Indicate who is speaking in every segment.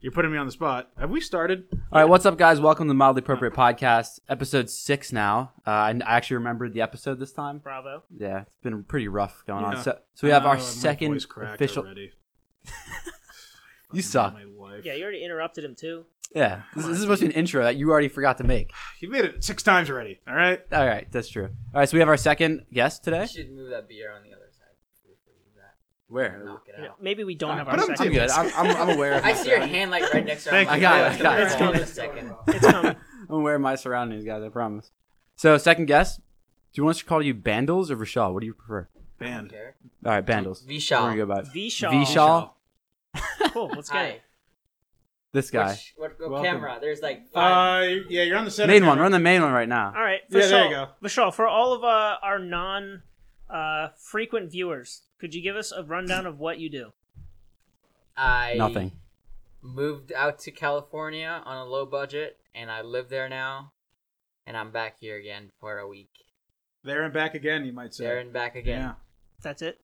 Speaker 1: You're putting me on the spot. Have we started?
Speaker 2: All right, what's up, guys? Welcome to Mildly Appropriate Podcast, episode six now. Uh, I I actually remembered the episode this time.
Speaker 3: Bravo.
Speaker 2: Yeah, it's been pretty rough going
Speaker 1: Yeah.
Speaker 2: on. So, so we have
Speaker 1: Oh,
Speaker 2: our
Speaker 1: my
Speaker 2: second
Speaker 1: voice cracked
Speaker 2: official. Ah.
Speaker 1: Already. Fucking
Speaker 2: You suck.
Speaker 1: my life.
Speaker 3: Yeah, you already interrupted him too.
Speaker 2: Yeah, this, this is supposed to be an intro that you already forgot to make.
Speaker 1: You made it six times already. All right.
Speaker 2: All right, that's true. All right, so we have our second guest today.
Speaker 4: You should move that beer on the other side. Move that.
Speaker 2: Where?
Speaker 4: Knock it out.
Speaker 3: Maybe we don't have
Speaker 1: Put
Speaker 3: our
Speaker 1: him
Speaker 2: I'm
Speaker 3: second.
Speaker 1: to-
Speaker 2: good. I'm, I'm, I'm aware. Of
Speaker 4: I
Speaker 2: my
Speaker 4: see your
Speaker 2: surroundings.
Speaker 4: hand like right next to it.
Speaker 1: Thank
Speaker 4: I'm
Speaker 1: you.
Speaker 4: like,
Speaker 2: I got
Speaker 4: oh,
Speaker 2: it, I got it.
Speaker 4: it's coming in a second.
Speaker 3: It's coming.
Speaker 2: I'm aware of my surroundings, guys. I promise. So, second guest. Do you want us to call you Bandles or Vishal? What do you prefer?
Speaker 1: Band.
Speaker 2: All right, Bandles. We're gonna go
Speaker 4: Vishal.
Speaker 2: about it.
Speaker 3: Vishal.
Speaker 2: Vishal.
Speaker 3: Cool. Let's go.
Speaker 4: Hi.
Speaker 2: This guy.
Speaker 4: Which, what, what
Speaker 1: Welcome.
Speaker 4: camera? There's like five.
Speaker 1: Uh, yeah, you're on the set.
Speaker 2: Main one. We're on the main one right now.
Speaker 3: All right. Vishal,
Speaker 1: Yeah, there you
Speaker 3: Vishal, for all of uh, our non uh, frequent viewers, could you give us a rundown of what you do?
Speaker 4: I
Speaker 2: Nothing.
Speaker 4: moved out to California on a low budget, and I live there now, and I'm back here again for a week.
Speaker 1: There and back again. You might say.
Speaker 4: There and back
Speaker 1: Yeah.
Speaker 4: again.
Speaker 3: That's it.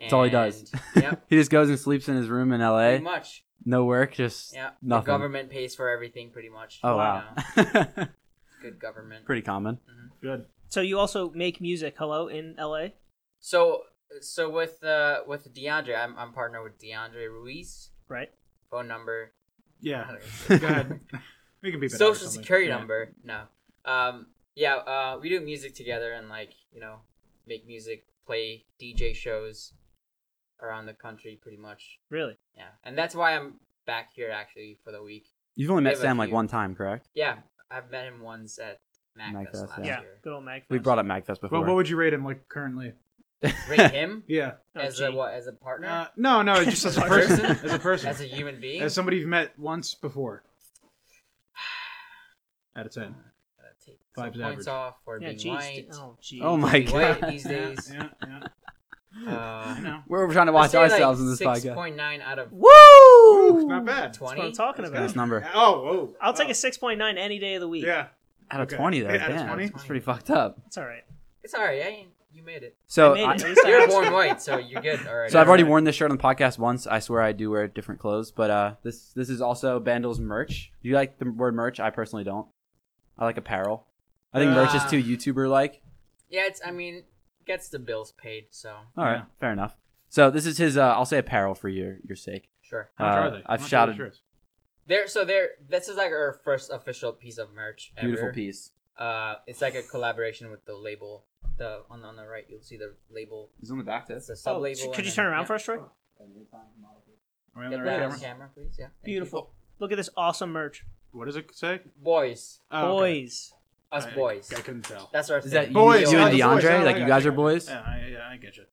Speaker 2: That's all he does.
Speaker 4: And- yep.
Speaker 2: He just goes and sleeps in his room in LA.
Speaker 4: Pretty much.
Speaker 2: No work, just
Speaker 4: Yeah.
Speaker 2: nothing.
Speaker 4: The government pays for everything, pretty much.
Speaker 2: oh
Speaker 4: You
Speaker 2: wow.
Speaker 4: know, Good government.
Speaker 2: Pretty common.
Speaker 1: Good.
Speaker 3: So you also make music. Hello in L.A.
Speaker 4: So so with uh with DeAndre, I'm I'm partnered with DeAndre Ruiz.
Speaker 3: Right.
Speaker 4: Phone number.
Speaker 1: Yeah. Go ahead. We can be
Speaker 4: Social security number. No. Um yeah, uh we do music together and like, you know, make music, play DJ shows around the country pretty much.
Speaker 3: Really?
Speaker 4: Yeah. And that's why I'm back here actually for the week.
Speaker 2: You've only
Speaker 4: We
Speaker 2: met
Speaker 4: have a
Speaker 2: Sam like
Speaker 4: few.
Speaker 2: one time, correct?
Speaker 4: Yeah, I've met him once at MacFest
Speaker 2: Magfest,
Speaker 4: last
Speaker 2: yeah.
Speaker 3: Yeah.
Speaker 4: year.
Speaker 3: Good old Mag.
Speaker 2: We brought up Magfest before.
Speaker 1: Well, what would you rate him like currently?
Speaker 4: Rate him
Speaker 1: Yeah.
Speaker 3: Oh,
Speaker 4: as
Speaker 3: gee.
Speaker 4: a what as a partner?
Speaker 1: Uh, no, no, just as a person, as a person,
Speaker 4: As a human being?
Speaker 1: as somebody you've met once before. Out of ten.
Speaker 4: Gotta take some
Speaker 1: Five's
Speaker 4: points
Speaker 1: average.
Speaker 4: off for
Speaker 3: yeah,
Speaker 4: being
Speaker 3: geez.
Speaker 4: white.
Speaker 3: Oh, geez.
Speaker 2: oh my
Speaker 4: Be white
Speaker 2: god.
Speaker 4: these days.
Speaker 1: Yeah, yeah.
Speaker 4: Uh,
Speaker 1: I know.
Speaker 2: We're trying to watch ourselves in this
Speaker 4: Six
Speaker 2: podcast.
Speaker 4: point nine out of
Speaker 2: Woo!
Speaker 1: Ooh, not bad.
Speaker 3: That's what
Speaker 4: twenty.
Speaker 3: I'm talking
Speaker 1: That's
Speaker 3: about.
Speaker 2: This number
Speaker 1: Oh, whoa.
Speaker 3: I'll take
Speaker 1: Oh,
Speaker 3: a 6.9 any day of the week.
Speaker 1: Yeah.
Speaker 2: out of
Speaker 1: Okay.
Speaker 2: twenty though.
Speaker 1: Yeah, out of
Speaker 2: Damn,
Speaker 1: 20.
Speaker 2: that's pretty fucked up.
Speaker 3: It's all right.
Speaker 4: It's alright. I you made it.
Speaker 2: So uh,
Speaker 3: I made it.
Speaker 2: I-
Speaker 3: At least I
Speaker 4: You're
Speaker 3: asked.
Speaker 4: born white, so you're good. All right.
Speaker 2: so I've already worn this shirt on the podcast once. I swear I do wear different clothes, but uh, this this is also Bandle's merch. Do you like the word merch? I personally don't. I like apparel. I think merch is
Speaker 4: Ah.
Speaker 2: too YouTuber like.
Speaker 4: Yeah, it's. I mean, gets the bills paid. So
Speaker 2: All right,
Speaker 1: Yeah.
Speaker 2: fair enough. So this is his. Uh, I'll say apparel for your your sake.
Speaker 4: sure.
Speaker 1: How much
Speaker 2: Uh,
Speaker 1: are they? How
Speaker 2: I've
Speaker 1: much are
Speaker 2: shouted-
Speaker 1: the shirts?
Speaker 4: There. So there. This is like our first official piece of merch ever.
Speaker 2: Beautiful piece.
Speaker 4: Uh, it's like a collaboration with the label. The on on the right, you'll see the label.
Speaker 2: He's on the back
Speaker 4: It's a sub
Speaker 3: Oh,
Speaker 4: label.
Speaker 3: could you turn around for us, Troy?
Speaker 1: Are we on
Speaker 4: Get
Speaker 1: the
Speaker 4: that
Speaker 1: right
Speaker 4: on
Speaker 1: camera?
Speaker 4: camera, please. Yeah. Thank you.
Speaker 3: Beautiful. Look at this awesome merch.
Speaker 1: What does it say?
Speaker 4: Boys.
Speaker 1: Oh, okay.
Speaker 3: Boys.
Speaker 4: Us
Speaker 1: I-
Speaker 4: boys.
Speaker 1: I couldn't tell.
Speaker 4: That's our.
Speaker 2: Is
Speaker 4: thing.
Speaker 2: that
Speaker 1: Boys,
Speaker 2: you
Speaker 1: yeah,
Speaker 2: and
Speaker 1: it's boys.
Speaker 2: DeAndre?
Speaker 1: Oh,
Speaker 2: like
Speaker 1: I
Speaker 2: you
Speaker 1: got
Speaker 2: guys are boys.
Speaker 1: Yeah, I, yeah, I get you.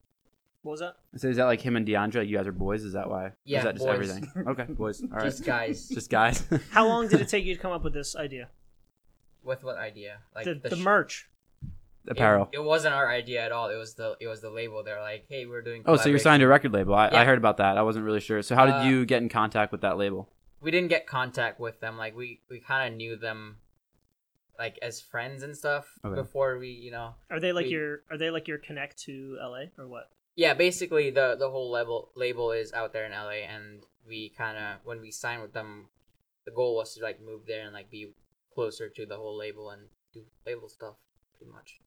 Speaker 3: What was that?
Speaker 2: So is that like him and DeAndre? Like you guys are boys? Is that why? Or
Speaker 4: Yeah,
Speaker 2: Is that just
Speaker 4: boys.
Speaker 2: everything? Okay, boys. All right.
Speaker 4: Just guys.
Speaker 2: Just guys.
Speaker 3: How long did it take you to come up with this idea?
Speaker 4: With what idea? Like
Speaker 3: the, the
Speaker 4: sh-
Speaker 3: merch.
Speaker 2: apparel.
Speaker 4: It, it wasn't our idea at all. It was the it was the label. They're like, hey, we're doing.
Speaker 2: Oh, so you're
Speaker 4: collaboration."
Speaker 2: signed to a record label. I, I
Speaker 4: Yeah.
Speaker 2: heard about that. I wasn't really sure. So how did
Speaker 4: Uh,
Speaker 2: you get in contact with that label?
Speaker 4: We didn't get contact with them. Like we we kind of knew them, like as friends and stuff
Speaker 2: Okay.
Speaker 4: before we you know.
Speaker 3: Are they like
Speaker 4: We-
Speaker 3: your are they like your connect to LA or what?
Speaker 4: Yeah, basically the the whole level label is out there in LA, and we kind of when we signed with them, the goal was to like move there and like be closer to the whole label and do label stuff pretty much.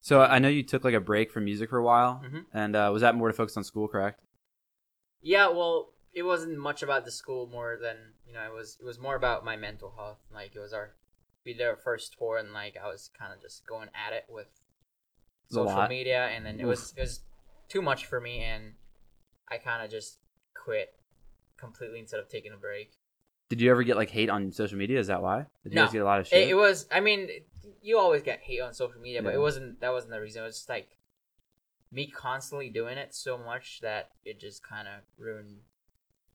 Speaker 2: So I know you took like a break from music for a while,
Speaker 4: Mhm.
Speaker 2: and uh, was that more to focus on school? Correct.
Speaker 4: Yeah, well, it wasn't much about the school more than you know. It was it was more about my mental health. Like it was our we did our first tour, and like I was kind of just going at it with
Speaker 2: It's a
Speaker 4: social
Speaker 2: lot.
Speaker 4: media, and then it was it was too much for me, and I kind of just quit completely instead of taking a break.
Speaker 2: Did you ever get like hate on social media? Is that why? Did you
Speaker 4: No.
Speaker 2: guys get a lot of shit?
Speaker 4: It, it was I mean you always get hate on social media, but
Speaker 2: Yeah.
Speaker 4: it wasn't that wasn't the reason. It was just like me constantly doing it so much that it just kind of ruined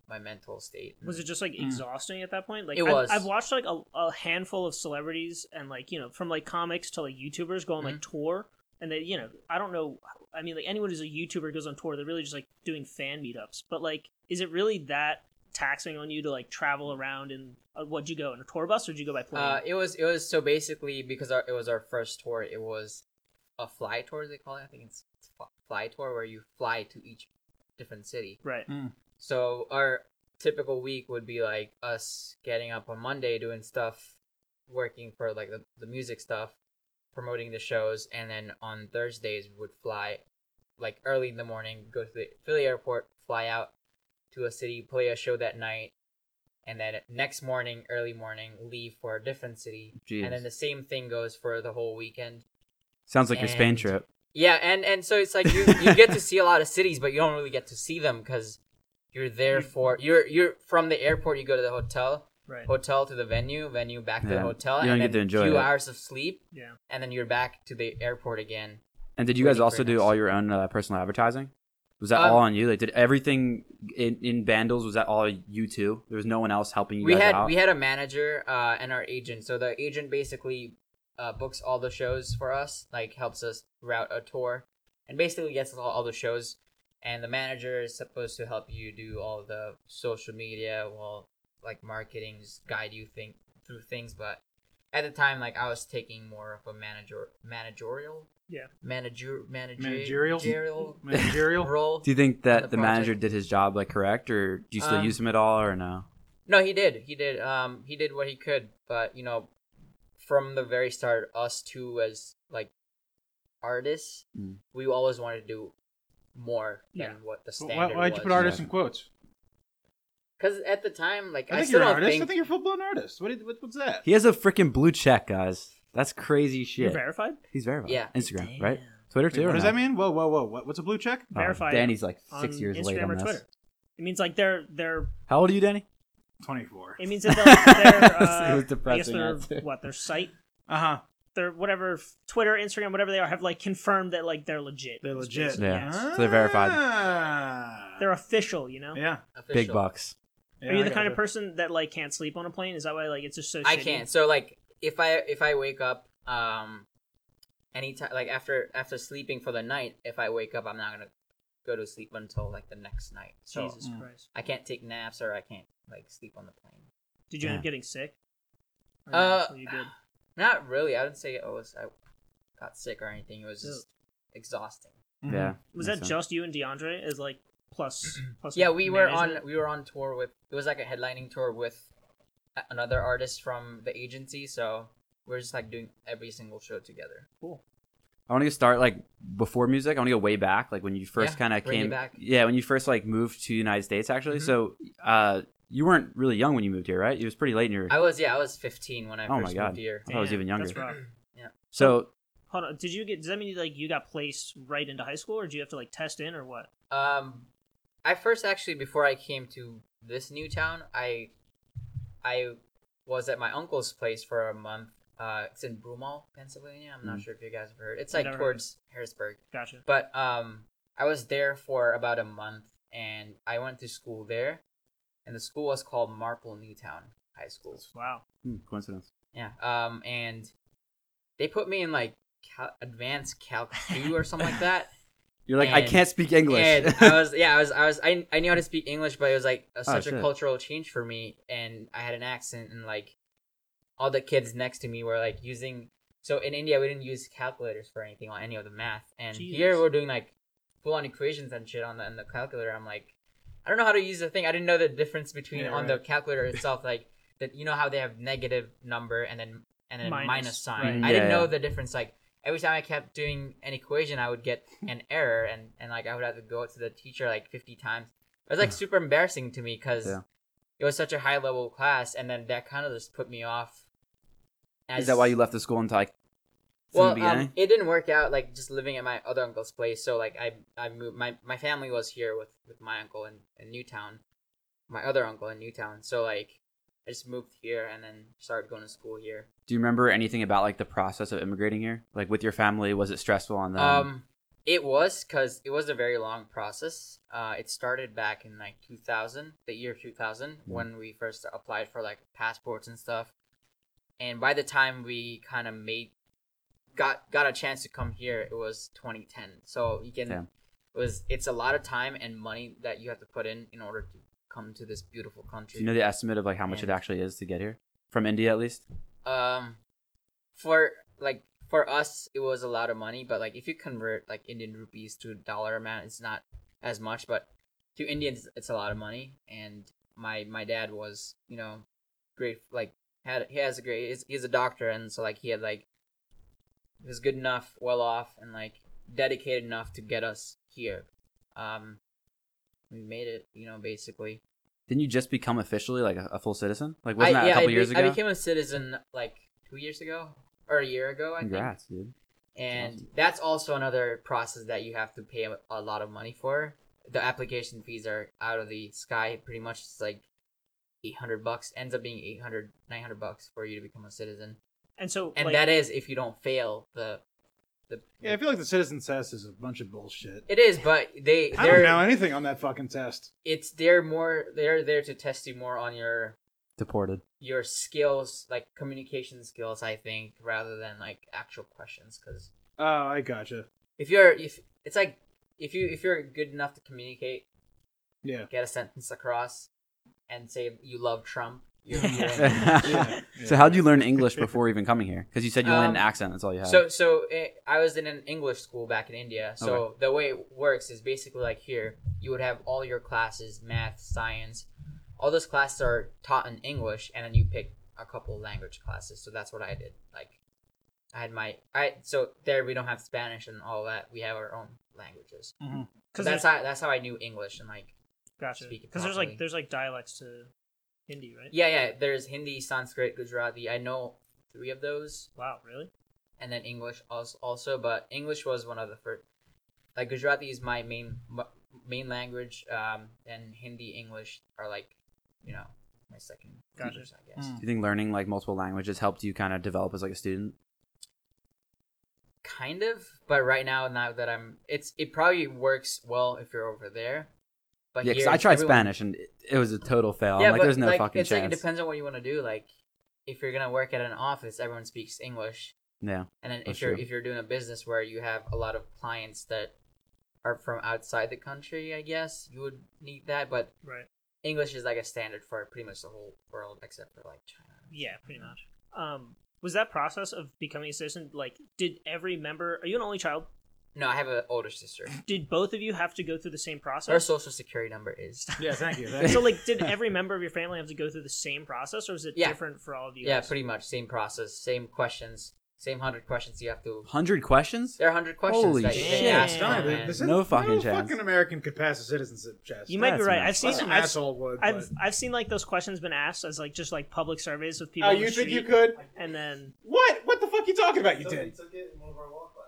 Speaker 4: my mental state.
Speaker 3: Was it just like
Speaker 1: Mm.
Speaker 3: exhausting at that point? Like
Speaker 4: It
Speaker 3: I've-
Speaker 4: was.
Speaker 3: I've, watched like a, a handful of celebrities and like you know from like comics to like YouTubers go on like
Speaker 4: Hmm.
Speaker 3: tour and they you know I don't know I mean like anyone who's a YouTuber goes on tour they're really just like doing fan meetups but like is it really that taxing on you to like travel around and uh, what'd you go in a tour bus or did you go by plane?
Speaker 4: Uh, it was it was so basically because our, it was our first tour. It was a fly tour. They call it. I think it's f- fly tour where you fly to each different city.
Speaker 3: right.
Speaker 4: So our typical week would be like us getting up on Monday doing stuff, working for like the, the music stuff, promoting the shows, and then on Thursdays we would fly like early in the morning, go to the Philly airport, fly out to a city, play a show that night, and then next morning, early morning, leave for a different city. And then
Speaker 2: Jeez.
Speaker 4: the same thing goes for the whole weekend.
Speaker 2: Sounds like your Spain
Speaker 4: and-
Speaker 2: trip.
Speaker 4: Yeah, and and so it's like you you get to see a lot of cities, but you don't really get to see them because you're there for you're you're from the airport. You go to the hotel,
Speaker 3: Right.
Speaker 4: hotel to the venue, venue back to the
Speaker 2: Yeah.
Speaker 4: hotel,
Speaker 2: You don't
Speaker 4: and
Speaker 2: get
Speaker 4: then
Speaker 2: to enjoy
Speaker 4: few
Speaker 2: it.
Speaker 4: hours of sleep,
Speaker 3: Yeah.
Speaker 4: and then you're back to the airport again.
Speaker 2: And did you guys
Speaker 4: Pretty
Speaker 2: also do
Speaker 4: famous.
Speaker 2: all your own uh, personal advertising? Was that
Speaker 4: Um,
Speaker 2: all on you? Like, did everything in, in Bandles was that all you two? There was no one else helping you
Speaker 4: we
Speaker 2: guys
Speaker 4: had
Speaker 2: out.
Speaker 4: we had a manager uh, and our agent. So the agent basically uh, books all the shows for us, like helps us route a tour, and basically gets us all, all the shows. And the manager is supposed to help you do all the social media, well, like marketing, just guide you think through things. But at the time, like I was taking more of a manager managerial,
Speaker 3: Yeah.
Speaker 4: manager manager
Speaker 1: Managerial?
Speaker 4: managerial
Speaker 1: Managerial?
Speaker 4: role.
Speaker 2: do you think that
Speaker 4: the
Speaker 2: the, manager
Speaker 4: project.
Speaker 2: did his job like correct, or do you still
Speaker 4: Um,
Speaker 2: use him at all, or no?
Speaker 4: No, he did. He did. Um, he did what he could, but you know, from the very start, us two as like artists,
Speaker 2: Mm.
Speaker 4: we always wanted to do more than
Speaker 3: Yeah.
Speaker 4: what the
Speaker 1: Why,
Speaker 4: standard
Speaker 1: why'd you put artists in quotes?
Speaker 4: Because at the time, like
Speaker 1: I
Speaker 4: I,
Speaker 1: think
Speaker 4: still
Speaker 1: you're an
Speaker 4: don't
Speaker 1: artist.
Speaker 4: think.
Speaker 1: I think you're full blown artist. What, did- what what's that?
Speaker 2: He has a freaking blue check, guys. That's crazy shit.
Speaker 3: You're verified?
Speaker 2: He's verified.
Speaker 4: Yeah.
Speaker 2: Instagram,
Speaker 3: Damn.
Speaker 2: right? Twitter
Speaker 1: Wait,
Speaker 2: too.
Speaker 1: what
Speaker 2: or
Speaker 1: does
Speaker 2: no?
Speaker 1: that mean? Whoa, whoa, whoa! What, what's a blue check?
Speaker 2: Oh,
Speaker 3: Verified
Speaker 2: Danny's like six
Speaker 3: on
Speaker 2: years
Speaker 3: Instagram
Speaker 2: late on
Speaker 3: or
Speaker 2: this.
Speaker 3: Twitter. It means like they're they're
Speaker 2: How old are you, Danny?
Speaker 1: Twenty four.
Speaker 3: it means that they're, they're
Speaker 2: It was
Speaker 3: uh, I guess
Speaker 2: depressing
Speaker 3: their-
Speaker 2: answer.
Speaker 3: what their site
Speaker 1: Uh huh.
Speaker 3: their whatever Twitter Instagram whatever they are have like confirmed that like they're legit.
Speaker 1: They're
Speaker 3: It's
Speaker 1: legit.
Speaker 3: basically-
Speaker 2: Yeah.
Speaker 3: yes.
Speaker 2: So they're verified.
Speaker 1: Ah.
Speaker 3: They're official, you know.
Speaker 1: yeah.
Speaker 4: official.
Speaker 2: Big bucks.
Speaker 1: Yeah,
Speaker 3: Are you
Speaker 1: I
Speaker 3: the
Speaker 1: got
Speaker 3: kind
Speaker 1: you.
Speaker 3: of person that like can't sleep on a plane? Is that why like it's just so?
Speaker 4: I
Speaker 3: shitty?
Speaker 4: can't. So like, if I if I wake up, um, anytime like after after sleeping for the night, if I wake up, I'm not gonna go to sleep until like the next night. So
Speaker 3: Jesus
Speaker 1: Mm.
Speaker 3: Christ!
Speaker 4: I can't take naps or I can't like sleep on the plane.
Speaker 3: Did you end
Speaker 2: Yeah.
Speaker 3: up getting sick? Or
Speaker 4: Uh,
Speaker 3: no, you did.
Speaker 4: Not really. I wouldn't say I was I got sick or anything. It was just exhausting.
Speaker 1: Mhm.
Speaker 2: Yeah.
Speaker 3: Mm-hmm.
Speaker 2: makes
Speaker 3: Was that
Speaker 2: sense.
Speaker 3: just you and DeAndre? Is like plus plus.
Speaker 4: Yeah, we were on
Speaker 3: management?
Speaker 4: we were on tour with it was like a headlining tour with a- another artist from the agency, so we're just like doing every single show together.
Speaker 3: Cool.
Speaker 2: I want to start like before music. I want to go way back, like when you first
Speaker 4: Yeah,
Speaker 2: kind of
Speaker 4: bring it
Speaker 2: came.
Speaker 4: back.
Speaker 2: Yeah, when you first like moved to the United States, actually.
Speaker 4: Mhm.
Speaker 2: So, uh, you weren't really young when you moved here, right? It was pretty late in your.
Speaker 4: I was yeah, I was 15 when I
Speaker 2: Oh my
Speaker 4: first
Speaker 2: God.
Speaker 4: moved here.
Speaker 2: I was even younger.
Speaker 3: That's rough.
Speaker 2: so
Speaker 3: Hold on. Did you get? Does that mean like you got placed right into high school, or do you have to like test in, or what?
Speaker 4: Um, I first actually before I came to this new town, I I was at my uncle's place for a month. Uh, it's in Broomall, Pennsylvania. I'm not
Speaker 2: Mhm.
Speaker 4: sure if you guys have heard. It's
Speaker 3: I've
Speaker 4: like
Speaker 3: never heard of
Speaker 4: towards Harrisburg.
Speaker 3: Gotcha.
Speaker 4: But um, I was there for about a month, and I went to school there, and the school was called Marple Newtown High School.
Speaker 3: Wow.
Speaker 2: hmm, coincidence.
Speaker 4: Yeah. Um, and they put me in like cal- advanced calc two or something like that.
Speaker 2: You're like, I
Speaker 4: And-
Speaker 2: can't speak English. Oh,
Speaker 4: And I was, yeah, I was, I was, I, I knew how to speak English, but it was like a, such a
Speaker 2: shit.
Speaker 4: cultural change for me, and I had an accent, and like all the kids next to me were like using. So in India, we didn't use calculators for anything on any of the math, and here
Speaker 3: Jeez.
Speaker 4: we're doing like full on equations and shit on the on the calculator. I'm like, I don't know how to use the thing. I didn't know the difference between
Speaker 1: Yeah,
Speaker 4: on the calculator itself, like that. You know how they have negative number and then and then
Speaker 3: Minus,
Speaker 4: minus, sign.
Speaker 2: right.
Speaker 4: I didn't
Speaker 2: Yeah,
Speaker 4: know
Speaker 2: yeah.
Speaker 4: the difference. Like every time I kept doing an equation, I would get an error, and and like I would have to go to the teacher like fifty times. It was like super embarrassing to me because
Speaker 2: Yeah.
Speaker 4: it was such a high level class, and then that kind of just put me off. And I
Speaker 2: Is that why
Speaker 4: just-
Speaker 2: you left the school until like from the
Speaker 4: well,
Speaker 2: beginning?
Speaker 4: um, it didn't work out. Like just living at my other uncle's place, so like I I moved. My my family was here with with my uncle in, in Newtown, my other uncle in Newtown. So like I just moved here and then started going to school here.
Speaker 2: Do you remember anything about like the process of immigrating here? Like with your family, was it stressful on them?
Speaker 4: Um, it was because it was a very long process. Uh, it started back in like 2000, the year 2000,
Speaker 2: Mm-hmm.
Speaker 4: when we first applied for like passports and stuff. And by the time we kind of made got got a chance to come here, it was 2010. So you can
Speaker 2: Damn.
Speaker 4: it was it's a lot of time and money that you have to put in in order to come to this beautiful
Speaker 2: Do
Speaker 4: country.
Speaker 2: you know the estimate of like how much it
Speaker 4: Yeah.
Speaker 2: actually is to get here from India, at least?
Speaker 4: um for like for us it was a lot of money but like if you convert like indian rupees to dollar amount it's not as much but to indians it's a lot of money and my my dad was you know great like had he has a great he's, he's a doctor and so like he had like he was good enough well off and like dedicated enough to get us here um we made it you know basically
Speaker 2: Didn't you just become officially like a, a full citizen? Like wasn't that a couple
Speaker 4: I, be-
Speaker 2: years
Speaker 4: I
Speaker 2: ago?
Speaker 4: became a citizen like two years ago or a year ago i think
Speaker 2: Congrats, dude.
Speaker 4: and that's also another process that you have to pay a- a lot of money for. The application fees are out of the sky. Pretty much, it's like eight hundred bucks. Ends up being 800, 900 bucks for you to become a citizen,
Speaker 3: And so,
Speaker 4: and
Speaker 3: like,
Speaker 4: that is if you don't fail the the.
Speaker 1: Yeah, I feel like the citizen test is a bunch of bullshit.
Speaker 4: it is, but they
Speaker 1: I don't
Speaker 4: they're
Speaker 1: know anything on that fucking test.
Speaker 4: it's they're more they're there to test you more on your
Speaker 2: Deported.
Speaker 4: your skills like communication skills I think rather than like actual questions because
Speaker 1: Oh, I gotcha.
Speaker 4: if you're if it's like if you if you're good enough to communicate
Speaker 1: Yeah.
Speaker 4: get a sentence across and say you love Trump. You're, you're in.
Speaker 1: Yeah,
Speaker 2: so
Speaker 1: yeah.
Speaker 2: how'd you learn English before even coming here? Because you said you only had an
Speaker 4: Um,
Speaker 2: accent. That's all you had.
Speaker 4: so so it, I was in an English school back in India. So the way it works is basically like here you would have all your classes math, science, all those classes are taught in English, and then you pick a couple language classes. So that's what I did. Like I had my I so there we don't have Spanish and all that. We have our own languages. So
Speaker 3: because there's,
Speaker 4: that's how that's how I knew English and like
Speaker 3: gotcha.
Speaker 4: speak it
Speaker 3: 'Cause there's
Speaker 4: properly.
Speaker 3: like there's like dialects to Hindi, right?
Speaker 4: yeah yeah. There's Hindi, Sanskrit, Gujarati. I know three of those.
Speaker 3: Wow, really?
Speaker 4: and then English als- also, but English was one of the first. Like Gujarati is my main m- main language, um, and Hindi, English are like, you know, my second
Speaker 3: Gotcha.
Speaker 4: language, I guess.
Speaker 1: Mm.
Speaker 2: Do you think learning like multiple languages helped you kind of develop as like a student?
Speaker 4: Kind of, but right now, now that I'm, it's it probably works well if you're over there. But
Speaker 2: yeah, because
Speaker 4: here,
Speaker 2: I tried
Speaker 4: everyone-
Speaker 2: Spanish and it, it was a total fail.
Speaker 4: Yeah,
Speaker 2: I'm like,
Speaker 4: but
Speaker 2: there's no
Speaker 4: like,
Speaker 2: fucking
Speaker 4: it's
Speaker 2: chance.
Speaker 4: like it depends on what you want to do. Like, if you're gonna work at an office, everyone speaks English.
Speaker 2: yeah,
Speaker 4: And then
Speaker 2: That's
Speaker 4: if you're
Speaker 2: true.
Speaker 4: if you're doing a business where you have a lot of clients that are from outside the country, I guess you would need that. But
Speaker 3: Right.
Speaker 4: English is like a standard for pretty much the whole world except for like China.
Speaker 3: Yeah, pretty much. Um, was that process of becoming a citizen like? Did every member? Are you an only child?
Speaker 4: No, I have an older sister.
Speaker 3: Did both of you have to go through the same
Speaker 4: Her
Speaker 3: process?
Speaker 4: social security number is
Speaker 1: Yeah, thank you. Thank you.
Speaker 3: So like, did every member of your family have to go through the same process, or was it
Speaker 4: Yeah.
Speaker 3: different for all of you?
Speaker 4: yeah,
Speaker 3: guys?
Speaker 4: pretty much same process, same questions, same hundred questions you have to.
Speaker 2: hundred questions.
Speaker 4: There are hundred questions
Speaker 2: Holy
Speaker 4: that you
Speaker 3: shit.
Speaker 4: can
Speaker 3: Yeah,
Speaker 4: ask. them,
Speaker 1: Done.
Speaker 4: and-
Speaker 1: This is-
Speaker 2: No fucking chance.
Speaker 1: fucking American could pass a citizenship test.
Speaker 3: You might be
Speaker 2: That's
Speaker 3: right.
Speaker 2: nice.
Speaker 3: I've seen.
Speaker 1: Plus, an
Speaker 3: I've,
Speaker 1: asshole would. but-
Speaker 3: I've I've seen like those questions been asked as like just like public surveys with people.
Speaker 1: Oh,
Speaker 3: on the
Speaker 1: you think you
Speaker 3: street,
Speaker 1: could?
Speaker 3: And then
Speaker 1: What? What the fuck you talking about? You
Speaker 5: Somebody
Speaker 1: did.
Speaker 5: took it in one of our law classes.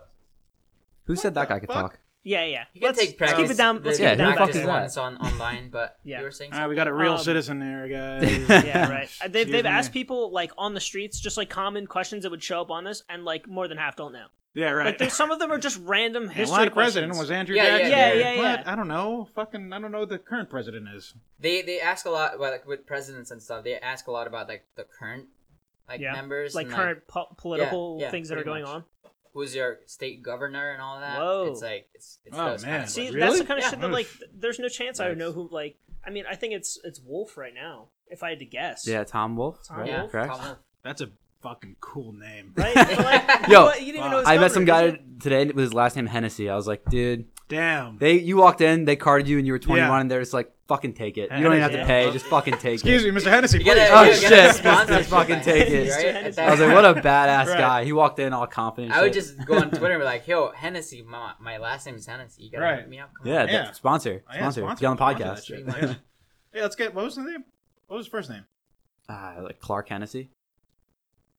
Speaker 2: Who said
Speaker 1: What
Speaker 2: that
Speaker 1: the
Speaker 2: guy could
Speaker 1: fuck?
Speaker 2: talk?
Speaker 3: yeah, yeah.
Speaker 4: You can
Speaker 3: Let's-
Speaker 4: take
Speaker 3: let's
Speaker 4: practice.
Speaker 3: Keep it down. Let's keep
Speaker 4: the
Speaker 2: Yeah,
Speaker 3: it
Speaker 2: who
Speaker 3: down.
Speaker 2: the fuck
Speaker 4: practice
Speaker 2: is that?
Speaker 4: ones on online, but
Speaker 3: Yeah.
Speaker 4: you were saying.
Speaker 1: All right, we got a real
Speaker 3: Um,
Speaker 1: citizen there, guys.
Speaker 3: yeah, right. Uh, They've,
Speaker 1: Cheers,
Speaker 3: they've asked
Speaker 1: man.
Speaker 3: people like on the streets just like common questions that would show up on this, and like more than half don't know.
Speaker 1: yeah,
Speaker 3: Like
Speaker 1: right.
Speaker 3: there's some of them are just random
Speaker 1: And
Speaker 3: history
Speaker 1: why the
Speaker 3: questions.
Speaker 1: president was Andrew
Speaker 4: Yeah, yeah,
Speaker 1: Jackson?
Speaker 4: yeah,
Speaker 3: yeah, yeah.
Speaker 1: What? I don't know. Fucking, I don't know what the current president is.
Speaker 4: they they ask a lot about like with presidents and stuff. They ask a lot about like the current like
Speaker 3: Yeah,
Speaker 4: members,
Speaker 3: like
Speaker 4: and,
Speaker 3: current po- political
Speaker 4: yeah,
Speaker 3: things that are going
Speaker 4: pretty much.
Speaker 3: on.
Speaker 4: who's your state governor and all that.
Speaker 3: Whoa.
Speaker 4: It's like it's, it's
Speaker 1: Oh,
Speaker 4: those
Speaker 1: man.
Speaker 4: kind of
Speaker 3: See,
Speaker 4: questions.
Speaker 3: that's
Speaker 1: Really?
Speaker 3: the kind of
Speaker 4: Yeah.
Speaker 3: shit that like th- there's no chance I would
Speaker 2: Nice.
Speaker 3: know who like. I mean, I think it's it's Wolf right now. If I had to guess,
Speaker 2: Yeah, Tom Wolf.
Speaker 3: Tom
Speaker 2: right?
Speaker 3: Wolf.
Speaker 4: yeah,
Speaker 2: Correct.
Speaker 4: Tom Wolf.
Speaker 1: That's a fucking cool name.
Speaker 3: right? But, like,
Speaker 2: Yo,
Speaker 3: what? you didn't even know his
Speaker 2: I met some
Speaker 3: number.
Speaker 2: guy today with his last name Hennessy. I was like, dude,
Speaker 1: Damn.
Speaker 2: they you walked in, they carded you, and you were 21,
Speaker 1: Yeah.
Speaker 2: and they're just like, fucking take it. You don't even have to
Speaker 3: Yeah.
Speaker 2: pay, just fucking take
Speaker 1: Excuse
Speaker 2: it.
Speaker 1: me, Mr. Hennessy.
Speaker 4: You gotta-
Speaker 1: please.
Speaker 2: Oh,
Speaker 4: you gotta
Speaker 2: shit.
Speaker 4: get
Speaker 2: Just
Speaker 4: sponsored
Speaker 2: fucking
Speaker 4: by
Speaker 2: take
Speaker 4: Hennessy,
Speaker 2: it.
Speaker 4: right? At that
Speaker 2: I was like,
Speaker 4: point,
Speaker 2: what a badass
Speaker 1: Right.
Speaker 2: guy. He walked in all confident. and
Speaker 4: I would
Speaker 2: shit.
Speaker 4: just go on Twitter and be like, "Yo, Hennessy, my, my last name is Hennessy. You gotta
Speaker 1: Right.
Speaker 4: hit me up." Come
Speaker 2: yeah,
Speaker 4: on.
Speaker 2: that-
Speaker 1: Yeah.
Speaker 2: sponsor,
Speaker 1: Oh, yeah,
Speaker 2: sponsor,
Speaker 1: sponsor-
Speaker 2: get on the
Speaker 1: sponsor that
Speaker 2: podcast.
Speaker 1: shit.
Speaker 4: pretty much.
Speaker 1: Hey, let's get. What was the name? What was his first name?
Speaker 2: Ah, like Clark Hennessy.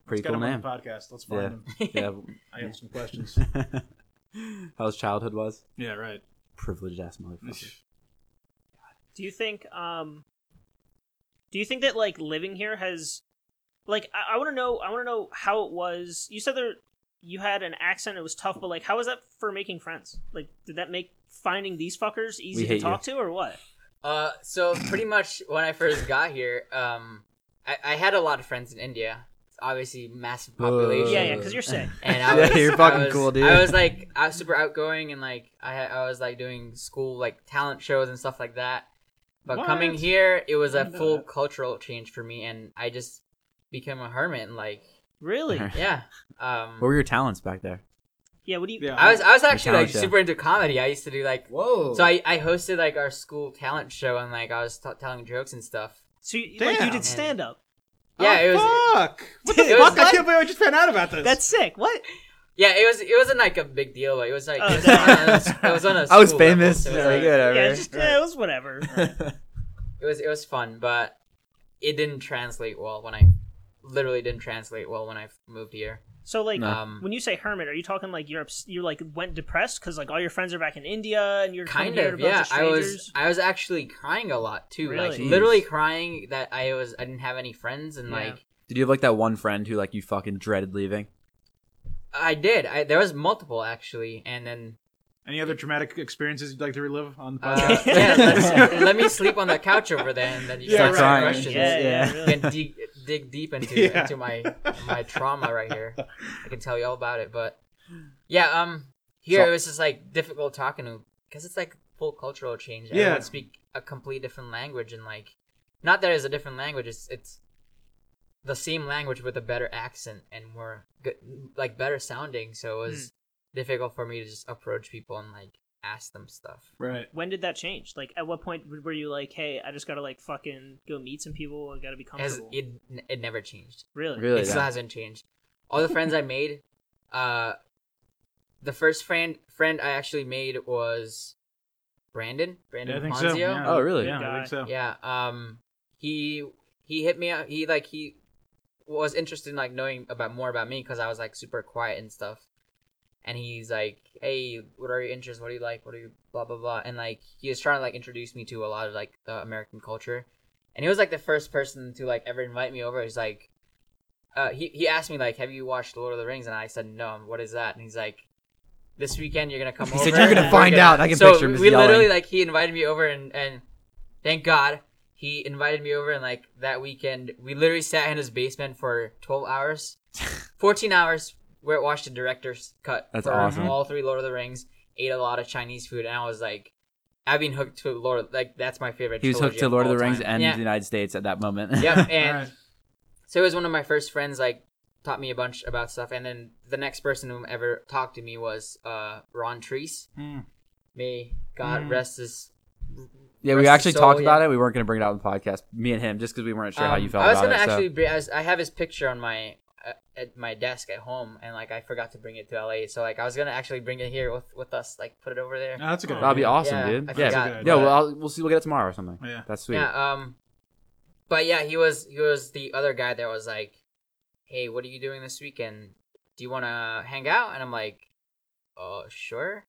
Speaker 2: Pretty
Speaker 1: let's
Speaker 2: cool
Speaker 1: get him
Speaker 2: name.
Speaker 1: On the podcast. Let's find
Speaker 2: Yeah.
Speaker 1: him.
Speaker 2: yeah.
Speaker 1: I have some questions.
Speaker 2: How his childhood was.
Speaker 1: yeah, right.
Speaker 2: Privileged ass motherfucker.
Speaker 3: Do you think um do you think that like living here has like I, I wanna know I wanna know how it was you said there you had an accent, it was tough, but like how was that for making friends? Like did that make finding these fuckers easy
Speaker 2: hate
Speaker 3: to
Speaker 2: you.
Speaker 3: talk to or what?
Speaker 4: Uh, so pretty much when I first got here, um, I, I had a lot of friends in India. It's obviously massive
Speaker 1: Uh,
Speaker 4: population.
Speaker 3: yeah, yeah, because you're sick.
Speaker 4: and I
Speaker 2: Yeah,
Speaker 4: was,
Speaker 2: you're
Speaker 4: I
Speaker 2: fucking
Speaker 4: was-
Speaker 2: cool, dude.
Speaker 4: I was like, I was super outgoing and like, I had- I was like doing school like talent shows and stuff like that. But coming
Speaker 1: What?
Speaker 4: here, it was a
Speaker 1: Didn't know
Speaker 4: full
Speaker 1: that.
Speaker 4: cultural change for me, and I just became a hermit. And like,
Speaker 3: Really?
Speaker 2: What
Speaker 4: yeah, um,
Speaker 2: were your talents back there?
Speaker 3: Yeah, what do you?
Speaker 1: Yeah.
Speaker 4: I was I was actually like
Speaker 2: talent show.
Speaker 4: super into comedy. I used to do like
Speaker 5: Whoa.
Speaker 4: so I, I hosted like our school talent show and like I was t- telling jokes and stuff.
Speaker 3: So you, like you
Speaker 1: Damn.
Speaker 3: did stand up.
Speaker 4: Yeah,
Speaker 1: Oh,
Speaker 4: it was
Speaker 1: Fuck! What the
Speaker 3: Dude,
Speaker 1: fuck? I
Speaker 3: what?
Speaker 1: can't believe I just found out about this.
Speaker 3: That's sick. What?
Speaker 4: yeah it was it wasn't like a big deal. But it was like
Speaker 3: Oh,
Speaker 4: it was
Speaker 3: no.
Speaker 4: on a- it was on a
Speaker 2: I was
Speaker 4: school level,
Speaker 2: famous.
Speaker 4: so it
Speaker 2: Yeah,
Speaker 4: was, like,
Speaker 2: whatever.
Speaker 3: Yeah, it's just, yeah, it was whatever.
Speaker 4: it was it was fun, but it didn't translate well when I literally didn't translate well when I moved here.
Speaker 3: So like,
Speaker 2: No.
Speaker 4: Um,
Speaker 3: when you say hermit, are you talking like you're ups- you like went depressed because like all your friends are back in India and you're coming
Speaker 4: kind
Speaker 3: here to
Speaker 4: of
Speaker 3: a bunch
Speaker 4: yeah
Speaker 3: of
Speaker 4: i
Speaker 3: strangers?
Speaker 4: was i was actually crying a lot too like
Speaker 3: Really?
Speaker 2: Jeez.
Speaker 4: literally crying that i was i didn't have any friends and
Speaker 3: Yeah.
Speaker 4: like
Speaker 2: Did you have like that one friend who like you fucking dreaded leaving?
Speaker 4: i did i there was multiple actually and then
Speaker 1: Any other traumatic experiences you'd like to relive on the
Speaker 4: uh,
Speaker 1: podcast?
Speaker 4: yeah, let's- let me sleep on the couch over there and then you
Speaker 1: Yeah,
Speaker 4: can ask
Speaker 1: right,
Speaker 4: me
Speaker 1: right.
Speaker 4: questions
Speaker 3: Yeah,
Speaker 2: Yeah.
Speaker 3: yeah,
Speaker 4: You
Speaker 3: really.
Speaker 4: can dig, dig deep into
Speaker 1: Yeah.
Speaker 4: into my my trauma right here i can tell you all about it but yeah um here
Speaker 2: So-
Speaker 4: it was just like difficult talking to because it's like full cultural change
Speaker 1: Yeah.
Speaker 4: everyone speak a complete different language and like not that it's a different language it's it's the same language with a better accent and more good, like better sounding so it was
Speaker 1: Hmm.
Speaker 4: difficult for me to just approach people and like ask them stuff
Speaker 1: right.
Speaker 3: When did that change? Like, at what point were you like, hey, I just gotta like fucking go meet some people. I gotta be
Speaker 4: as
Speaker 3: comfortable.
Speaker 4: it it never changed
Speaker 3: really?
Speaker 2: Really?
Speaker 4: it still
Speaker 2: yeah.
Speaker 4: hasn't changed. All the friends I made, uh, the first friend friend I actually made was Brandon.
Speaker 1: Yeah, I
Speaker 4: Brandon
Speaker 1: think
Speaker 4: Ponzio.
Speaker 1: so. Yeah.
Speaker 2: Oh, really?
Speaker 1: Yeah, I think so.
Speaker 4: Yeah, Um, he he hit me up. He like he was interested in like knowing about more about me because I was like super quiet and stuff. And he's like, "Hey, what are your interests? What do you like? What are you blah blah blah?" And like he was trying to like introduce me to a lot of like the American culture. And he was like the first person to like ever invite me over. He's like, uh, he he asked me like, "Have you watched Lord of the Rings?" And I said, "No." What is that? And he's like, "This weekend you're gonna come
Speaker 2: He
Speaker 4: over."
Speaker 2: said you're
Speaker 4: and
Speaker 2: gonna
Speaker 4: we're
Speaker 2: find out. I can
Speaker 4: so
Speaker 2: picture him
Speaker 4: we
Speaker 2: just
Speaker 4: literally
Speaker 2: yelling.
Speaker 4: like he invited me over and and thank God he invited me over and like that weekend we literally sat in his basement for twelve hours, fourteen hours. We watched the director's cut.
Speaker 2: That's
Speaker 4: for
Speaker 2: awesome.
Speaker 4: All three Lord of the Rings. Ate a lot of Chinese food and I was like, I've been hooked to Lord. Like that's my favorite.
Speaker 2: He was hooked
Speaker 4: trilogy
Speaker 2: to Lord of
Speaker 4: all
Speaker 2: the Rings
Speaker 4: time.
Speaker 2: and
Speaker 4: yeah,
Speaker 2: the United States at that moment.
Speaker 4: yep.
Speaker 1: All
Speaker 4: And
Speaker 1: right.
Speaker 4: so it was one of my first friends like taught me a bunch about stuff and then the next person who ever talked to me was uh Ron Treese.
Speaker 1: Hmm.
Speaker 4: May God
Speaker 1: Mm.
Speaker 4: rest his
Speaker 2: yeah, we
Speaker 4: Rest
Speaker 2: actually
Speaker 4: his soul,
Speaker 2: talked
Speaker 4: yeah.
Speaker 2: about it. We weren't gonna bring it out on the podcast. Me and him, just because we weren't sure how
Speaker 4: Um,
Speaker 2: you felt
Speaker 4: I was
Speaker 2: about
Speaker 4: gonna
Speaker 2: it. so-
Speaker 4: actually bring, I, was- I have his picture on my uh, at my desk at home, and like I forgot to bring it to LA, so like I was gonna actually bring it here with with us, like put it over there.
Speaker 1: No, that's a good.
Speaker 2: That'd be
Speaker 1: idea.
Speaker 2: awesome,
Speaker 4: Yeah,
Speaker 2: dude.
Speaker 4: I
Speaker 2: yeah,
Speaker 4: forgot,
Speaker 2: yeah.
Speaker 4: but-
Speaker 2: Well, I'll, we'll see. We'll get it tomorrow or something.
Speaker 1: Yeah.
Speaker 2: That's sweet.
Speaker 4: Yeah. Um. But yeah, he was he was the other guy that was like, "Hey, what are you doing this weekend? Do you want to hang out?" And I'm like, "Uh, sure."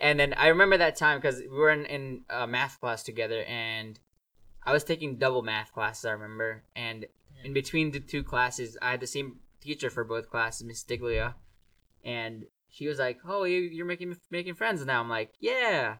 Speaker 4: and then I remember that time because we were in in uh, math class together, and I was taking double math classes. I remember, and in between the two classes, I had the same teacher for both classes, Miss Diglia, and she was like, "Oh, you, you're making making friends now." I'm like, "Yeah."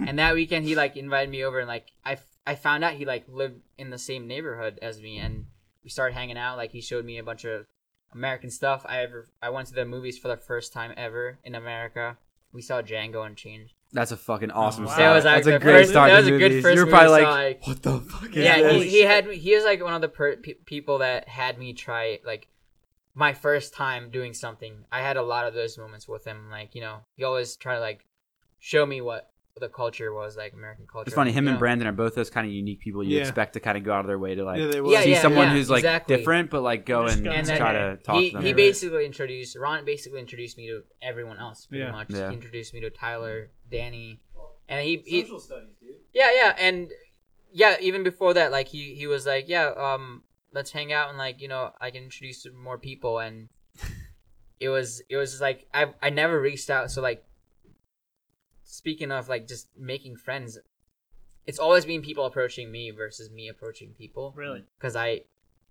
Speaker 4: and that weekend he like invited me over and like I, f- I found out he like lived in the same neighborhood as me and we started hanging out like he showed me a bunch of american stuff i ever i went to the movies for the first time ever in america we saw django unchained
Speaker 2: That's a fucking awesome
Speaker 1: Wow.
Speaker 2: start.
Speaker 1: That was
Speaker 4: like
Speaker 2: That's a
Speaker 4: the
Speaker 2: great
Speaker 4: first-
Speaker 2: start.
Speaker 4: that
Speaker 2: to
Speaker 4: was a good
Speaker 2: movies.
Speaker 4: first
Speaker 2: You were probably
Speaker 4: movie,
Speaker 2: like,
Speaker 4: so, like-
Speaker 2: what the fuck is
Speaker 4: yeah,
Speaker 2: this?
Speaker 4: he, he had me- he was like one of the per- pe- people that had me try like my first time doing something i had a lot of those moments with him like you know he always tried to like show me what the culture was like american culture
Speaker 2: It's funny. Him
Speaker 4: you
Speaker 2: and
Speaker 4: know?
Speaker 2: Brandon are both those kind of unique people you
Speaker 1: Yeah.
Speaker 2: expect to kind of go out of their way to like
Speaker 1: Yeah, they will.
Speaker 4: Yeah,
Speaker 2: see
Speaker 4: yeah.
Speaker 2: someone who's like
Speaker 4: exactly.
Speaker 2: different, but like go
Speaker 3: Just
Speaker 2: and
Speaker 3: go
Speaker 4: and
Speaker 3: and
Speaker 4: then
Speaker 2: try
Speaker 3: yeah.
Speaker 2: to talk
Speaker 4: he,
Speaker 2: to them.
Speaker 4: he
Speaker 1: Right.
Speaker 4: basically introduced Ron basically introduced me to everyone else pretty
Speaker 1: Yeah.
Speaker 4: much.
Speaker 2: Yeah.
Speaker 4: He introduced me to Tyler, Danny, and he, he
Speaker 5: Social studies, dude.
Speaker 4: yeah yeah and yeah even before that like he he was like yeah um let's hang out and like you know I can introduce you to more people and it was it was just like I I never reached out so like speaking of like just making friends it's always been people approaching me versus me approaching people
Speaker 3: Really?
Speaker 4: because I,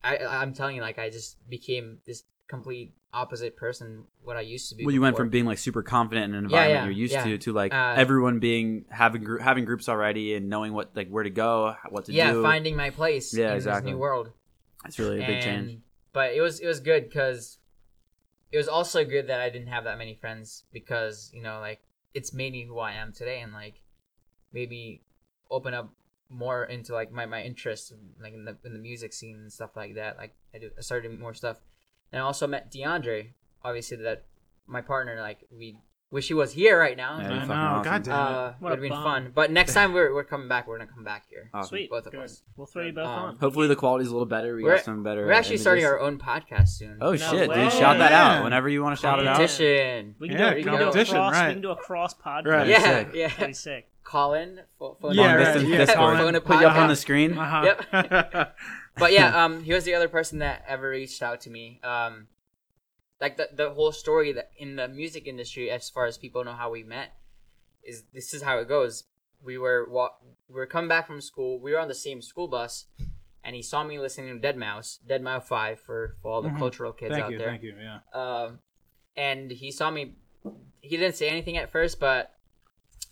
Speaker 4: I I'm telling you, like I just became this complete opposite person what I used to be.
Speaker 2: well, you went from
Speaker 4: before.
Speaker 2: being like super confident in an
Speaker 4: Yeah,
Speaker 2: environment
Speaker 4: yeah,
Speaker 2: you're used
Speaker 4: yeah.
Speaker 2: to to like
Speaker 4: Uh,
Speaker 2: everyone being having grou- having groups already and knowing what like where to go, what to
Speaker 4: yeah
Speaker 2: do.
Speaker 4: finding my place.
Speaker 2: Yeah,
Speaker 4: in
Speaker 2: exactly.
Speaker 4: This new world.
Speaker 2: It's really a big change.
Speaker 4: And- But it was it was good because it was also good that I didn't have that many friends because you know like it's made me who I am today and like made me open up more into like my my interests like in the in the music scene and stuff like that. Like I, do, I started doing more stuff and I also met DeAndre. Obviously that my partner, like we wish he was here right now.
Speaker 2: Yeah,
Speaker 1: I
Speaker 2: fucking
Speaker 1: know,
Speaker 2: awesome.
Speaker 1: God damn it.
Speaker 4: Uh,
Speaker 3: What
Speaker 4: would have
Speaker 3: a
Speaker 4: been
Speaker 3: bum.
Speaker 4: fun. But next time we're, we're coming back, we're gonna come back here.
Speaker 2: Awesome.
Speaker 3: Sweet.
Speaker 4: Both of
Speaker 3: good.
Speaker 4: us.
Speaker 3: We'll throw you both
Speaker 4: Um,
Speaker 3: on.
Speaker 2: Hopefully the quality's a little better. We
Speaker 4: We're-
Speaker 2: got some better.
Speaker 4: We're actually
Speaker 2: images.
Speaker 4: starting our own podcast soon.
Speaker 2: Oh
Speaker 3: No
Speaker 2: shit,
Speaker 3: way.
Speaker 2: dude! Shout that
Speaker 1: Yeah.
Speaker 2: out whenever you want to shout it out.
Speaker 4: Competition.
Speaker 3: We can
Speaker 1: Yeah,
Speaker 3: do, we can do a
Speaker 4: competition,
Speaker 3: cross.
Speaker 1: right.
Speaker 3: We can do a cross podcast.
Speaker 1: Right.
Speaker 2: Yeah.
Speaker 4: Yeah,
Speaker 2: sick.
Speaker 4: yeah.
Speaker 3: That'd be sick.
Speaker 4: Colin, pho- phone
Speaker 1: Yeah,
Speaker 2: Long
Speaker 1: right,
Speaker 2: distance
Speaker 1: yeah.
Speaker 2: Discord.
Speaker 4: phone a
Speaker 2: Put you up on the
Speaker 4: podcast.
Speaker 2: screen.
Speaker 4: Uh,
Speaker 1: Uh-huh.
Speaker 4: But yeah, um, he was the other person that ever reached out to me. Um, like the the whole story that in the music industry, as far as people know how we met, is this is how it goes. We were wa- we were coming back from school. We were on the same school bus, and he saw me listening to Dead Mouse, Dead Mouse Five for, for all the
Speaker 1: Mhm.
Speaker 4: cultural kids
Speaker 1: thank
Speaker 4: out
Speaker 1: you,
Speaker 4: there.
Speaker 1: thank you. Yeah.
Speaker 4: um, and he saw me. He didn't say anything at first, but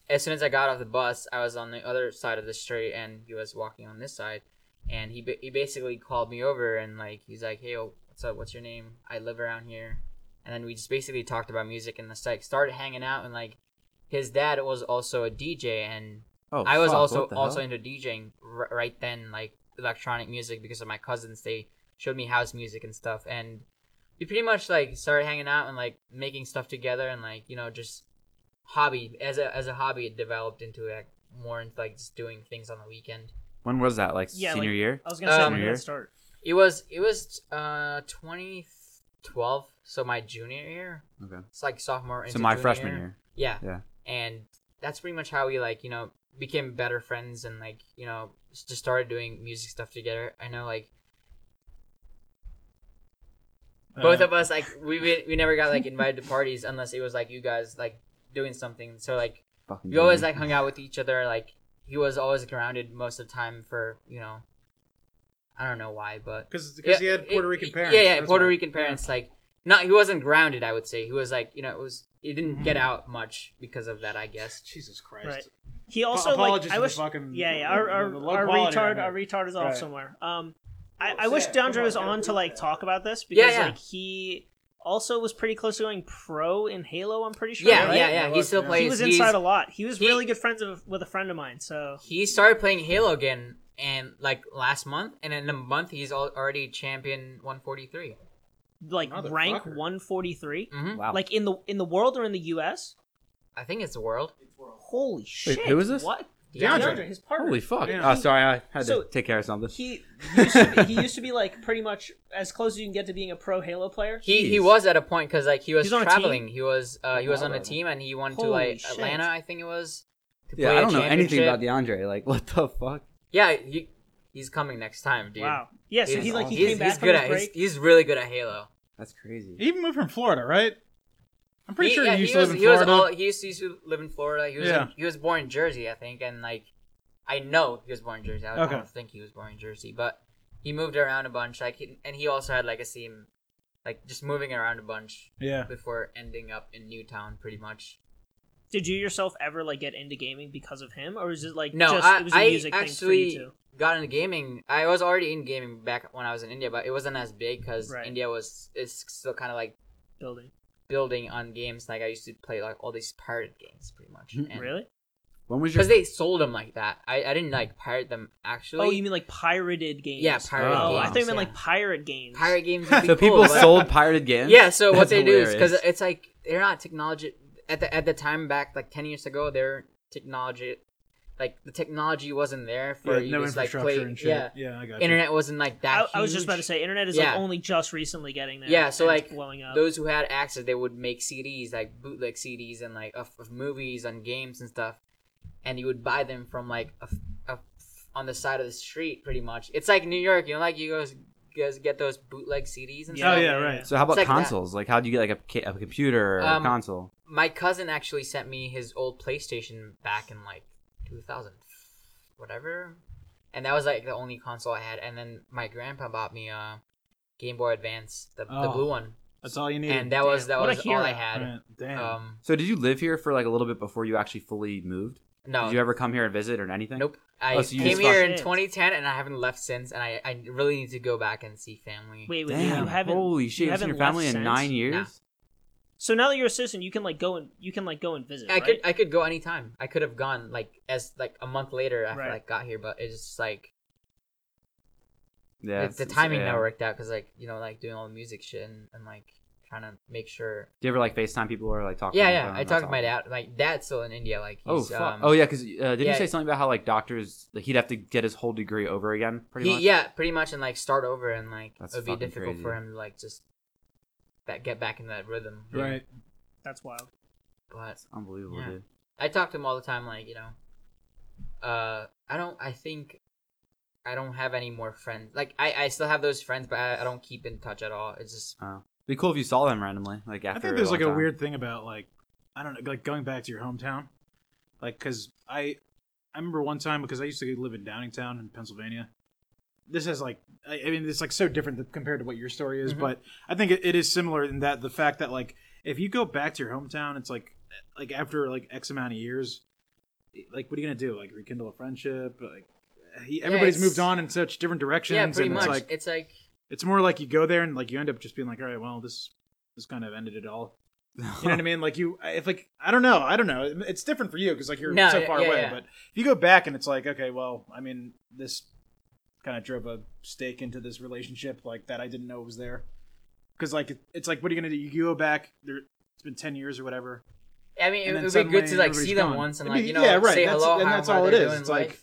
Speaker 4: as soon as I got off the bus, I was on the other side of the street, and he was walking on this side. And he ba- he basically called me over, and like he's like, "Hey, oh, what's up? What's your name? I live around here." And then we just basically talked about music, and just like started hanging out, and like his dad was also a DJ, and
Speaker 2: Oh,
Speaker 4: I was
Speaker 2: fuck,
Speaker 4: also
Speaker 2: what the
Speaker 4: also
Speaker 2: hell?
Speaker 4: into DJing r- right then, like electronic music, because of my cousins. They showed me house music and stuff, and we pretty much like started hanging out and like making stuff together, and like you know just hobby as a as a hobby. It developed into like more into like just doing things on the weekend.
Speaker 2: When was that? Like
Speaker 3: Yeah,
Speaker 2: senior
Speaker 3: like-
Speaker 2: year?
Speaker 3: I was gonna say
Speaker 4: Um,
Speaker 3: when did
Speaker 2: Here?
Speaker 3: it start?
Speaker 4: It was it was uh 2012, so my junior year.
Speaker 2: Okay.
Speaker 4: It's like sophomore.
Speaker 2: So
Speaker 4: into
Speaker 2: my
Speaker 4: junior
Speaker 2: freshman year.
Speaker 4: Yeah.
Speaker 2: Yeah.
Speaker 4: And that's pretty much how we like, you know, became better friends and like, you know, s- just started doing music stuff together. I know like both
Speaker 1: Uh,
Speaker 4: of us like we we, we never got like invited to parties unless it was like you guys like doing something. So like
Speaker 2: Fucking
Speaker 4: we always
Speaker 2: junior.
Speaker 4: like hung out with each other like he was always grounded most of the time for, you know, I don't know why, but
Speaker 1: Because
Speaker 4: Yeah,
Speaker 1: he had
Speaker 4: it-
Speaker 1: Puerto Rican
Speaker 4: it-
Speaker 1: parents.
Speaker 4: Yeah, yeah,
Speaker 1: that's
Speaker 4: Puerto
Speaker 1: why.
Speaker 4: Rican parents. Like, not he wasn't grounded. I would say he was like, you know, it was he didn't get
Speaker 1: Mm-hmm.
Speaker 4: out much because of that. I guess.
Speaker 1: Jesus Christ.
Speaker 3: Right. He also
Speaker 1: apologies
Speaker 3: like I
Speaker 1: for the
Speaker 3: wish
Speaker 1: fucking-
Speaker 3: yeah yeah
Speaker 1: the-
Speaker 3: our
Speaker 1: the-
Speaker 3: our,
Speaker 1: the low
Speaker 3: our
Speaker 1: quality right
Speaker 3: retard
Speaker 1: now.
Speaker 3: our retard is off
Speaker 1: Right.
Speaker 3: somewhere. Um, I,
Speaker 1: Oh,
Speaker 3: I wish
Speaker 1: Sam, come
Speaker 3: Dandre
Speaker 1: on,
Speaker 3: was
Speaker 1: gotta
Speaker 3: on
Speaker 1: do
Speaker 3: to like
Speaker 1: that.
Speaker 3: talk about this because
Speaker 4: yeah.
Speaker 3: like he also was pretty close to going pro in Halo. I'm pretty sure.
Speaker 4: Yeah,
Speaker 3: right?
Speaker 4: yeah, yeah. He
Speaker 1: was,
Speaker 4: still
Speaker 1: yeah.
Speaker 4: plays.
Speaker 3: He was
Speaker 4: he's-
Speaker 3: inside a lot. He was
Speaker 4: he-
Speaker 3: really good friends of, with a friend of mine. So
Speaker 4: he started playing Halo again, and like last month, and in a month he's al- already champion 143.
Speaker 3: like rank
Speaker 1: Motherfucker.
Speaker 3: 143,
Speaker 4: hmm
Speaker 2: Wow.
Speaker 3: like in the in the world or in the U.S.
Speaker 4: I think it's the world.
Speaker 3: Holy shit!
Speaker 2: who is this?
Speaker 3: What?
Speaker 1: DeAndre.
Speaker 3: his partner.
Speaker 2: Holy fuck.
Speaker 1: Yeah.
Speaker 2: Oh,
Speaker 4: Uh,
Speaker 2: sorry, I had
Speaker 3: So-
Speaker 2: to take care of something.
Speaker 3: He used to be, he used to be like pretty much as close as you can get to being a pro Halo player.
Speaker 4: He he
Speaker 2: Jeez.
Speaker 4: was at a point because like he was
Speaker 3: He's on a
Speaker 4: traveling. He was uh he was on a
Speaker 2: Wow.
Speaker 4: team and he went to
Speaker 3: Holy
Speaker 4: like
Speaker 3: shit.
Speaker 4: Atlanta, I think it was. To
Speaker 2: Yeah,
Speaker 4: play
Speaker 2: I
Speaker 4: a
Speaker 2: don't know anything
Speaker 4: championship.
Speaker 2: about DeAndre. Like, what the fuck?
Speaker 4: Yeah, he he's coming next time, dude.
Speaker 3: Wow. Yeah. So
Speaker 4: He's-
Speaker 3: he like he
Speaker 4: he's-
Speaker 3: came back
Speaker 4: he's
Speaker 3: from
Speaker 4: good
Speaker 3: his
Speaker 4: at
Speaker 3: break.
Speaker 4: he's, he's really good at Halo.
Speaker 2: That's crazy.
Speaker 1: He even moved from Florida, right? I'm pretty sure
Speaker 4: yeah,
Speaker 1: he used to
Speaker 4: was,
Speaker 1: live in
Speaker 4: he was
Speaker 1: Florida.
Speaker 4: all- he used to, used to live in Florida. He was
Speaker 1: Yeah.
Speaker 4: in, he was born in Jersey, I think, and like I know he was born in Jersey. I don't- I
Speaker 1: Okay.
Speaker 4: don't think he was born in Jersey, but he moved around a bunch. Like he, and he also had like a scene, like just moving around a bunch
Speaker 1: yeah.
Speaker 4: before ending up in Newtown, pretty much.
Speaker 3: Did you yourself ever like get into gaming because of him, or is it like
Speaker 4: No,
Speaker 3: just,
Speaker 4: I,
Speaker 3: it was a
Speaker 4: I
Speaker 3: music
Speaker 4: actually
Speaker 3: thing for you
Speaker 4: got into gaming. I was already in gaming back when I was in India, but it wasn't as big because
Speaker 3: Right.
Speaker 4: India was is still kind of like
Speaker 3: two building?
Speaker 4: building on games. Like I used to play like all these pirate games, pretty much.
Speaker 1: Hmm,
Speaker 4: and-
Speaker 3: Really?
Speaker 2: When was your
Speaker 4: Because they sold them like that. I, I didn't like pirate them actually.
Speaker 3: Oh, you mean like pirated games?
Speaker 4: Yeah, pirate
Speaker 3: Oh, I
Speaker 2: games,
Speaker 3: thought you meant
Speaker 4: yeah.
Speaker 3: like pirate games.
Speaker 4: pirate games? Would be
Speaker 2: so people
Speaker 4: cool, but-
Speaker 2: sold pirated games?
Speaker 4: Yeah. So what
Speaker 2: That's
Speaker 4: they do is because
Speaker 2: hilarious.
Speaker 4: it's like they're not technology at the at the time back like ten years ago. Their technology, like the technology wasn't there for
Speaker 1: Yeah,
Speaker 4: you
Speaker 1: no
Speaker 4: just like
Speaker 1: infrastructure
Speaker 4: play.
Speaker 1: and shit.
Speaker 4: Yeah.
Speaker 1: I got
Speaker 4: Internet wasn't like that.
Speaker 3: I, I was just about to
Speaker 4: huge.
Speaker 3: say, internet is
Speaker 4: Yeah.
Speaker 3: like only just recently getting there.
Speaker 4: Yeah, so,
Speaker 3: and it's
Speaker 4: like,
Speaker 3: blowing up.
Speaker 4: Those who had access, they would make CDs like bootleg CDs and like of, of movies and games and stuff, and you would buy them from like a, a, on the side of the street, pretty much. It's like New York, you know, like you guys, you guys get those bootleg CDs and
Speaker 1: you. Oh
Speaker 4: stuff.
Speaker 1: yeah, right.
Speaker 2: So how about
Speaker 4: It's like that.
Speaker 2: consoles? Like, how do you get like a, ca- a computer or
Speaker 4: Um,
Speaker 2: a console?
Speaker 4: My cousin actually sent me his old PlayStation back in like 2000, whatever, and that was like the only console I had. And then my grandpa bought me a Game Boy Advance, the, the
Speaker 1: Oh.
Speaker 4: blue one,
Speaker 1: That's all you need.
Speaker 4: and that was that
Speaker 3: what a
Speaker 4: was all I
Speaker 3: hero.
Speaker 4: had.
Speaker 1: Damn.
Speaker 4: Um,
Speaker 2: So did you live here for like a little bit before you actually fully moved?
Speaker 4: no,
Speaker 2: Did you ever come here and visit or anything?
Speaker 4: Nope. I
Speaker 2: Oh, so you
Speaker 4: came
Speaker 2: just
Speaker 4: here
Speaker 3: fucking-
Speaker 4: in 2010 and I haven't left since, and I, I really need to go back and see family.
Speaker 3: wait, wait,
Speaker 2: Damn,
Speaker 3: you haven't.
Speaker 2: holy
Speaker 3: you
Speaker 2: shit! You've seen
Speaker 3: haven't
Speaker 2: your family in
Speaker 3: left since?
Speaker 2: nine years.
Speaker 4: Nah.
Speaker 3: So now that you're a citizen, you can like go and you can like go and visit.
Speaker 4: I
Speaker 3: right?
Speaker 4: could I could go anytime. I could have gone like as like a month later after
Speaker 3: Right.
Speaker 4: I got here, but it's just like
Speaker 2: Yeah,
Speaker 4: the, the
Speaker 2: it's-
Speaker 4: timing
Speaker 2: yeah.
Speaker 4: now worked out because like you know like doing all the music shit and, and like trying to make sure.
Speaker 2: Do you ever like FaceTime people or like talk?
Speaker 4: Yeah,
Speaker 2: on the
Speaker 4: yeah.
Speaker 2: phone?
Speaker 4: I
Speaker 2: That's
Speaker 4: talked to my
Speaker 2: awesome.
Speaker 4: dad. My dad's still in India. Like
Speaker 2: Oh
Speaker 4: he's
Speaker 2: fuck!
Speaker 4: um,
Speaker 2: oh yeah, because uh, did you
Speaker 4: yeah.
Speaker 2: say something about how like doctors like, he'd have to get his whole degree over again? Pretty
Speaker 4: he,
Speaker 2: much.
Speaker 4: yeah, pretty much, and like start over, and like
Speaker 2: That's
Speaker 4: it would be
Speaker 2: fucking
Speaker 4: difficult
Speaker 2: crazy.
Speaker 4: for him to like just that get back in that rhythm.
Speaker 1: Right.
Speaker 3: That's wild.
Speaker 4: But
Speaker 2: It's unbelievable,
Speaker 4: Yeah.
Speaker 2: dude.
Speaker 4: I talk to him all the time, like, you know, uh, I don't, I think I don't have any more friends. Like, I, I still have those friends, but I, I don't keep in touch at all. It's just,
Speaker 2: Oh. Be cool if you saw them randomly, like after.
Speaker 1: I think there's
Speaker 2: a
Speaker 1: like a
Speaker 2: long time.
Speaker 1: weird thing about like I don't know, like going back to your hometown, like because I I remember one time because I used to live in Downingtown in Pennsylvania. This is like I I mean it's like so different th- compared to what your story is,
Speaker 4: Mhm.
Speaker 1: but I think it, it is similar in that the fact that like if you go back to your hometown, it's like like after like X amount of years, like what are you gonna do? Like rekindle a friendship? Like he, everybody's
Speaker 4: it's-
Speaker 1: moved on in such different directions,
Speaker 4: yeah, pretty
Speaker 1: and
Speaker 4: much.
Speaker 1: it's like
Speaker 4: it's like,
Speaker 1: it's more like you go there and like you end up just being like, all right, well this this kind of ended it all. You know what I mean? Like you, if like I don't know, I don't know. It's different for you because like you're
Speaker 4: No,
Speaker 1: so
Speaker 4: yeah,
Speaker 1: far
Speaker 4: yeah,
Speaker 1: away.
Speaker 4: yeah.
Speaker 1: But if you go back and it's like, okay, well, I mean, this kind of drove a stake into this relationship like that I didn't know was there. Because like it- it's like, what are you gonna do? You go back. There, it's been ten years or whatever.
Speaker 4: I mean, it
Speaker 1: And then
Speaker 4: would be good
Speaker 1: suddenly
Speaker 4: to, like,
Speaker 1: everybody's
Speaker 4: see them
Speaker 1: gone.
Speaker 4: once and,
Speaker 1: It'd
Speaker 4: like,
Speaker 1: be-
Speaker 4: you know,
Speaker 1: yeah, right,
Speaker 4: say
Speaker 1: that's-
Speaker 4: hello,
Speaker 1: and
Speaker 4: how,
Speaker 1: that's
Speaker 4: how
Speaker 1: all
Speaker 4: they're
Speaker 1: it is,
Speaker 4: doing,
Speaker 1: it's like-
Speaker 4: life.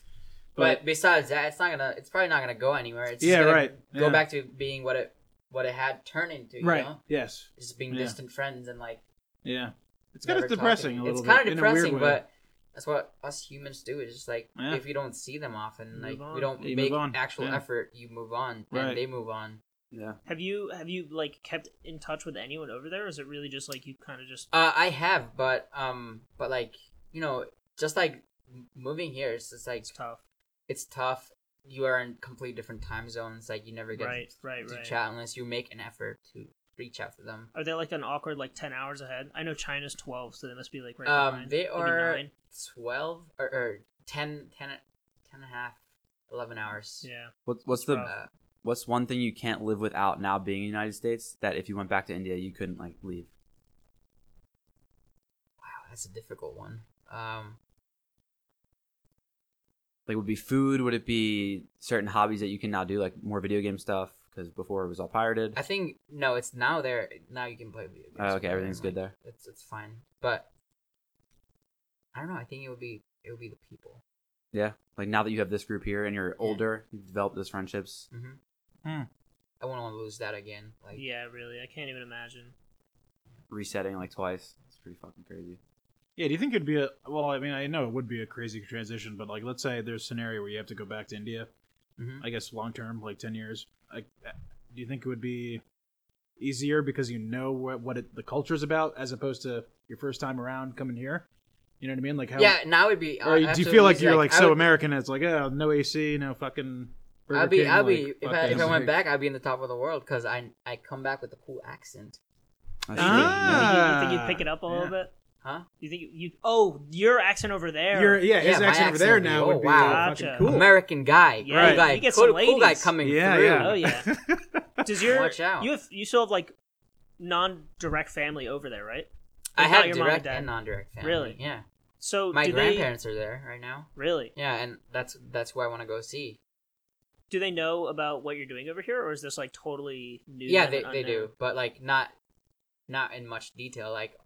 Speaker 4: But,
Speaker 1: But,
Speaker 4: besides that, it's not gonna, it's probably not gonna go anywhere. It's just
Speaker 1: yeah,
Speaker 4: gonna
Speaker 1: right.
Speaker 4: Go
Speaker 1: yeah.
Speaker 4: back to being what it, what it had turned into, you
Speaker 1: Right.
Speaker 4: know?
Speaker 1: Yes.
Speaker 4: Just being
Speaker 1: Yeah.
Speaker 4: distant friends and, like,
Speaker 1: Yeah. It's kind of
Speaker 4: never
Speaker 1: depressing
Speaker 4: talking.
Speaker 1: a little
Speaker 4: it's
Speaker 1: bit.
Speaker 4: kind of depressing,
Speaker 1: in a weird way.
Speaker 4: but that's what us humans do. Is just like
Speaker 1: Yeah.
Speaker 4: if you don't see them often,
Speaker 3: Move
Speaker 4: like
Speaker 3: on.
Speaker 4: we don't
Speaker 1: You move
Speaker 4: make
Speaker 1: on.
Speaker 4: actual
Speaker 1: Yeah.
Speaker 4: effort, you move on,
Speaker 1: Right.
Speaker 4: and they move on.
Speaker 2: yeah.
Speaker 3: Have you have you like kept in touch with anyone over there? Or is it really just like you kind of just
Speaker 4: Uh, I have, but um, but like you know, just like m- moving here, it's just like
Speaker 3: it's tough?
Speaker 4: it's tough. You are in complete different time zones. Like you never get
Speaker 3: Right, right,
Speaker 4: to
Speaker 3: right.
Speaker 4: chat unless you make an effort to reach out to them.
Speaker 3: Are they like an awkward like ten hours ahead? I know China's twelve, so they must be like right
Speaker 4: Um,
Speaker 3: behind.
Speaker 4: they
Speaker 3: Maybe
Speaker 4: are
Speaker 3: nine.
Speaker 4: twelve or, or 10, 10, 10 and a half, 11 hours.
Speaker 3: Yeah,
Speaker 2: What's what's the
Speaker 3: rough.
Speaker 4: Uh,
Speaker 2: what's one thing you can't live without now being in the United States that if you went back to India you couldn't like leave?
Speaker 4: Wow, Oh, that's a difficult one. Um,
Speaker 2: Like would it be food? Would it be certain hobbies that you can now do like more video game stuff? Because before it was all pirated.
Speaker 4: I think no, it's now there. Now you can play video games.
Speaker 2: Oh, okay,
Speaker 4: with it,
Speaker 2: everything's good
Speaker 4: like,
Speaker 2: there.
Speaker 4: It's it's fine, but I don't know. I think it would be it would be the people.
Speaker 2: Yeah. Like now that you have this group here and you're older, you've developed those friendships.
Speaker 4: hmm
Speaker 1: Hmm.
Speaker 4: I wouldn't want to lose that again. Like
Speaker 3: yeah, really. I can't even imagine.
Speaker 2: Resetting like twice. It's pretty fucking crazy.
Speaker 1: Yeah, do you think it'd be a well? I mean, I know it would be a crazy transition, but like, let's say there's a scenario where you have to go back to India.
Speaker 4: Mhm.
Speaker 1: I guess long term, like ten years. Like, uh, do you think it would be easier because you know what what it, the culture's about as opposed to your first time around coming here? You know what I mean? Like, how?
Speaker 4: yeah, now it'd be.
Speaker 1: Or
Speaker 4: I-
Speaker 1: you-
Speaker 4: I
Speaker 1: do you
Speaker 4: have
Speaker 1: feel
Speaker 4: to
Speaker 1: like
Speaker 4: lose,
Speaker 1: you're like,
Speaker 4: I
Speaker 1: so
Speaker 4: would-
Speaker 1: American? It's like, oh, no AC, no fucking. Burger
Speaker 4: I'd be,
Speaker 1: King,
Speaker 4: I'd
Speaker 1: like,
Speaker 4: be, if,
Speaker 1: fuck
Speaker 4: I, if I
Speaker 1: this.
Speaker 4: went back, I'd be in the top of the world because I, I come back with a cool accent,
Speaker 2: That's
Speaker 1: Ah!
Speaker 2: true, yeah.
Speaker 3: you, think you think you'd pick it up a
Speaker 2: Ah.
Speaker 3: little
Speaker 1: Yeah.
Speaker 3: bit?
Speaker 4: huh?
Speaker 3: You think you, you? Oh, your accent over there.
Speaker 1: You're, yeah, his
Speaker 4: Yeah, my
Speaker 1: accent over there
Speaker 4: accent would be,
Speaker 1: now
Speaker 4: oh,
Speaker 1: would be
Speaker 4: wow.
Speaker 1: like, fucking
Speaker 3: Gotcha.
Speaker 1: cool.
Speaker 4: American guy,
Speaker 3: Yeah,
Speaker 4: cool guy,
Speaker 3: you get
Speaker 4: cool,
Speaker 3: some
Speaker 4: cool guy
Speaker 3: ladies.
Speaker 4: coming
Speaker 1: Yeah,
Speaker 4: through.
Speaker 1: yeah.
Speaker 3: Oh yeah. Does your
Speaker 4: Watch out.
Speaker 3: you have you still have like non-direct family over there, right?
Speaker 4: I
Speaker 3: Like, not
Speaker 4: have
Speaker 3: your mom
Speaker 4: direct
Speaker 3: dad.
Speaker 4: and non-direct family.
Speaker 3: Really?
Speaker 4: Yeah.
Speaker 3: So
Speaker 4: My
Speaker 3: do they
Speaker 4: grandparents are there right now.
Speaker 3: really?
Speaker 4: Yeah, and that's that's who I want to go see.
Speaker 3: Do they know about what you're doing over here, or is this like totally new?
Speaker 4: yeah,
Speaker 3: and
Speaker 4: they, they
Speaker 3: unknown?
Speaker 4: do, but like not not in much detail. Like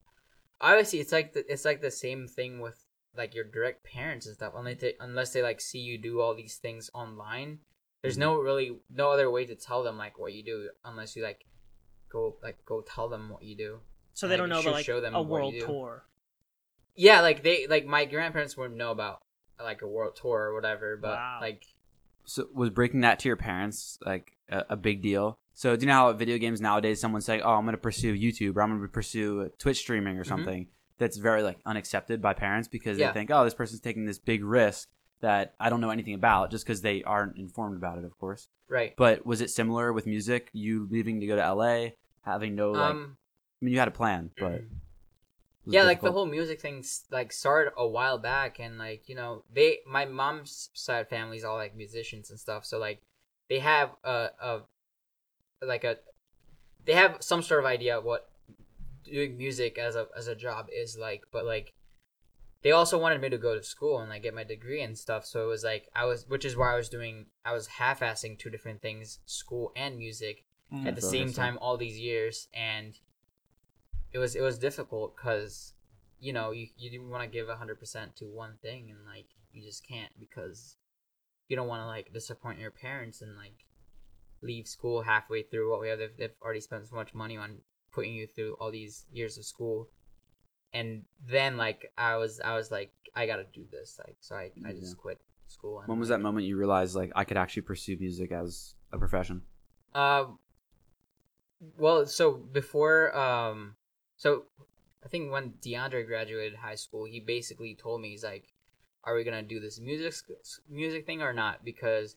Speaker 4: obviously, it's like the, it's like the same thing with like your direct parents and stuff. Unless they unless they like see you do all these things online,
Speaker 3: Mm-hmm.
Speaker 4: there's no really no other way to tell them like what you do unless you like go like go tell them what you do.
Speaker 3: So they
Speaker 4: Like,
Speaker 3: don't
Speaker 4: you
Speaker 3: know
Speaker 4: should
Speaker 3: about like
Speaker 4: show them
Speaker 3: a
Speaker 4: what you
Speaker 3: world
Speaker 4: do.
Speaker 3: tour.
Speaker 4: Yeah, like they like my grandparents wouldn't know about like a world tour or whatever, but
Speaker 3: Wow.
Speaker 4: like
Speaker 2: so was breaking that to your parents like a, a big deal so do you know how at video games nowadays someone's saying oh i'm gonna pursue youtube or i'm gonna pursue twitch streaming or
Speaker 4: Mhm.
Speaker 2: something that's very like unaccepted by parents because they
Speaker 4: Yeah.
Speaker 2: think oh this person's taking this big risk that i don't know anything about just because they aren't informed about it of course
Speaker 4: right.
Speaker 2: but was it similar with music you leaving to go to la having no like i
Speaker 4: um
Speaker 2: mean you had a plan but it was
Speaker 4: yeah like the
Speaker 2: difficult.
Speaker 4: whole music thing s- like started a while back and like you know they my mom's side family's all like musicians and stuff so like they have a, a like a they have some sort of idea of what doing music as a as a job is like but like they also wanted me to go to school and like get my degree and stuff so it was like i was which is why i was doing i was half-assing two different things school and music
Speaker 1: Mm.
Speaker 4: at the
Speaker 2: That's
Speaker 4: same
Speaker 2: interesting.
Speaker 4: time all these years and it was it was difficult because you know you you didn't want to give hundred percent to one thing and like you just can't because you don't want to like disappoint your parents and like leave school halfway through what we have they've, they've already spent so much money on putting you through all these years of school and then like i was i was like i gotta do this like so i, I just quit school and
Speaker 2: When was that moment you realized like I could actually pursue music as a profession?
Speaker 4: Um. Well, so before, um, so I think when DeAndre graduated high school, he basically told me he's like, "Are we gonna do this music sc- music thing or not? Because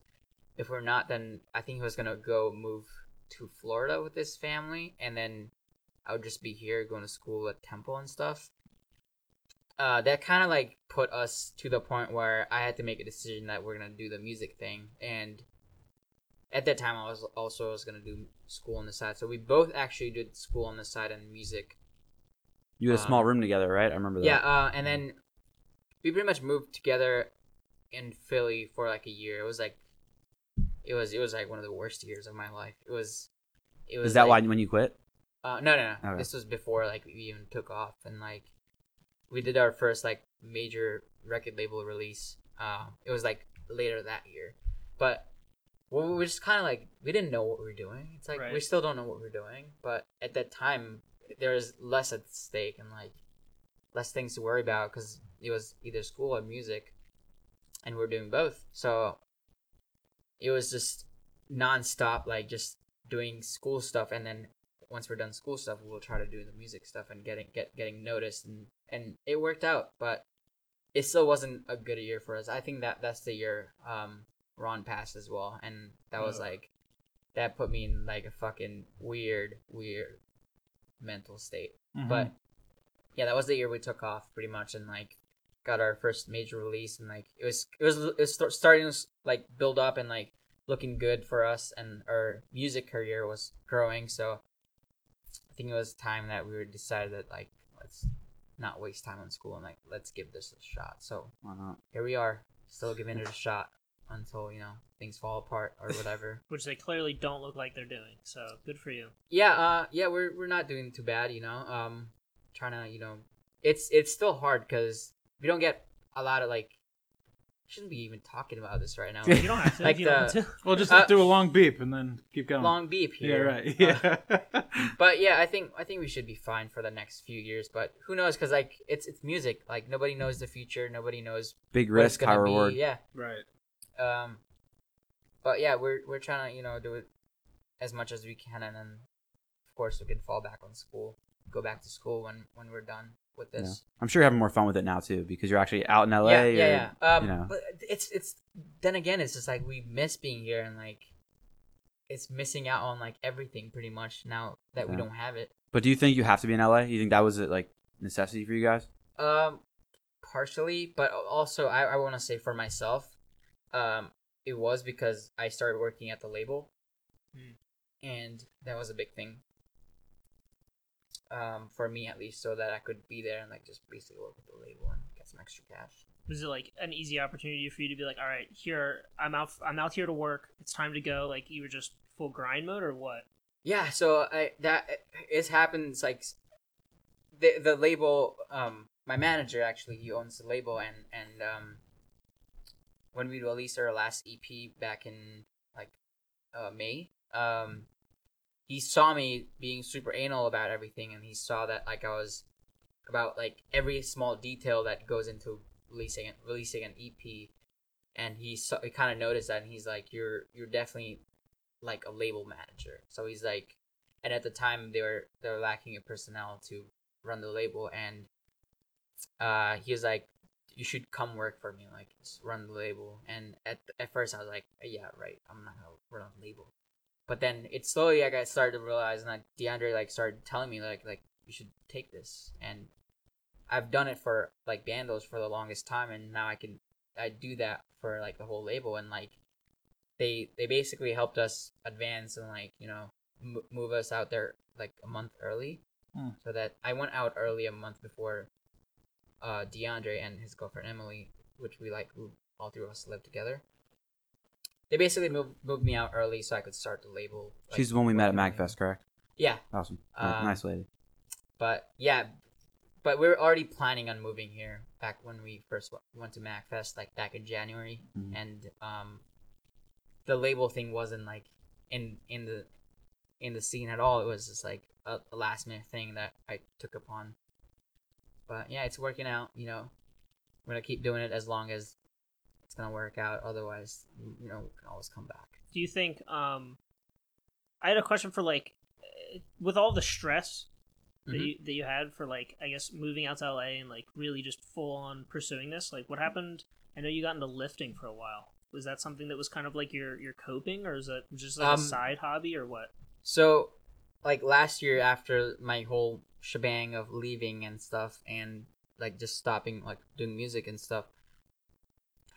Speaker 4: if we're not, then I think he was gonna go move to Florida with his family, and then I would just be here going to school at Temple and stuff." Uh, that kind of like put us to the point where I had to make a decision that we're gonna do the music thing, and at that time I was also I was gonna do school on the side. So we both actually did school on the side and music.
Speaker 2: You had a
Speaker 4: Uh,
Speaker 2: small room together, right? I remember that.
Speaker 4: Yeah, uh, and then we pretty much moved together in Philly for like a year. It was like it was it was like one of the worst years of my life. It was it was
Speaker 2: Is that
Speaker 4: like,
Speaker 2: why when you quit?
Speaker 4: uh, no, no, no.
Speaker 2: Okay.
Speaker 4: This was before like we even took off, and like we did our first like major record label release. Uh, it was like later that year, but we we were just kind of like we didn't know what we were doing. It's like we
Speaker 3: Right.
Speaker 4: still don't know what we're doing, but at that time there was less at stake and like less things to worry about because it was either school or music, and we were doing both. So it was just nonstop, like just doing school stuff, and then once we're done school stuff, we'll try to do the music stuff and getting get getting noticed, and and it worked out, but it still wasn't a good year for us. I think that that's the year um Ron passed as well, and that was
Speaker 1: Ugh.
Speaker 4: like that put me in like a fucking weird weird mental state.
Speaker 1: Mhm.
Speaker 4: But yeah, that was the year we took off pretty much, and like got our first major release, and like it was it was it was start- starting to s- like build up and like looking good for us, and our music career was growing. So I think it was time that we were decided that like let's not waste time on school and like let's give this a shot. So
Speaker 2: Why not?
Speaker 4: here we are, still giving it a shot until you know things fall apart or whatever.
Speaker 3: which they clearly don't look like they're doing. So good for you.
Speaker 4: yeah uh yeah we're we're not doing too bad you know um trying to you know it's it's still hard because we don't get a lot of like shouldn't be even talking about this right now
Speaker 3: You don't have to.
Speaker 4: Like
Speaker 3: if you don't want
Speaker 4: the-
Speaker 3: to.
Speaker 1: Well, just
Speaker 4: Uh,
Speaker 1: do a long beep and then keep going.
Speaker 4: long beep
Speaker 1: yeah,
Speaker 4: here
Speaker 1: right.
Speaker 4: Uh,
Speaker 1: Yeah.
Speaker 4: but yeah i think i think we should be fine for the next few years but who knows because like it's it's music like nobody knows the future nobody knows
Speaker 2: Big
Speaker 4: what it's
Speaker 2: risk, high
Speaker 4: gonna be
Speaker 2: reward.
Speaker 4: yeah
Speaker 1: right.
Speaker 4: um but yeah we're we're trying to you know do it as much as we can and then of course we can fall back on school go back to school when when we're done with
Speaker 2: Yeah.
Speaker 4: this
Speaker 2: I'm sure you're having more fun with it now too, because you're actually out in LA.
Speaker 4: yeah,
Speaker 2: or,
Speaker 4: yeah, yeah. Um,
Speaker 2: you know.
Speaker 4: but it's it's then again, it's just like we miss being here and like it's missing out on like everything pretty much now that we
Speaker 2: Yeah.
Speaker 4: don't have it.
Speaker 2: But do you think you have to be in LA? You think that was a like necessity for you guys?
Speaker 4: Um, partially, but al- also I I want to say for myself, um, it was because I started working at the label,
Speaker 3: Hmm.
Speaker 4: and that was a big thing. Um, for me at least, so that I could be there and like just basically work with the label and get some extra cash.
Speaker 3: Was it like an easy opportunity for you to be like, all right, here I'm out. I'm out here to work. It's time to go. Like you were just full grind mode or what?
Speaker 4: Yeah, so I that it happens like s- the the label um my manager actually he owns the label and and um when we released our last EP back in like uh May um he saw me being super anal about everything and he saw that like I was about like every small detail that goes into releasing releasing an EP and he saw he kind of noticed that and he's like you're you're definitely like a label manager. So he's like, and at the time they were they were lacking a personnel to run the label, and uh, he was like, you should come work for me, like s- run the label. And at at first I was like, yeah, right, I'm not gonna run a label. But then it slowly like I started to realize, and like DeAndre like started telling me like like you should take this, and I've done it for like Bandos for the longest time, and now I can I do that for like the whole label, and like they they basically helped us advance and like you know m- move us out there like a month early
Speaker 1: Hmm.
Speaker 4: so that i went out early a month before uh deandre and his girlfriend emily which we like we, all three of us lived together they basically moved, moved me out early so i could start the label like,
Speaker 2: She's the one we met at
Speaker 4: working on it.
Speaker 2: MagFest, correct?
Speaker 4: yeah
Speaker 2: Awesome.
Speaker 4: Um,
Speaker 2: nice lady.
Speaker 4: But yeah, but we were already planning on moving here back when we first w- went to MacFest, like back in January,
Speaker 2: Mhm.
Speaker 4: and um, the label thing wasn't like in in the in the scene at all. It was just like a, a last minute thing that I took upon. But yeah, it's working out. You know, we're gonna keep doing it as long as it's gonna work out. Otherwise, you know, we can always come back.
Speaker 3: do you think um i had a question for like eh, with all the stress that,
Speaker 4: Mhm.
Speaker 3: you, that you had for like i guess moving out to la and like really just full on pursuing this like what happened i know you got into lifting for a while was that something that was kind of like your your coping or is that just like
Speaker 4: Um,
Speaker 3: a side hobby or what
Speaker 4: So, like last year, after my whole shebang of leaving and stuff, and like just stopping like doing music and stuff,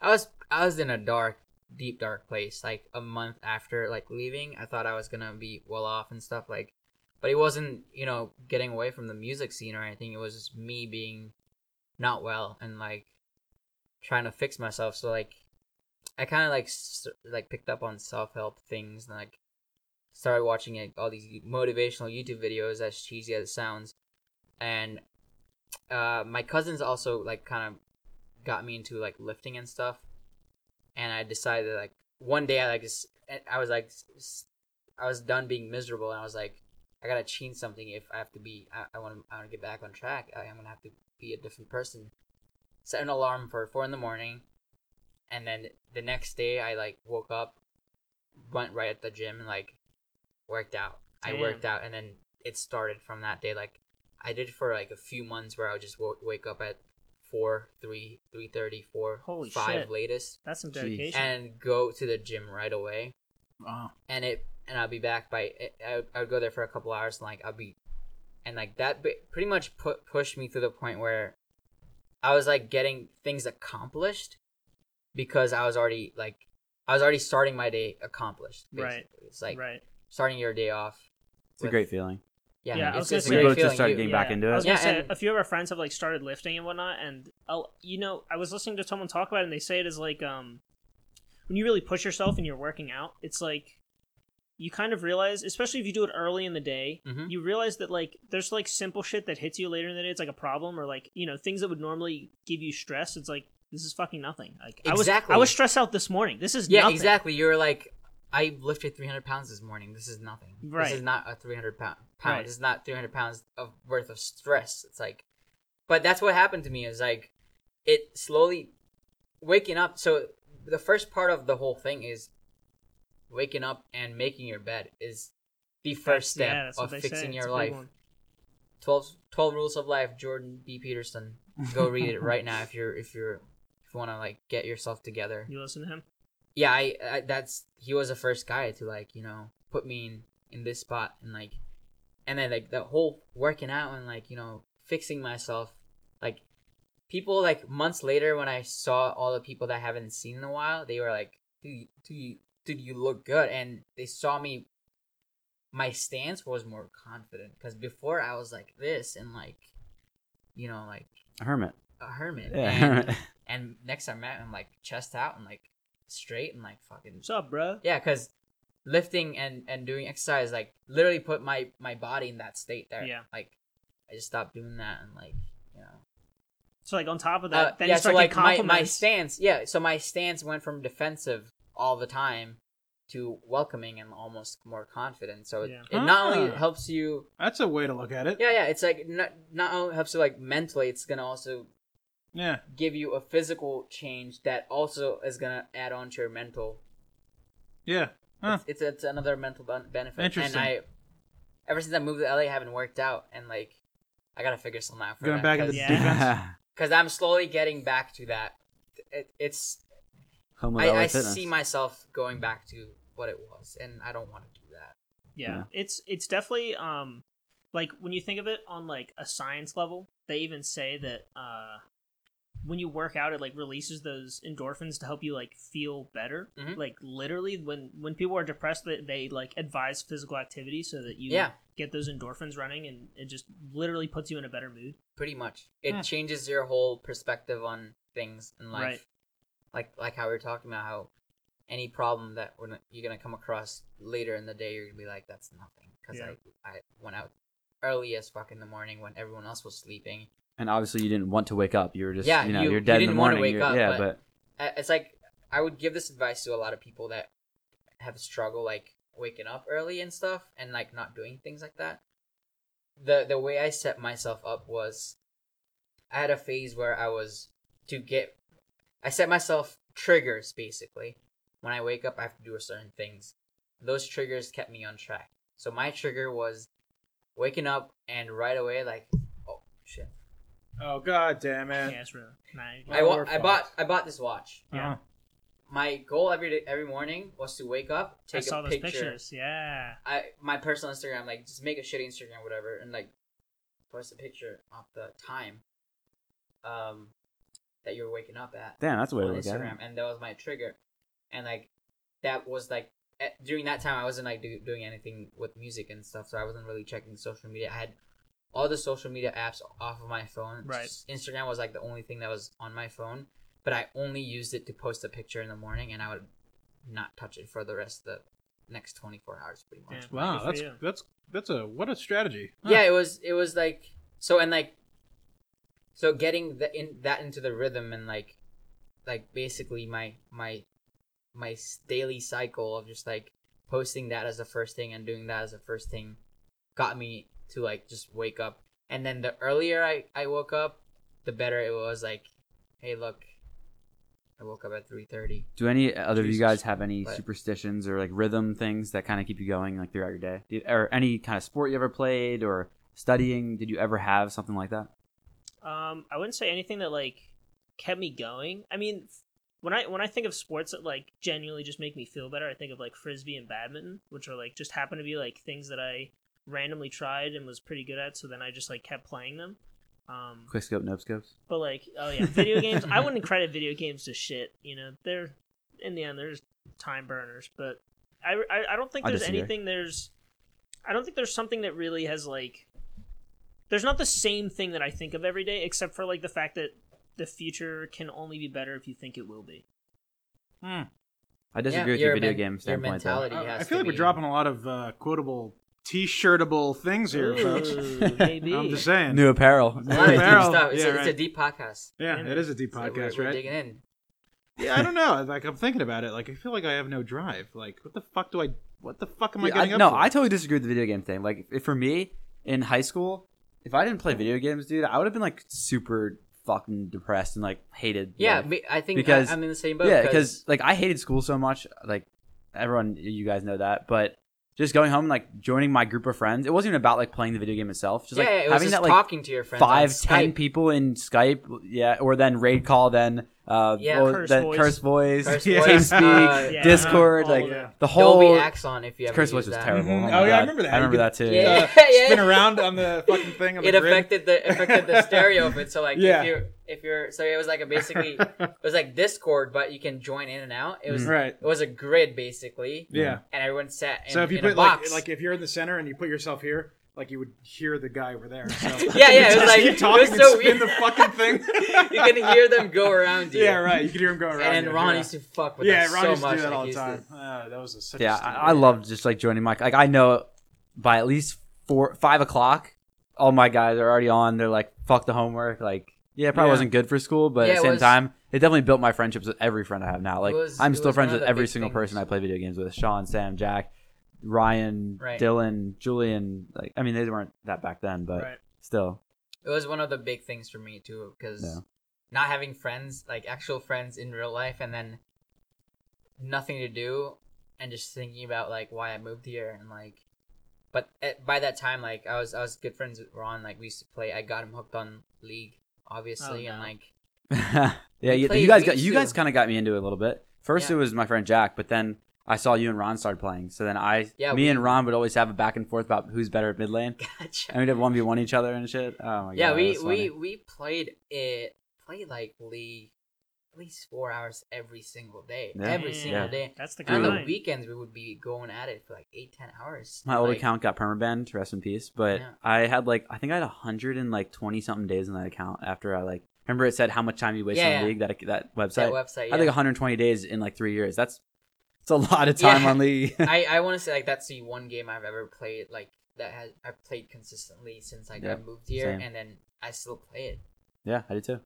Speaker 4: I was I was in a dark, deep dark place. Like a month after like leaving, I thought I was gonna be well off and stuff. Like, but it wasn't you know getting away from the music scene or anything. It was just me being not well and like trying to fix myself. So like, I kind of like s like picked up on self help things and like started watching like, all these motivational YouTube videos, as cheesy as it sounds. And uh, my cousins also like kind of got me into like lifting and stuff. And I decided like one day I like just I was like s- s- I was done being miserable and I was like I gotta change something if I have to be I, I want to I want to get back on track. I, I'm gonna have to be a different person. Set an alarm for four in the morning, and then the next day I like woke up, went right at the gym and like worked out. I
Speaker 3: Damn.
Speaker 4: worked out, and then it started from that day. Like I did for like a few months where I would just w- wake up at four, three, three thirty, four,
Speaker 3: Holy
Speaker 4: five
Speaker 3: shit.
Speaker 4: latest,
Speaker 3: that's some
Speaker 2: Jeez.
Speaker 3: dedication
Speaker 4: and go to the gym right away
Speaker 1: Wow.
Speaker 4: and it and I'll be back by I, I- I would go there for a couple hours and like I'll be and like that bi- pretty much put pushed me to the point where I was like getting things accomplished because I was already like I was already starting my day accomplished.
Speaker 3: Right.
Speaker 4: basically. It's like
Speaker 3: right
Speaker 4: starting your day off.
Speaker 2: It's a great feeling.
Speaker 4: Yeah,
Speaker 3: Yeah, I was
Speaker 4: it's,
Speaker 3: gonna
Speaker 4: it's a
Speaker 3: say-
Speaker 4: great
Speaker 3: We
Speaker 2: both just
Speaker 4: feeling.
Speaker 2: started
Speaker 4: You-
Speaker 2: getting back into
Speaker 3: I
Speaker 2: it.
Speaker 3: was gonna
Speaker 4: Yeah,
Speaker 3: say,
Speaker 4: and-
Speaker 3: a few of our friends have like started lifting and whatnot, and I'll, you know, I was listening to someone talk about it, and they say it is like um, when you really push yourself and you're working out, it's like you kind of realize, especially if you do it early in the day,
Speaker 2: Mm-hmm.
Speaker 4: Mhm.
Speaker 3: you realize that like there's like simple shit that hits you later in the day. It's like a problem, or like you know things that would normally give you stress. It's like this is fucking nothing. Like
Speaker 4: Exactly.
Speaker 3: I was I was stressed out this morning. This is
Speaker 4: Yeah,
Speaker 3: nothing.
Speaker 4: exactly. You're like, I lifted 300 pounds this morning. This is nothing.
Speaker 3: Right.
Speaker 4: This is not a 300 pound. pound.
Speaker 3: Right.
Speaker 4: This is not 300 pounds of worth of stress. It's like, but that's what happened to me is like, it slowly waking up. So the first part of the whole thing is waking up and making your bed is the first step
Speaker 3: yeah, that's
Speaker 4: of
Speaker 3: what they say.
Speaker 4: fixing
Speaker 3: It's a
Speaker 4: your
Speaker 3: big
Speaker 4: life.
Speaker 3: one.
Speaker 4: 12, 12 rules of life jordan b peterson go read it right now if you're if you're if you want to like get yourself together
Speaker 3: You listen to him.
Speaker 4: yeah, I, I that's he was the first guy to like you know put me in in this spot and like, and then like the whole working out and like you know fixing myself, like people like months later when I saw all the people that I haven't seen in a while, they were like, dude, dude, you- dude you look good, and they saw me. My stance was more confident because before I was like this and like, you know, like
Speaker 2: A hermit.
Speaker 4: a hermit.
Speaker 2: Yeah,
Speaker 4: and,
Speaker 2: hermit.
Speaker 4: and next time I met, I'm like chest out and like straight and like fucking
Speaker 3: What's up, bro?
Speaker 4: yeah, because lifting and and doing exercise like literally put my my body in that state there.
Speaker 3: Yeah.
Speaker 4: like I just stopped doing that and like you know
Speaker 3: So like on top of that,
Speaker 4: uh,
Speaker 3: then
Speaker 4: yeah,
Speaker 3: you start
Speaker 4: so like
Speaker 3: getting
Speaker 4: my,
Speaker 3: compliments.
Speaker 4: my stance, yeah. So my stance went from defensive all the time to welcoming and almost more confident. So it,
Speaker 3: Yeah.
Speaker 4: it not only
Speaker 1: Ah.
Speaker 4: helps you
Speaker 1: That's a way to look at it.
Speaker 4: yeah, yeah, it's like not not only helps you like mentally, it's gonna also
Speaker 1: Yeah.
Speaker 4: give you a physical change that also is gonna add on to your mental.
Speaker 1: Yeah. Huh.
Speaker 4: It's, it's it's another mental ben- benefit.
Speaker 1: Interesting.
Speaker 4: And I, ever since I moved to LA, I haven't worked out, and like, I gotta figure something out for
Speaker 1: Going
Speaker 4: that,
Speaker 1: back into
Speaker 4: cause,
Speaker 1: the
Speaker 3: Yeah.
Speaker 1: defense.
Speaker 4: because I'm slowly getting back to that. It, it's
Speaker 2: Home of
Speaker 4: I,
Speaker 2: LA
Speaker 4: I
Speaker 2: Fitness.
Speaker 4: see myself going back to what it was, and I don't want to do that.
Speaker 3: yeah it's it's definitely um like when you think of it on like a science level they even say that uh when you work out it like releases those endorphins to help you like feel better
Speaker 4: Mhm.
Speaker 3: like literally when when people are depressed they, they like advise physical activity so that you
Speaker 4: Yeah,
Speaker 3: get those endorphins running and it just literally puts you in a better mood
Speaker 4: pretty much. It
Speaker 1: Hmm.
Speaker 4: changes your whole perspective on things in life.
Speaker 3: Right.
Speaker 4: Like like how we were talking about how any problem that we're not, you're gonna come across later in the day, you're gonna be like, that's nothing because
Speaker 3: Yeah.
Speaker 4: I I went out early as fuck in the morning when everyone else was sleeping.
Speaker 2: And obviously, you didn't want to wake up. You were just,
Speaker 4: Yeah,
Speaker 2: you know,
Speaker 4: you-
Speaker 2: you, are
Speaker 4: you
Speaker 2: dead in the
Speaker 4: didn't wanna
Speaker 2: morning.
Speaker 4: wake
Speaker 2: You're-
Speaker 4: up,
Speaker 2: yeah,
Speaker 4: but- I- It's like I would give this advice to a lot of people that have struggle like waking up early and stuff and like not doing things like that. The the way I set myself up was I had a phase where I was to get I set myself triggers basically. When I wake up I have to do certain things. Those triggers kept me on track. So my trigger was waking up and right away like oh shit.
Speaker 1: Oh god damn
Speaker 3: Yeah,
Speaker 1: it!
Speaker 3: it's real. Nah, you-
Speaker 4: I, wa-
Speaker 1: We're
Speaker 4: I
Speaker 1: fucked.
Speaker 4: bought I bought this watch
Speaker 3: Yeah.
Speaker 1: Uh-huh.
Speaker 4: my goal every day, every morning was to wake up,
Speaker 3: I
Speaker 4: take
Speaker 3: saw
Speaker 4: a
Speaker 3: those
Speaker 4: picture.
Speaker 3: pictures. Yeah.
Speaker 4: I my personal Instagram, like just make a shitty Instagram, whatever, and like post a picture of the time, um, that you were waking up at
Speaker 2: damn, that's a way to
Speaker 4: on
Speaker 2: look at it.
Speaker 4: Instagram, and that was my trigger, and like that was like at, during that time I wasn't like do, doing anything with music and stuff, so I wasn't really checking social media. I had all the social media apps off of my phone.
Speaker 3: Right.
Speaker 4: Just Instagram was like the only thing that was on my phone, but I only used it to post a picture in the morning, and I would not touch it for the rest of the next twenty four hours, pretty much.
Speaker 3: Damn. Good
Speaker 1: Wow,
Speaker 3: for
Speaker 1: that's
Speaker 3: you.
Speaker 1: that's that's a what a strategy. Huh.
Speaker 4: Yeah, it was it was like so and like so getting the in that into the rhythm and like like basically my my my s- daily cycle of just like posting that as the first thing and doing that as the first thing got me to like just wake up and then the earlier I I woke up the better it was like hey look I woke up at 3:30
Speaker 2: Do any other of you
Speaker 1: Jesus.
Speaker 2: guys have any
Speaker 4: What?
Speaker 2: superstitions or like rhythm things that kind of keep you going like throughout your day, Do you- or any kind of sport you ever played or studying? Did you ever have something like that?
Speaker 3: Um, I wouldn't say anything that like kept me going. I mean, f- when I when I think of sports that like genuinely just make me feel better, I think of like frisbee and badminton, which are like just happen to be like things that I randomly tried and was pretty good at. So then I just like kept playing them. Um,
Speaker 2: Quick scope, nope scopes.
Speaker 3: but like, oh yeah, video games. I wouldn't credit video games to shit. You know, they're in the end they're just time burners. But I I, I don't think
Speaker 2: I
Speaker 3: there's
Speaker 2: disagree.
Speaker 3: anything there's I don't think there's something that really has like there's not the same thing that I think of every day except for like the fact that the future can only be better if you think it will be.
Speaker 1: Hmm.
Speaker 2: I disagree
Speaker 4: Yeah,
Speaker 2: with your
Speaker 4: your
Speaker 2: video
Speaker 4: men-
Speaker 2: game
Speaker 4: your
Speaker 2: standpoint. though.
Speaker 4: mentality. But he
Speaker 1: Oh, I
Speaker 4: has
Speaker 1: I feel
Speaker 4: to
Speaker 1: like we're
Speaker 4: be-
Speaker 1: dropping a lot of uh, quotable t-shirtable things here, folks.
Speaker 3: Ooh, maybe.
Speaker 1: I'm just saying.
Speaker 2: New apparel.
Speaker 4: a lot of deep
Speaker 1: Barrel.
Speaker 4: stuff it's,
Speaker 1: Yeah,
Speaker 4: a, it's a
Speaker 1: right.
Speaker 4: deep podcast
Speaker 1: Yeah,
Speaker 3: Yeah.
Speaker 1: it is a deep
Speaker 4: So we're-
Speaker 1: podcast,
Speaker 4: we're
Speaker 1: right?
Speaker 4: digging in
Speaker 1: Yeah, I don't know. Like I'm thinking about it. Like I feel like I have no drive. Like what the fuck do I? What the fuck am I
Speaker 2: Yeah,
Speaker 1: getting
Speaker 2: I,
Speaker 1: up?
Speaker 2: no,
Speaker 1: for?
Speaker 2: I totally disagree with the video game thing. Like, if, for me in high school, if I didn't play video games, dude, I would have been like super fucking depressed and like hated.
Speaker 4: yeah
Speaker 2: life.
Speaker 4: me- I think
Speaker 2: Because-
Speaker 4: I, am in the same boat
Speaker 2: yeah, because like I hated school so much. Like everyone, you guys know that, but. Just going home and like joining my group of friends. It wasn't even about like playing the video game itself. Just like
Speaker 4: yeah, it was
Speaker 2: having
Speaker 4: just
Speaker 2: that like
Speaker 4: talking to your friends.
Speaker 2: five,
Speaker 4: on
Speaker 2: ten
Speaker 4: Skype.
Speaker 2: people in Skype. Yeah, or then raid call, then uh,
Speaker 4: Yeah,
Speaker 2: or
Speaker 3: curse
Speaker 2: then
Speaker 3: voice.
Speaker 2: curse voice,
Speaker 4: Curse
Speaker 1: Yeah.
Speaker 4: voice,
Speaker 1: Teamspeak,
Speaker 4: uh,
Speaker 3: Yeah,
Speaker 2: Discord,
Speaker 3: all
Speaker 2: like
Speaker 3: of that.
Speaker 2: the
Speaker 4: Dolby
Speaker 2: whole
Speaker 4: Axon. If you ever
Speaker 2: curse
Speaker 4: use
Speaker 2: voice was
Speaker 4: that.
Speaker 2: terrible.
Speaker 1: Mhm.
Speaker 2: my
Speaker 1: Oh, yeah, I
Speaker 2: God.
Speaker 1: remember that.
Speaker 2: I
Speaker 1: You
Speaker 2: remember
Speaker 1: could-
Speaker 2: that too.
Speaker 4: Yeah,
Speaker 1: Uh,
Speaker 4: yeah.
Speaker 1: spin around on the fucking thing. On
Speaker 4: It
Speaker 1: the grid.
Speaker 4: affected the affected the stereo of it. So like
Speaker 1: Yeah.
Speaker 4: if you if you're so it was like a basically it was like Discord, but you can join in and out. It
Speaker 2: Mm.
Speaker 4: was
Speaker 1: right.
Speaker 4: it was a grid basically,
Speaker 1: Yeah.
Speaker 4: and everyone sat. In,
Speaker 1: So if you
Speaker 4: in a
Speaker 1: put
Speaker 4: box.
Speaker 1: like like if you're in the center and you put yourself here, like you would hear the guy over there. So.
Speaker 4: yeah yeah it was like
Speaker 1: you talking
Speaker 4: it was so
Speaker 1: and spin
Speaker 4: weird.
Speaker 1: the fucking thing.
Speaker 4: you can hear them go around you.
Speaker 1: yeah, right. You could hear him going around.
Speaker 4: And
Speaker 1: you,
Speaker 4: then Ron
Speaker 1: yeah.
Speaker 4: used to fuck with
Speaker 1: yeah,
Speaker 4: us
Speaker 1: Ron
Speaker 4: so
Speaker 1: used to
Speaker 4: much.
Speaker 1: do that
Speaker 4: like,
Speaker 1: all
Speaker 4: he
Speaker 1: the
Speaker 4: used to-
Speaker 1: time. Uh, that was a, such
Speaker 2: yeah,
Speaker 1: a stupid
Speaker 2: I, I
Speaker 1: idea.
Speaker 2: love just like joining my like I know by at least four five o'clock, all my guys are already on. They're like fuck the homework. Like yeah, it probably
Speaker 1: Yeah.
Speaker 2: wasn't good for school, but at
Speaker 4: Yeah, it
Speaker 2: the same
Speaker 4: was-
Speaker 2: time, it definitely built my friendships with every friend I have now. Like
Speaker 4: It was-
Speaker 2: I'm
Speaker 4: it
Speaker 2: still
Speaker 4: was
Speaker 2: friends
Speaker 4: one
Speaker 2: with
Speaker 4: of the
Speaker 2: every
Speaker 4: big
Speaker 2: single
Speaker 4: things.
Speaker 2: person I play video games with: Sean, Sam, Jack, Ryan,
Speaker 4: Right.
Speaker 2: Dylan, Julian. Like I mean, they weren't that back then, but
Speaker 3: Right.
Speaker 2: still,
Speaker 4: It was one of the big things for me too, because
Speaker 2: Yeah.
Speaker 4: not having friends, like actual friends in real life, and then nothing to do, and just thinking about like why I moved here and like. But at, by that time, like I was, I was good friends with Ron. Like we used to play. I got him hooked on League, obviously,
Speaker 3: Oh,
Speaker 4: and
Speaker 3: no.
Speaker 4: like
Speaker 2: yeah,
Speaker 4: We
Speaker 2: you,
Speaker 4: played
Speaker 2: you guys got
Speaker 4: Reach
Speaker 2: you
Speaker 4: too.
Speaker 2: guys kind of got me into it a little bit. First,
Speaker 4: Yeah.
Speaker 2: it was my friend Jack, but then I saw you and Ron started playing. So then I,
Speaker 4: Yeah,
Speaker 2: me
Speaker 4: we-
Speaker 2: and Ron would always have a back and forth about who's better at mid lane,
Speaker 4: gotcha.
Speaker 2: and we'd have one v one each other and shit. Oh my god,
Speaker 4: yeah,
Speaker 2: it
Speaker 4: we
Speaker 2: was
Speaker 4: we
Speaker 2: funny.
Speaker 4: we played it, played like League, at least four hours every single day,
Speaker 2: Yeah.
Speaker 4: every
Speaker 3: Yeah,
Speaker 4: single
Speaker 2: Yeah.
Speaker 4: day.
Speaker 3: Mm. That's the
Speaker 4: And
Speaker 3: kind.
Speaker 4: on the weekends, we would be going at it for like eight, ten hours.
Speaker 2: My old
Speaker 4: Like,
Speaker 2: account got permabanned, rest in peace. But
Speaker 4: Yeah.
Speaker 2: I had like I think I had a hundred and like twenty something days on that account after I like remember it said how much time you waste
Speaker 4: Yeah,
Speaker 2: on
Speaker 4: yeah.
Speaker 2: the league that that website.
Speaker 4: that website.
Speaker 2: I had like
Speaker 4: yeah.
Speaker 2: 120 days in like three years. That's It's a lot of time
Speaker 4: Yeah.
Speaker 2: on League.
Speaker 4: I, I want to say like that's the one game I've ever played like that has I've played consistently since like
Speaker 2: Yeah,
Speaker 4: I moved here,
Speaker 2: same.
Speaker 4: and then I still play it.
Speaker 2: yeah, I did too.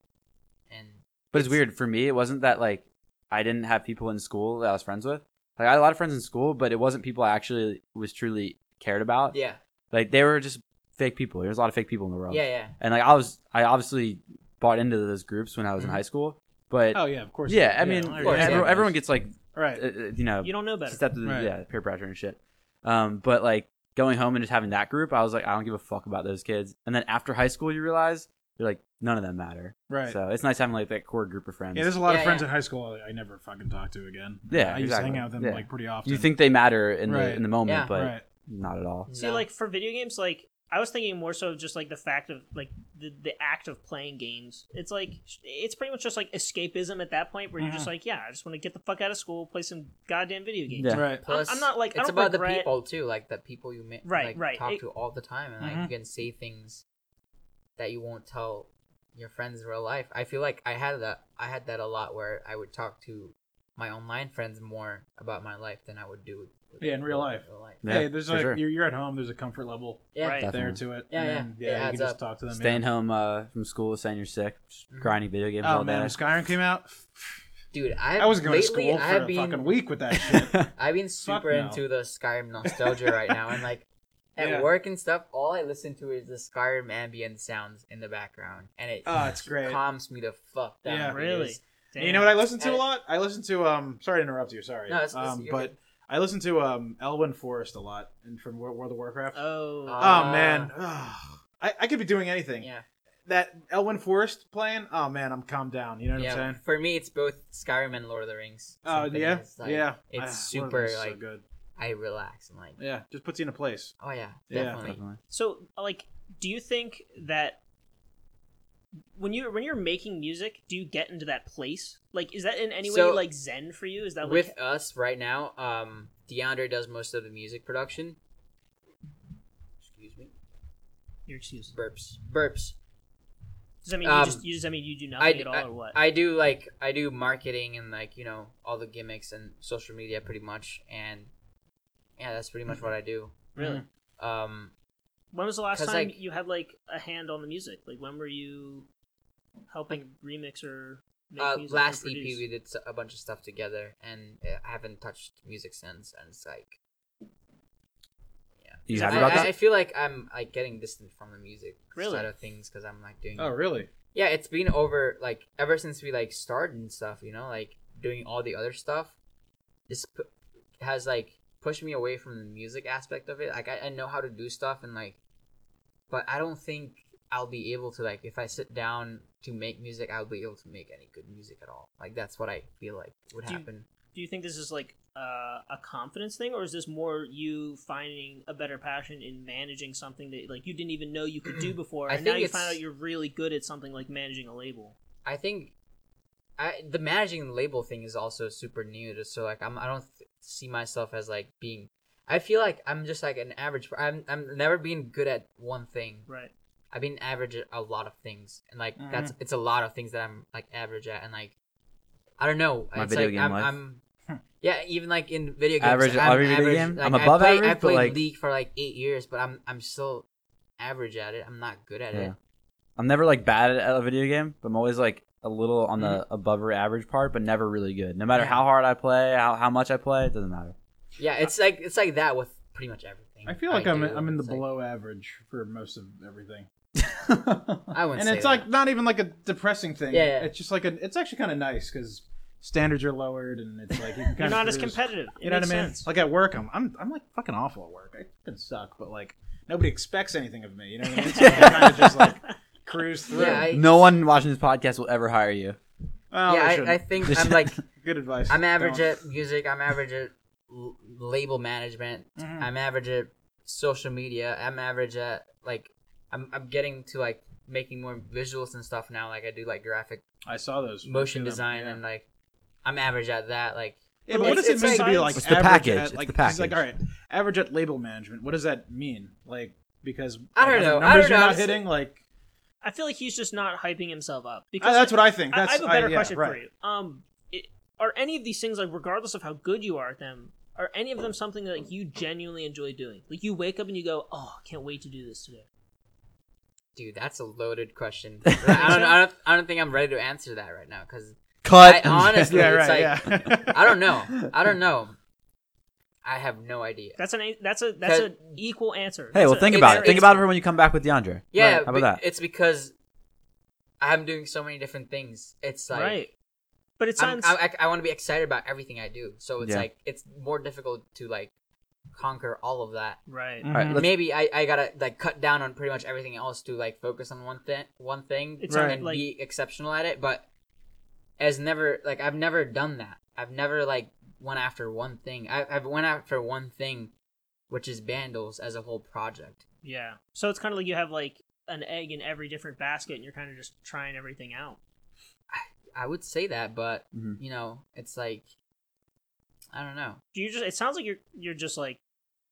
Speaker 4: And
Speaker 2: But it's weird for me. It wasn't that like I didn't have people in school that I was friends with. Like I had a lot of friends in school, but it wasn't people I actually was truly cared about.
Speaker 4: yeah,
Speaker 2: Like they were just fake people. There's a lot of fake people in the world.
Speaker 4: yeah, yeah.
Speaker 2: And like I was, I obviously bought into those groups when I was
Speaker 4: Mhm.
Speaker 2: in high school. But
Speaker 1: Oh yeah, of course.
Speaker 2: yeah, I mean,
Speaker 4: of course,
Speaker 2: every-
Speaker 4: yeah.
Speaker 2: everyone gets like, uh,
Speaker 1: Right.
Speaker 2: uh, you know,
Speaker 3: You don't know better.
Speaker 2: step to the
Speaker 1: Right.
Speaker 2: yeah peer pressure and shit. Um, but like going home and just having that group, I was like, I don't give a fuck about those kids. And then after high school, you realize you're like none of them matter.
Speaker 1: Right.
Speaker 2: So it's nice having like that core group of friends.
Speaker 1: Yeah, there's a lot
Speaker 4: Yeah,
Speaker 1: of friends
Speaker 4: yeah.
Speaker 1: in high school I I never fucking talk to again.
Speaker 2: Yeah,
Speaker 1: I used to hang
Speaker 2: exactly.
Speaker 1: out with them
Speaker 2: Yeah.
Speaker 1: like pretty often.
Speaker 2: you think they matter in the
Speaker 1: Right.
Speaker 2: in the moment,
Speaker 4: Yeah.
Speaker 2: but
Speaker 1: right?
Speaker 2: not at all.
Speaker 3: See,
Speaker 4: No.
Speaker 3: like for video games, like I was thinking more so of just like the fact of like the the act of playing games. It's like it's pretty much just like escapism at that point, where you're just
Speaker 1: Mhm.
Speaker 3: like, yeah, I just want to get the fuck out of school, play some goddamn video games.
Speaker 2: Yeah.
Speaker 1: Right.
Speaker 4: Plus,
Speaker 3: I'm not, like, I
Speaker 4: it's
Speaker 3: don't
Speaker 4: about the
Speaker 3: regret-
Speaker 4: people too, like the people you ma-
Speaker 3: Right,
Speaker 4: like,
Speaker 3: right.
Speaker 4: talk
Speaker 3: It- Mm-hmm.
Speaker 4: to all the time, and like
Speaker 1: Mhm.
Speaker 4: you can say things that you won't tell your friends in real life. I feel like I had that. I had that a lot where I would talk to my online friends more about my life than I would do. with-
Speaker 1: Yeah, in real life.
Speaker 4: real life.
Speaker 2: Yeah,
Speaker 1: hey, there's
Speaker 2: for
Speaker 1: like
Speaker 2: sure.
Speaker 1: you're, you're at home. There's a comfort level
Speaker 4: Yeah,
Speaker 3: Right.
Speaker 1: there
Speaker 2: Definitely.
Speaker 1: to it.
Speaker 4: Yeah,
Speaker 1: and
Speaker 4: yeah.
Speaker 1: then,
Speaker 4: It
Speaker 1: yeah. you
Speaker 4: adds
Speaker 1: can just
Speaker 4: up.
Speaker 1: talk to them.
Speaker 2: Staying
Speaker 1: yeah.
Speaker 2: home uh, from school, saying you're sick, just
Speaker 4: Mhm.
Speaker 2: grinding video games
Speaker 1: Oh
Speaker 2: all
Speaker 1: man, when
Speaker 2: day.
Speaker 1: Skyrim came out,
Speaker 4: dude. I
Speaker 1: I wasn't going
Speaker 4: lately,
Speaker 1: to school for
Speaker 4: I have
Speaker 1: a
Speaker 4: been,
Speaker 1: fucking week with that shit.
Speaker 4: I've been
Speaker 1: Fuck
Speaker 4: super
Speaker 1: no.
Speaker 4: into the Skyrim nostalgia right now, and like at
Speaker 1: Yeah.
Speaker 4: work and stuff, all I listen to is the Skyrim ambient sounds in the background, and it
Speaker 1: oh, it's great.
Speaker 4: calms me the fuck down.
Speaker 1: Yeah.
Speaker 3: Really?
Speaker 4: because-
Speaker 1: And you know what I listen to
Speaker 4: And
Speaker 1: a
Speaker 4: it-
Speaker 1: lot? I listen to um. Sorry to interrupt you. Sorry.
Speaker 4: No, it's- it's-
Speaker 1: um,
Speaker 4: you're
Speaker 1: but
Speaker 4: good.
Speaker 1: I listen to um Elwyn Forest a lot, and from Wor- World of Warcraft.
Speaker 3: Oh,
Speaker 4: Uh,
Speaker 1: oh man, I I could be doing anything.
Speaker 4: Yeah,
Speaker 1: That Elwyn Forest playing. Oh man, I'm calmed down. You know what
Speaker 4: yeah.
Speaker 1: I'm saying?
Speaker 4: For me, it's both Skyrim and Lord of the Rings.
Speaker 1: Oh
Speaker 4: Something
Speaker 1: yeah,
Speaker 4: is, like,
Speaker 1: yeah. Ah,
Speaker 4: It's
Speaker 1: Lord of the
Speaker 4: super
Speaker 1: Rings is so
Speaker 4: like
Speaker 1: good.
Speaker 4: I relax and like
Speaker 1: Yeah, just puts you in a place.
Speaker 4: oh yeah,
Speaker 1: Yeah.
Speaker 4: definitely.
Speaker 2: Definitely.
Speaker 3: so like, do you think that when you when you're making music, do you get into that place? Like, is that in any
Speaker 4: So-
Speaker 3: way like Zen for you? Is that like
Speaker 4: With us right now, um, DeAndre does most of the music production. Excuse me,
Speaker 3: your excuse?
Speaker 4: burps, burps.
Speaker 3: Does that mean you
Speaker 4: Um,
Speaker 3: just you just I mean you do
Speaker 4: I
Speaker 3: nothing
Speaker 4: d-
Speaker 3: at all or what?
Speaker 4: I do like I do marketing and like you know all the gimmicks and social media pretty much, and yeah, that's pretty much what I do.
Speaker 3: really?
Speaker 4: Um,
Speaker 3: When was the last
Speaker 4: 'Cause,
Speaker 3: time
Speaker 4: like-
Speaker 3: you had like a hand on the music? Like when were you helping remix or make
Speaker 4: uh,
Speaker 3: music or
Speaker 4: last EP
Speaker 3: produce?
Speaker 4: we did s- a bunch of stuff together, and uh, I haven't touched music since, and it's like
Speaker 2: You
Speaker 3: Is
Speaker 2: happy
Speaker 4: I,
Speaker 2: about
Speaker 4: I-
Speaker 2: that?
Speaker 4: I feel like I'm like getting distant from the music
Speaker 3: Really?
Speaker 4: side of things because I'm like doing
Speaker 1: Oh really?
Speaker 4: yeah, it's been over like ever since we like started and stuff, you know, like doing all the other stuff. This p- has like pushed me away from the music aspect of it. Like I, I know how to do stuff and like, but I don't think I'll be able to like if I sit down to make music, I'll be able to make any good music at all. Like that's what I feel like would
Speaker 3: Do you-
Speaker 4: happen.
Speaker 3: Do you think this is like uh, a confidence thing, or is this more you finding a better passion in managing something that like you didn't even know you could do before,
Speaker 4: I
Speaker 3: and now
Speaker 4: think
Speaker 3: you
Speaker 4: it's-
Speaker 3: find out you're really good at something like managing a label?
Speaker 4: I think I the managing the label thing is also super new to so like I'm I don't th- see myself as like being I feel like I'm just like an average I'm I'm never being good at one thing.
Speaker 3: Right.
Speaker 4: I've been average at a lot of things and like
Speaker 1: Mhm.
Speaker 4: that's it's a lot of things that I'm like average at and like I don't know.
Speaker 2: My
Speaker 4: it's
Speaker 2: video
Speaker 4: like,
Speaker 2: game
Speaker 4: I'm,
Speaker 2: life.
Speaker 4: I'm- yeah, even like in video games,
Speaker 2: Average at
Speaker 4: I'm
Speaker 2: every video
Speaker 4: average,
Speaker 2: game?
Speaker 4: like,
Speaker 2: I'm
Speaker 4: I
Speaker 2: above
Speaker 4: play-
Speaker 2: average,
Speaker 4: I
Speaker 2: but,
Speaker 4: played
Speaker 2: like-
Speaker 4: League for like eight years, but I'm I'm still average at it. I'm not good at
Speaker 2: Yeah.
Speaker 4: it.
Speaker 2: I'm never like bad at a video game, but I'm always like a little on the
Speaker 1: Mm-hmm.
Speaker 2: above or average part, but never really good. No matter
Speaker 4: Yeah.
Speaker 2: how hard I play, how, how much I play, it doesn't matter.
Speaker 4: Yeah, it's like it's like that with pretty much everything.
Speaker 1: I feel like I am
Speaker 4: do.
Speaker 1: I'm in the
Speaker 4: It's like-
Speaker 1: below average for most of everything.
Speaker 4: I wouldn't
Speaker 1: and
Speaker 4: say
Speaker 1: it's
Speaker 4: that.
Speaker 1: like not even like a depressing thing.
Speaker 4: Yeah, yeah.
Speaker 1: It's just like a. It's actually kind of nice because standards are lowered, and it's like you can
Speaker 3: You're
Speaker 1: kind
Speaker 3: not as competitive. It
Speaker 1: You know what I
Speaker 3: makes
Speaker 1: mean?
Speaker 3: sense.
Speaker 1: Like at work, I'm, I'm I'm like fucking awful at work. I fucking suck, but like nobody expects anything of me. You know what I mean? So I kind of just like cruise through.
Speaker 4: Yeah, I-
Speaker 2: No one watching this podcast will ever hire you.
Speaker 1: Well,
Speaker 4: yeah,
Speaker 1: they
Speaker 4: I, I
Speaker 1: shouldn't.
Speaker 4: think
Speaker 2: They
Speaker 4: I'm
Speaker 2: should-
Speaker 4: like
Speaker 1: good advice.
Speaker 4: I'm average
Speaker 1: Don't.
Speaker 4: at music. I'm average at l- label management.
Speaker 1: Mhm.
Speaker 4: I'm average at social media. I'm average at like I'm I'm getting to like making more visuals and stuff now. Like I do like graphic
Speaker 1: I saw those
Speaker 4: motion
Speaker 1: Yeah.
Speaker 4: design and like I'm average at that. Like
Speaker 1: Yeah, but what
Speaker 3: It's-
Speaker 1: does it
Speaker 3: it's
Speaker 1: mean to be
Speaker 3: science.
Speaker 1: like
Speaker 2: It's the
Speaker 1: average
Speaker 2: package.
Speaker 1: At,
Speaker 2: It's
Speaker 1: like,
Speaker 2: the
Speaker 1: it's like all right,
Speaker 2: package.
Speaker 1: average at label management. What does that mean? Like because
Speaker 4: I don't
Speaker 1: like,
Speaker 4: know.
Speaker 1: the
Speaker 4: I
Speaker 1: Numbers
Speaker 4: don't
Speaker 1: you're
Speaker 4: know.
Speaker 1: not
Speaker 4: It's-
Speaker 1: hitting like
Speaker 3: I feel like he's just not hyping himself up
Speaker 1: I-
Speaker 3: because
Speaker 1: Uh, that's what I think.
Speaker 3: I, I
Speaker 1: That's
Speaker 3: have a better
Speaker 1: yeah,
Speaker 3: question
Speaker 1: right.
Speaker 3: for you. Um, it, are any of these things like regardless of how good you are at them are any of them something that like, you genuinely enjoy doing like you wake up and you go oh i can't wait to do this today
Speaker 4: Dude, that's a loaded question. I don't, I don't, I don't think I'm ready to answer that right now because
Speaker 2: Cut.
Speaker 4: I honestly-
Speaker 1: yeah,
Speaker 4: It's
Speaker 1: right.
Speaker 4: like-
Speaker 1: yeah.
Speaker 4: I don't know. I don't know. I have no idea.
Speaker 3: that's an a- that's a that's
Speaker 4: That-
Speaker 3: an equal answer
Speaker 2: Hey,
Speaker 3: That's
Speaker 2: well,
Speaker 3: a-
Speaker 2: think
Speaker 4: it's-
Speaker 2: about it. Think
Speaker 4: it's-
Speaker 2: about it for when you come back with DeAndre.
Speaker 4: Yeah,
Speaker 2: How
Speaker 4: be-
Speaker 2: about that?
Speaker 4: It's because I'm doing so many different things. It's like
Speaker 3: right but it
Speaker 4: I'm-
Speaker 3: sounds
Speaker 4: i I, want to be excited about everything I do. So it's
Speaker 2: Yeah.
Speaker 4: like it's more difficult to like conquer all of that.
Speaker 3: right
Speaker 1: Mhm.
Speaker 2: All right, let's-
Speaker 4: Maybe I, I gotta like cut down on pretty much everything else to like focus on one thing one thing
Speaker 3: It
Speaker 1: sounded
Speaker 4: and
Speaker 3: like-
Speaker 4: be exceptional at it. But as never like I've never done that. I've never like went after one thing. I, I've went after one thing, which is Bandles as a whole project.
Speaker 3: yeah so it's kind of like you have like an egg in every different basket and you're kind of just trying everything out
Speaker 4: I would say that, but
Speaker 2: Mhm.
Speaker 4: you know, it's like I don't know.
Speaker 3: do you just it sounds like you're you're just like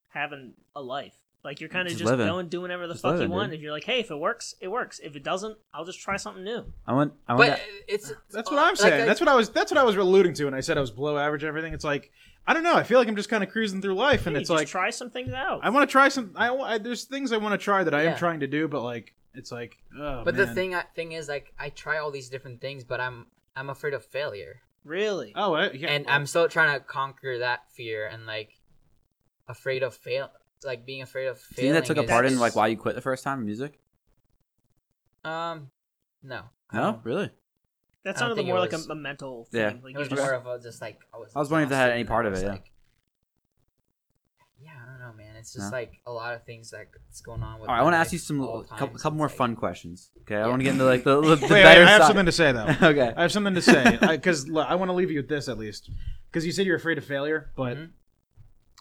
Speaker 3: having a life like you're kind of
Speaker 2: Just
Speaker 3: just,
Speaker 2: living.
Speaker 3: going doing whatever the
Speaker 2: Just
Speaker 3: fuck
Speaker 2: living,
Speaker 3: you want
Speaker 2: dude.
Speaker 3: if you're like hey if it works it works if it doesn't i'll just try something new
Speaker 2: I want. I want.
Speaker 4: But
Speaker 2: that-
Speaker 4: it's
Speaker 1: That's what I'm saying. that's what I was. That's what I was alluding to when I said I was below average. and Everything. It's like I don't know. I feel like I'm just kind of cruising through life, and
Speaker 3: Hey,
Speaker 1: it's
Speaker 3: just
Speaker 1: like
Speaker 3: try some things out
Speaker 1: I want to try some. I, wa- I- there's things I want to try that I
Speaker 4: Yeah.
Speaker 1: am trying to do, but like it's like. Oh,
Speaker 4: But the
Speaker 1: man.
Speaker 4: thing I- thing is, like, I try all these different things, but I'm I'm afraid of failure,
Speaker 3: really
Speaker 1: Oh, I, yeah.
Speaker 4: and
Speaker 1: well,
Speaker 4: I'm still trying to conquer that fear and like afraid of fail, like being afraid of
Speaker 2: do you
Speaker 4: failing.
Speaker 2: think that took a
Speaker 4: is-
Speaker 2: part in like why you quit the first time in music?
Speaker 4: Um, no,
Speaker 2: No, really.
Speaker 3: that
Speaker 4: I don't
Speaker 3: sounded
Speaker 4: think it
Speaker 3: more like a,
Speaker 4: was.
Speaker 3: a mental
Speaker 2: Yeah.
Speaker 3: thing. Like
Speaker 4: it
Speaker 3: you
Speaker 4: was
Speaker 3: just,
Speaker 4: more of a just like I was.
Speaker 2: I was wondering if that had
Speaker 4: exhausted
Speaker 2: any
Speaker 4: and
Speaker 2: part
Speaker 4: I
Speaker 2: of
Speaker 4: was,
Speaker 2: it, yeah.
Speaker 4: like- yeah, I don't know, man. It's just
Speaker 2: No?
Speaker 4: like a lot of things like that's going on with.
Speaker 2: All right, I
Speaker 4: my
Speaker 2: want to
Speaker 4: life
Speaker 2: ask you some couple,
Speaker 4: all the time, so
Speaker 2: couple
Speaker 4: it's
Speaker 2: more
Speaker 4: like-
Speaker 2: fun questions. Okay, I
Speaker 4: Yeah.
Speaker 2: want to get into like the, the, the
Speaker 1: wait, wait,
Speaker 2: better
Speaker 1: I have
Speaker 2: side.
Speaker 1: something to say though.
Speaker 2: okay.
Speaker 1: I have something to say because I want to leave you with this at least. Because you said you're afraid of failure, but
Speaker 4: Mhm.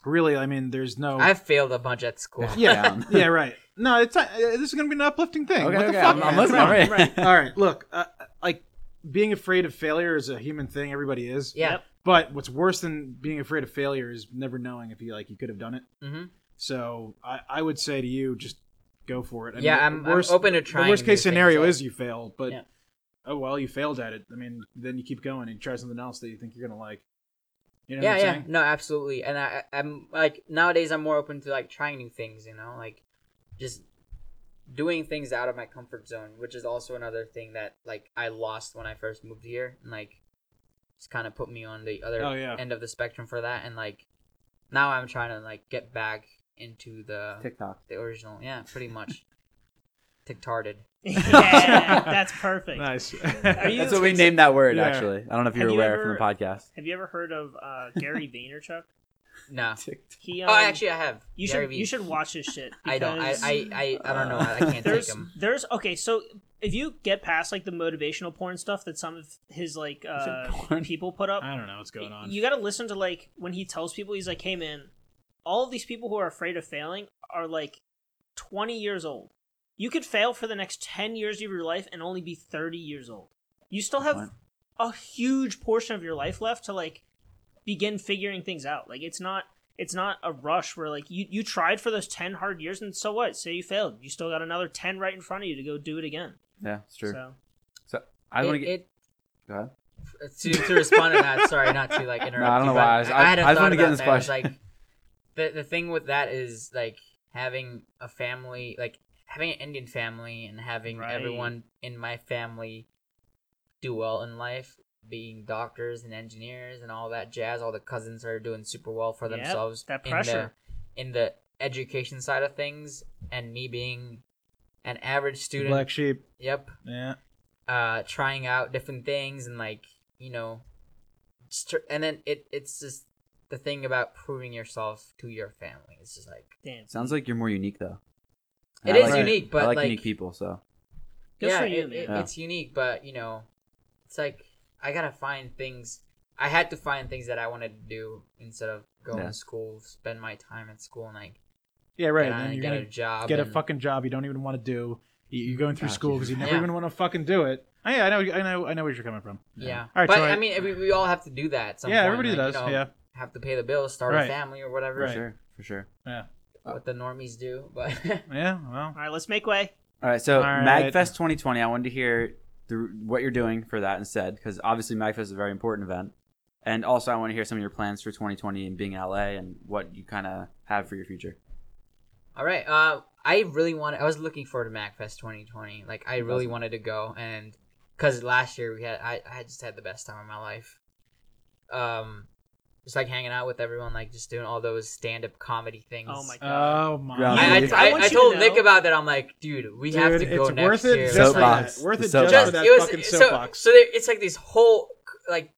Speaker 1: really, I mean, there's no.
Speaker 4: I've failed a bunch at school.
Speaker 1: yeah,
Speaker 2: down.
Speaker 1: yeah, right. No, it's not, uh, this is gonna be an uplifting thing.
Speaker 2: okay,
Speaker 1: what the
Speaker 2: okay,
Speaker 1: fuck?
Speaker 2: I'm,
Speaker 1: man?
Speaker 2: I'm listening.
Speaker 1: Come on.
Speaker 2: already.
Speaker 3: Right.
Speaker 1: All right, look, uh, like being afraid of failure is a human thing. Everybody is.
Speaker 4: Yeah.
Speaker 3: Yep.
Speaker 1: But what's worse than being afraid of failure is never knowing if you like you could have done it.
Speaker 4: Mm-hmm.
Speaker 1: So I, I would say to you, just go for it. I
Speaker 4: yeah,
Speaker 1: mean,
Speaker 4: I'm,
Speaker 1: the worst,
Speaker 4: I'm open to trying.
Speaker 1: the worst
Speaker 4: new
Speaker 1: case
Speaker 4: things,
Speaker 1: scenario
Speaker 4: like-
Speaker 1: is you fail, but
Speaker 4: Yeah.
Speaker 1: oh well, you failed at it. I mean, then you keep going and try something else that you think you're gonna like. You know
Speaker 4: yeah,
Speaker 1: what I'm
Speaker 4: yeah,
Speaker 1: saying?
Speaker 4: no, absolutely. And I, I- I'm like nowadays, I'm more open to like trying new things. You know, like just doing things out of my comfort zone, which is also another thing that like I lost when I first moved here, and like just kind of put me on the other
Speaker 1: Oh, yeah.
Speaker 4: end of the spectrum for that. And like now, I'm trying to like get back into the
Speaker 2: TikTok.
Speaker 4: the original. Yeah, pretty much. Tick-tarded.
Speaker 3: yeah, that's perfect.
Speaker 1: Nice.
Speaker 3: you-
Speaker 2: That's what we named that word.
Speaker 1: Yeah.
Speaker 2: Actually, I don't know if you're
Speaker 3: Have you
Speaker 2: aware
Speaker 3: ever-
Speaker 2: from the podcast.
Speaker 3: Have you ever heard of uh, Gary Vaynerchuk?
Speaker 4: No.
Speaker 3: He um,
Speaker 4: Oh, actually, I have.
Speaker 3: you
Speaker 4: Gary
Speaker 3: should
Speaker 4: Vee.
Speaker 3: you should watch his shit.
Speaker 4: I don't. I,
Speaker 3: because-
Speaker 4: I, I, I don't know. I, I can't take
Speaker 3: there's
Speaker 4: him.
Speaker 3: there's okay so if you get past like the motivational porn stuff that some of his like uh,
Speaker 2: porn?
Speaker 3: people put up
Speaker 1: I don't know what's going on.
Speaker 3: you got to listen to like when he tells people he's like hey man all of these people who are afraid of failing are like 20 years old you could fail for the next 10 years of your life and only be 30 years old you still have
Speaker 2: What?
Speaker 3: a huge portion of your life left to like begin figuring things out like it's not it's not a rush where like you you tried for those 10 hard years and so what say you failed you still got another 10 right in front of you to go do it again
Speaker 2: Yeah, it's true.
Speaker 3: so
Speaker 2: I
Speaker 4: It-
Speaker 2: want to get.
Speaker 4: it
Speaker 2: go ahead.
Speaker 4: to, to respond to that, sorry, not to like interrupt.
Speaker 2: No, I don't
Speaker 4: you,
Speaker 2: know why
Speaker 4: but
Speaker 2: I was- I-
Speaker 4: had a
Speaker 2: I just
Speaker 4: thought
Speaker 2: wanted to get in
Speaker 4: about
Speaker 2: this
Speaker 4: that. It's
Speaker 2: question.
Speaker 4: Like, the the thing with that is like having a family, like having an Indian family, and having
Speaker 3: Right.
Speaker 4: everyone in my family do well in life, being doctors and engineers and all that jazz. All the cousins are doing super well for
Speaker 3: Yep,
Speaker 4: themselves.
Speaker 3: that
Speaker 4: In
Speaker 3: pressure.
Speaker 4: the, in the education side of things, and me being an average student.
Speaker 1: Black sheep.
Speaker 4: Yep
Speaker 1: Yeah.
Speaker 4: uh trying out different things and like you know just tr- and then it it's just the thing about proving yourself to your family it's just like
Speaker 3: damn
Speaker 2: Sounds like you're more unique though.
Speaker 4: It
Speaker 2: It is
Speaker 1: is
Speaker 4: unique, but,
Speaker 2: I like,
Speaker 4: like-
Speaker 2: unique people. So
Speaker 3: good
Speaker 4: yeah,
Speaker 3: for you
Speaker 4: it-
Speaker 3: man
Speaker 4: it-
Speaker 2: Yeah.
Speaker 4: it's unique but you know it's like i gotta find things i had to find things that i wanted to do instead of going
Speaker 2: Yeah.
Speaker 4: to school spend my time at school and like
Speaker 1: Yeah. Right.
Speaker 4: get,
Speaker 1: then
Speaker 4: on-
Speaker 1: you're
Speaker 4: get
Speaker 1: gonna
Speaker 4: a job
Speaker 1: get a
Speaker 4: and-
Speaker 1: fucking job you don't even want to do. You- You're going
Speaker 4: Oh,
Speaker 1: through
Speaker 2: Gotcha.
Speaker 1: school because you never
Speaker 4: Yeah.
Speaker 1: even want to fucking do it. Oh, yeah, I know, I know, I know where you're coming from.
Speaker 4: yeah
Speaker 1: All right,
Speaker 4: but
Speaker 1: so I-
Speaker 4: i mean we, we all have to do that at some
Speaker 1: yeah,
Speaker 4: point,
Speaker 1: everybody
Speaker 4: like,
Speaker 1: does.
Speaker 4: you know,
Speaker 1: yeah,
Speaker 4: have to pay the bills start
Speaker 1: Right.
Speaker 4: a family or whatever
Speaker 2: for
Speaker 1: Right.
Speaker 2: sure, for sure.
Speaker 1: yeah,
Speaker 4: what the normies do but
Speaker 1: yeah. Well,
Speaker 3: all right let's make way
Speaker 2: All right, so
Speaker 1: All right.
Speaker 2: Magfest 2020. I wanted to hear the, what you're doing for that instead, because obviously Magfest is a very important event, And also, I want to hear some of your plans for 2020 and being in LA and what you kind of have for your future.
Speaker 4: All right. Uh, I really wanted. I was looking forward to MacFest 2020. Like, I really wanted to go, and because last year we had, I, I just had the best time of my life. Um, just like hanging out with everyone, like just doing all those stand-up comedy things.
Speaker 3: Oh my god.
Speaker 1: Oh my!
Speaker 2: Yeah,
Speaker 4: I,
Speaker 2: Dude.
Speaker 4: I, I,
Speaker 3: I want
Speaker 4: I
Speaker 3: you to
Speaker 4: told Nick
Speaker 3: know-
Speaker 4: about that. I'm like, dude, we have
Speaker 1: Dude,
Speaker 4: to go
Speaker 1: it's
Speaker 4: next
Speaker 1: worth it
Speaker 4: year.
Speaker 1: just for that.
Speaker 2: Soapbox.
Speaker 1: Worth
Speaker 2: The
Speaker 1: it just
Speaker 2: soapbox.
Speaker 1: for that
Speaker 4: it was-
Speaker 1: fucking
Speaker 4: so,
Speaker 1: soapbox.
Speaker 4: So there, it's like this whole like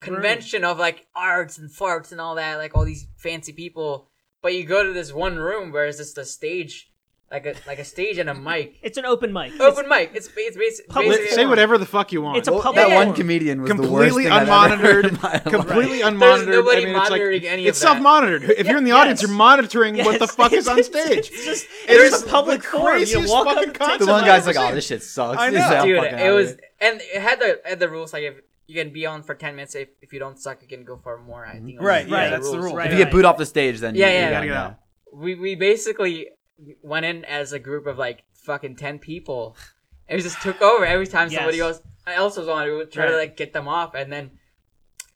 Speaker 4: convention of like arts and farts and all that, like all these fancy people. But you go to this one room where it's just a stage, like a like a stage and a mic,
Speaker 3: It's an open mic. It's-
Speaker 4: open mic. It's it's basically,
Speaker 3: Public-
Speaker 1: Let-
Speaker 4: basically
Speaker 1: say whatever the fuck you want.
Speaker 3: It's a
Speaker 2: Well,
Speaker 3: public
Speaker 2: that one
Speaker 4: forum.
Speaker 2: comedian was
Speaker 1: completely
Speaker 2: the worst thing I've ever heard in my
Speaker 1: unmonitored,
Speaker 2: life.
Speaker 1: completely
Speaker 4: There's
Speaker 1: unmonitored.
Speaker 4: nobody
Speaker 1: I mean, it's
Speaker 4: monitoring
Speaker 1: like
Speaker 4: any
Speaker 1: it's
Speaker 4: of that.
Speaker 1: self-monitored. If you're in the
Speaker 3: Yeah,
Speaker 1: audience,
Speaker 3: yes.
Speaker 1: you're monitoring what the
Speaker 3: Yes,
Speaker 1: fuck is on
Speaker 3: it's-
Speaker 1: stage.
Speaker 3: It's just,
Speaker 1: It
Speaker 3: there's
Speaker 1: is
Speaker 3: a public
Speaker 1: the
Speaker 3: forum. You
Speaker 1: craziest
Speaker 3: walk up,
Speaker 1: fucking
Speaker 3: take
Speaker 1: concept
Speaker 2: The
Speaker 1: It's
Speaker 2: one
Speaker 1: a
Speaker 2: guy's like,
Speaker 1: hundred
Speaker 2: "Oh,
Speaker 1: percent.
Speaker 2: this shit sucks."
Speaker 1: I
Speaker 2: This is
Speaker 1: know.
Speaker 2: how
Speaker 4: Dude,
Speaker 2: fucking out
Speaker 4: it
Speaker 2: of
Speaker 4: was and it had the had the rules like if you can be on for ten minutes, if, if you don't suck, you can go for more. I think it was
Speaker 1: Right,
Speaker 3: yeah,
Speaker 4: the
Speaker 1: that's the
Speaker 4: rules.
Speaker 1: rule.
Speaker 3: Right,
Speaker 2: If you get booed off the stage, then
Speaker 4: Yeah,
Speaker 2: you-
Speaker 4: yeah,
Speaker 2: you're
Speaker 4: yeah.
Speaker 1: Gotta
Speaker 2: gotta go.
Speaker 1: get out.
Speaker 4: we we basically went in as a group of like fucking ten people, and we just took over every time
Speaker 3: Yes.
Speaker 4: somebody else else was on. We would try to
Speaker 1: Right.
Speaker 4: like get them off, and then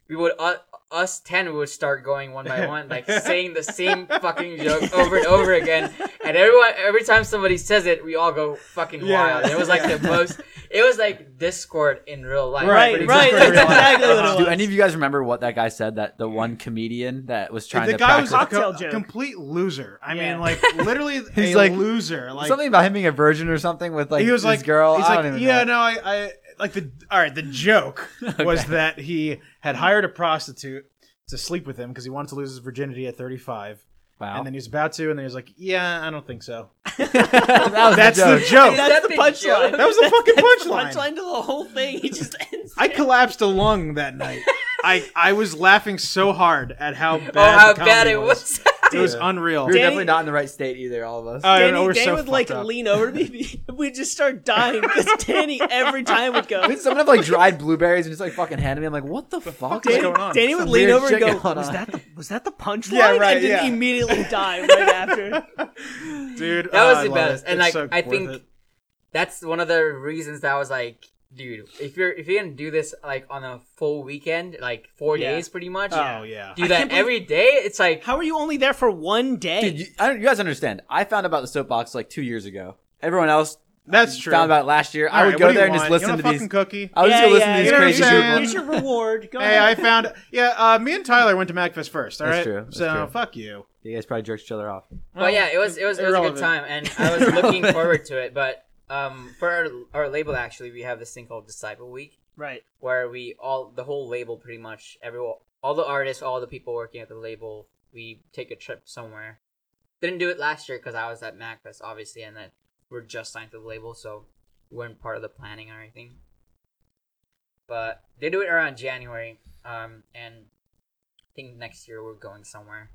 Speaker 4: we would uh, us ten would start going one by one, like saying the same fucking joke over and over again. And everyone every time somebody says it, we all go fucking
Speaker 1: Yeah.
Speaker 4: wild. It was like the most. It was like Discord in real life.
Speaker 1: Right,
Speaker 4: but
Speaker 3: Right, right.
Speaker 4: it's just-
Speaker 1: exactly
Speaker 3: That's exactly
Speaker 1: what it
Speaker 3: what it was.
Speaker 2: Do any of you guys remember what that guy said? That the one comedian that was trying
Speaker 1: the
Speaker 2: to
Speaker 1: guy was
Speaker 2: practice
Speaker 1: a
Speaker 3: Cocktail
Speaker 1: co-
Speaker 3: joke.
Speaker 1: complete loser. I
Speaker 3: Yeah.
Speaker 1: mean, like literally a
Speaker 2: He's like-
Speaker 1: loser. Like
Speaker 2: something about him being a virgin or something with like
Speaker 1: he was
Speaker 2: this
Speaker 1: like
Speaker 2: girl.
Speaker 1: He's
Speaker 2: I
Speaker 1: like,
Speaker 2: don't even
Speaker 1: yeah,
Speaker 2: know.
Speaker 1: no, I, I like the all right. The joke was that he had hired a prostitute to sleep with him because he wanted to lose his virginity at 35,
Speaker 2: Wow,
Speaker 1: and then he was about to, and then he was like, yeah, I don't think so.
Speaker 2: that was
Speaker 1: That's the
Speaker 2: joke.
Speaker 1: joke.
Speaker 4: That-
Speaker 3: That's the
Speaker 4: the
Speaker 3: punchline.
Speaker 4: joke.
Speaker 1: That was the fucking
Speaker 3: That's the
Speaker 1: punchline.
Speaker 3: punchline to the whole thing. He just ends.
Speaker 1: I
Speaker 3: it.
Speaker 1: collapsed a lung that night. I I was laughing so hard at how bad
Speaker 4: Oh, how
Speaker 1: the
Speaker 4: bad
Speaker 1: comedy
Speaker 4: it
Speaker 1: was.
Speaker 4: was.
Speaker 1: It was
Speaker 2: Yeah.
Speaker 1: unreal.
Speaker 2: We were
Speaker 3: Danny-
Speaker 2: definitely not in the right state either, all of us.
Speaker 1: I don't
Speaker 3: Danny,
Speaker 1: know, we're
Speaker 3: Danny
Speaker 1: so
Speaker 3: would like
Speaker 1: fucked up.
Speaker 3: lean over to me. We'd just start dying because Danny every time would go.
Speaker 2: Did someone have like dried blueberries and just like fucking handed me? I'm like, what the fuck?
Speaker 1: is
Speaker 2: Like,
Speaker 1: going on?
Speaker 3: Danny would
Speaker 2: Some
Speaker 3: lean
Speaker 2: weird
Speaker 3: over and
Speaker 2: shit
Speaker 3: go,
Speaker 2: going
Speaker 3: "Was
Speaker 2: on."
Speaker 3: that the was that the punchline?"
Speaker 1: Yeah, right,
Speaker 3: and then
Speaker 1: yeah.
Speaker 3: immediately die right after.
Speaker 1: Dude,
Speaker 4: That
Speaker 1: oh,
Speaker 4: was
Speaker 1: I
Speaker 4: the
Speaker 1: love
Speaker 4: best,
Speaker 1: it.
Speaker 4: and
Speaker 1: It's
Speaker 4: like
Speaker 1: so
Speaker 4: I
Speaker 1: worth
Speaker 4: think
Speaker 1: it.
Speaker 4: that's one of the reasons that I was like, dude, if you're if you're gonna do this like on a full weekend, like four
Speaker 3: Yeah.
Speaker 4: days pretty much,
Speaker 1: Oh yeah.
Speaker 4: do
Speaker 3: I
Speaker 4: that
Speaker 3: can't believe-
Speaker 4: every day. It's like
Speaker 3: How are you only there for one day?
Speaker 2: Dude, you, I don't, you guys understand? I found about the soapbox like two years ago. Everyone else
Speaker 1: That's true.
Speaker 2: found about it last year.
Speaker 1: All
Speaker 2: I would
Speaker 1: right,
Speaker 2: go
Speaker 1: what do
Speaker 2: there
Speaker 1: you
Speaker 2: and
Speaker 1: want?
Speaker 2: just
Speaker 1: You
Speaker 2: listen
Speaker 1: want a
Speaker 2: to
Speaker 1: fucking
Speaker 2: these.
Speaker 1: cookie.
Speaker 2: I was just
Speaker 3: Yeah,
Speaker 2: gonna listen
Speaker 3: yeah,
Speaker 2: to these
Speaker 1: yeah.
Speaker 2: crazy
Speaker 1: You know what I'm
Speaker 2: people.
Speaker 1: saying?
Speaker 3: Here's your reward. Go
Speaker 1: Hey, I
Speaker 3: ahead.
Speaker 1: found yeah. Uh, me and Tyler went to MacFest first. All right,
Speaker 2: That's true, that's
Speaker 1: so
Speaker 2: true.
Speaker 1: fuck you.
Speaker 2: You guys probably jerked each other off.
Speaker 4: well, yeah, it was it was, it was a good
Speaker 1: irrelevant.
Speaker 4: time, and I was looking
Speaker 2: Irrelevant.
Speaker 4: forward to it. But um, for our, our label, actually, we have this thing called Disciple Week,
Speaker 3: right.
Speaker 4: where we all the whole label, pretty much every all the artists, all the people working at the label, we take a trip somewhere. Didn't do it last year because I was at MacFest, obviously, and then we're just signed to the label, so we weren't part of the planning or anything. But they do it around January, um, and I think next year we're going somewhere,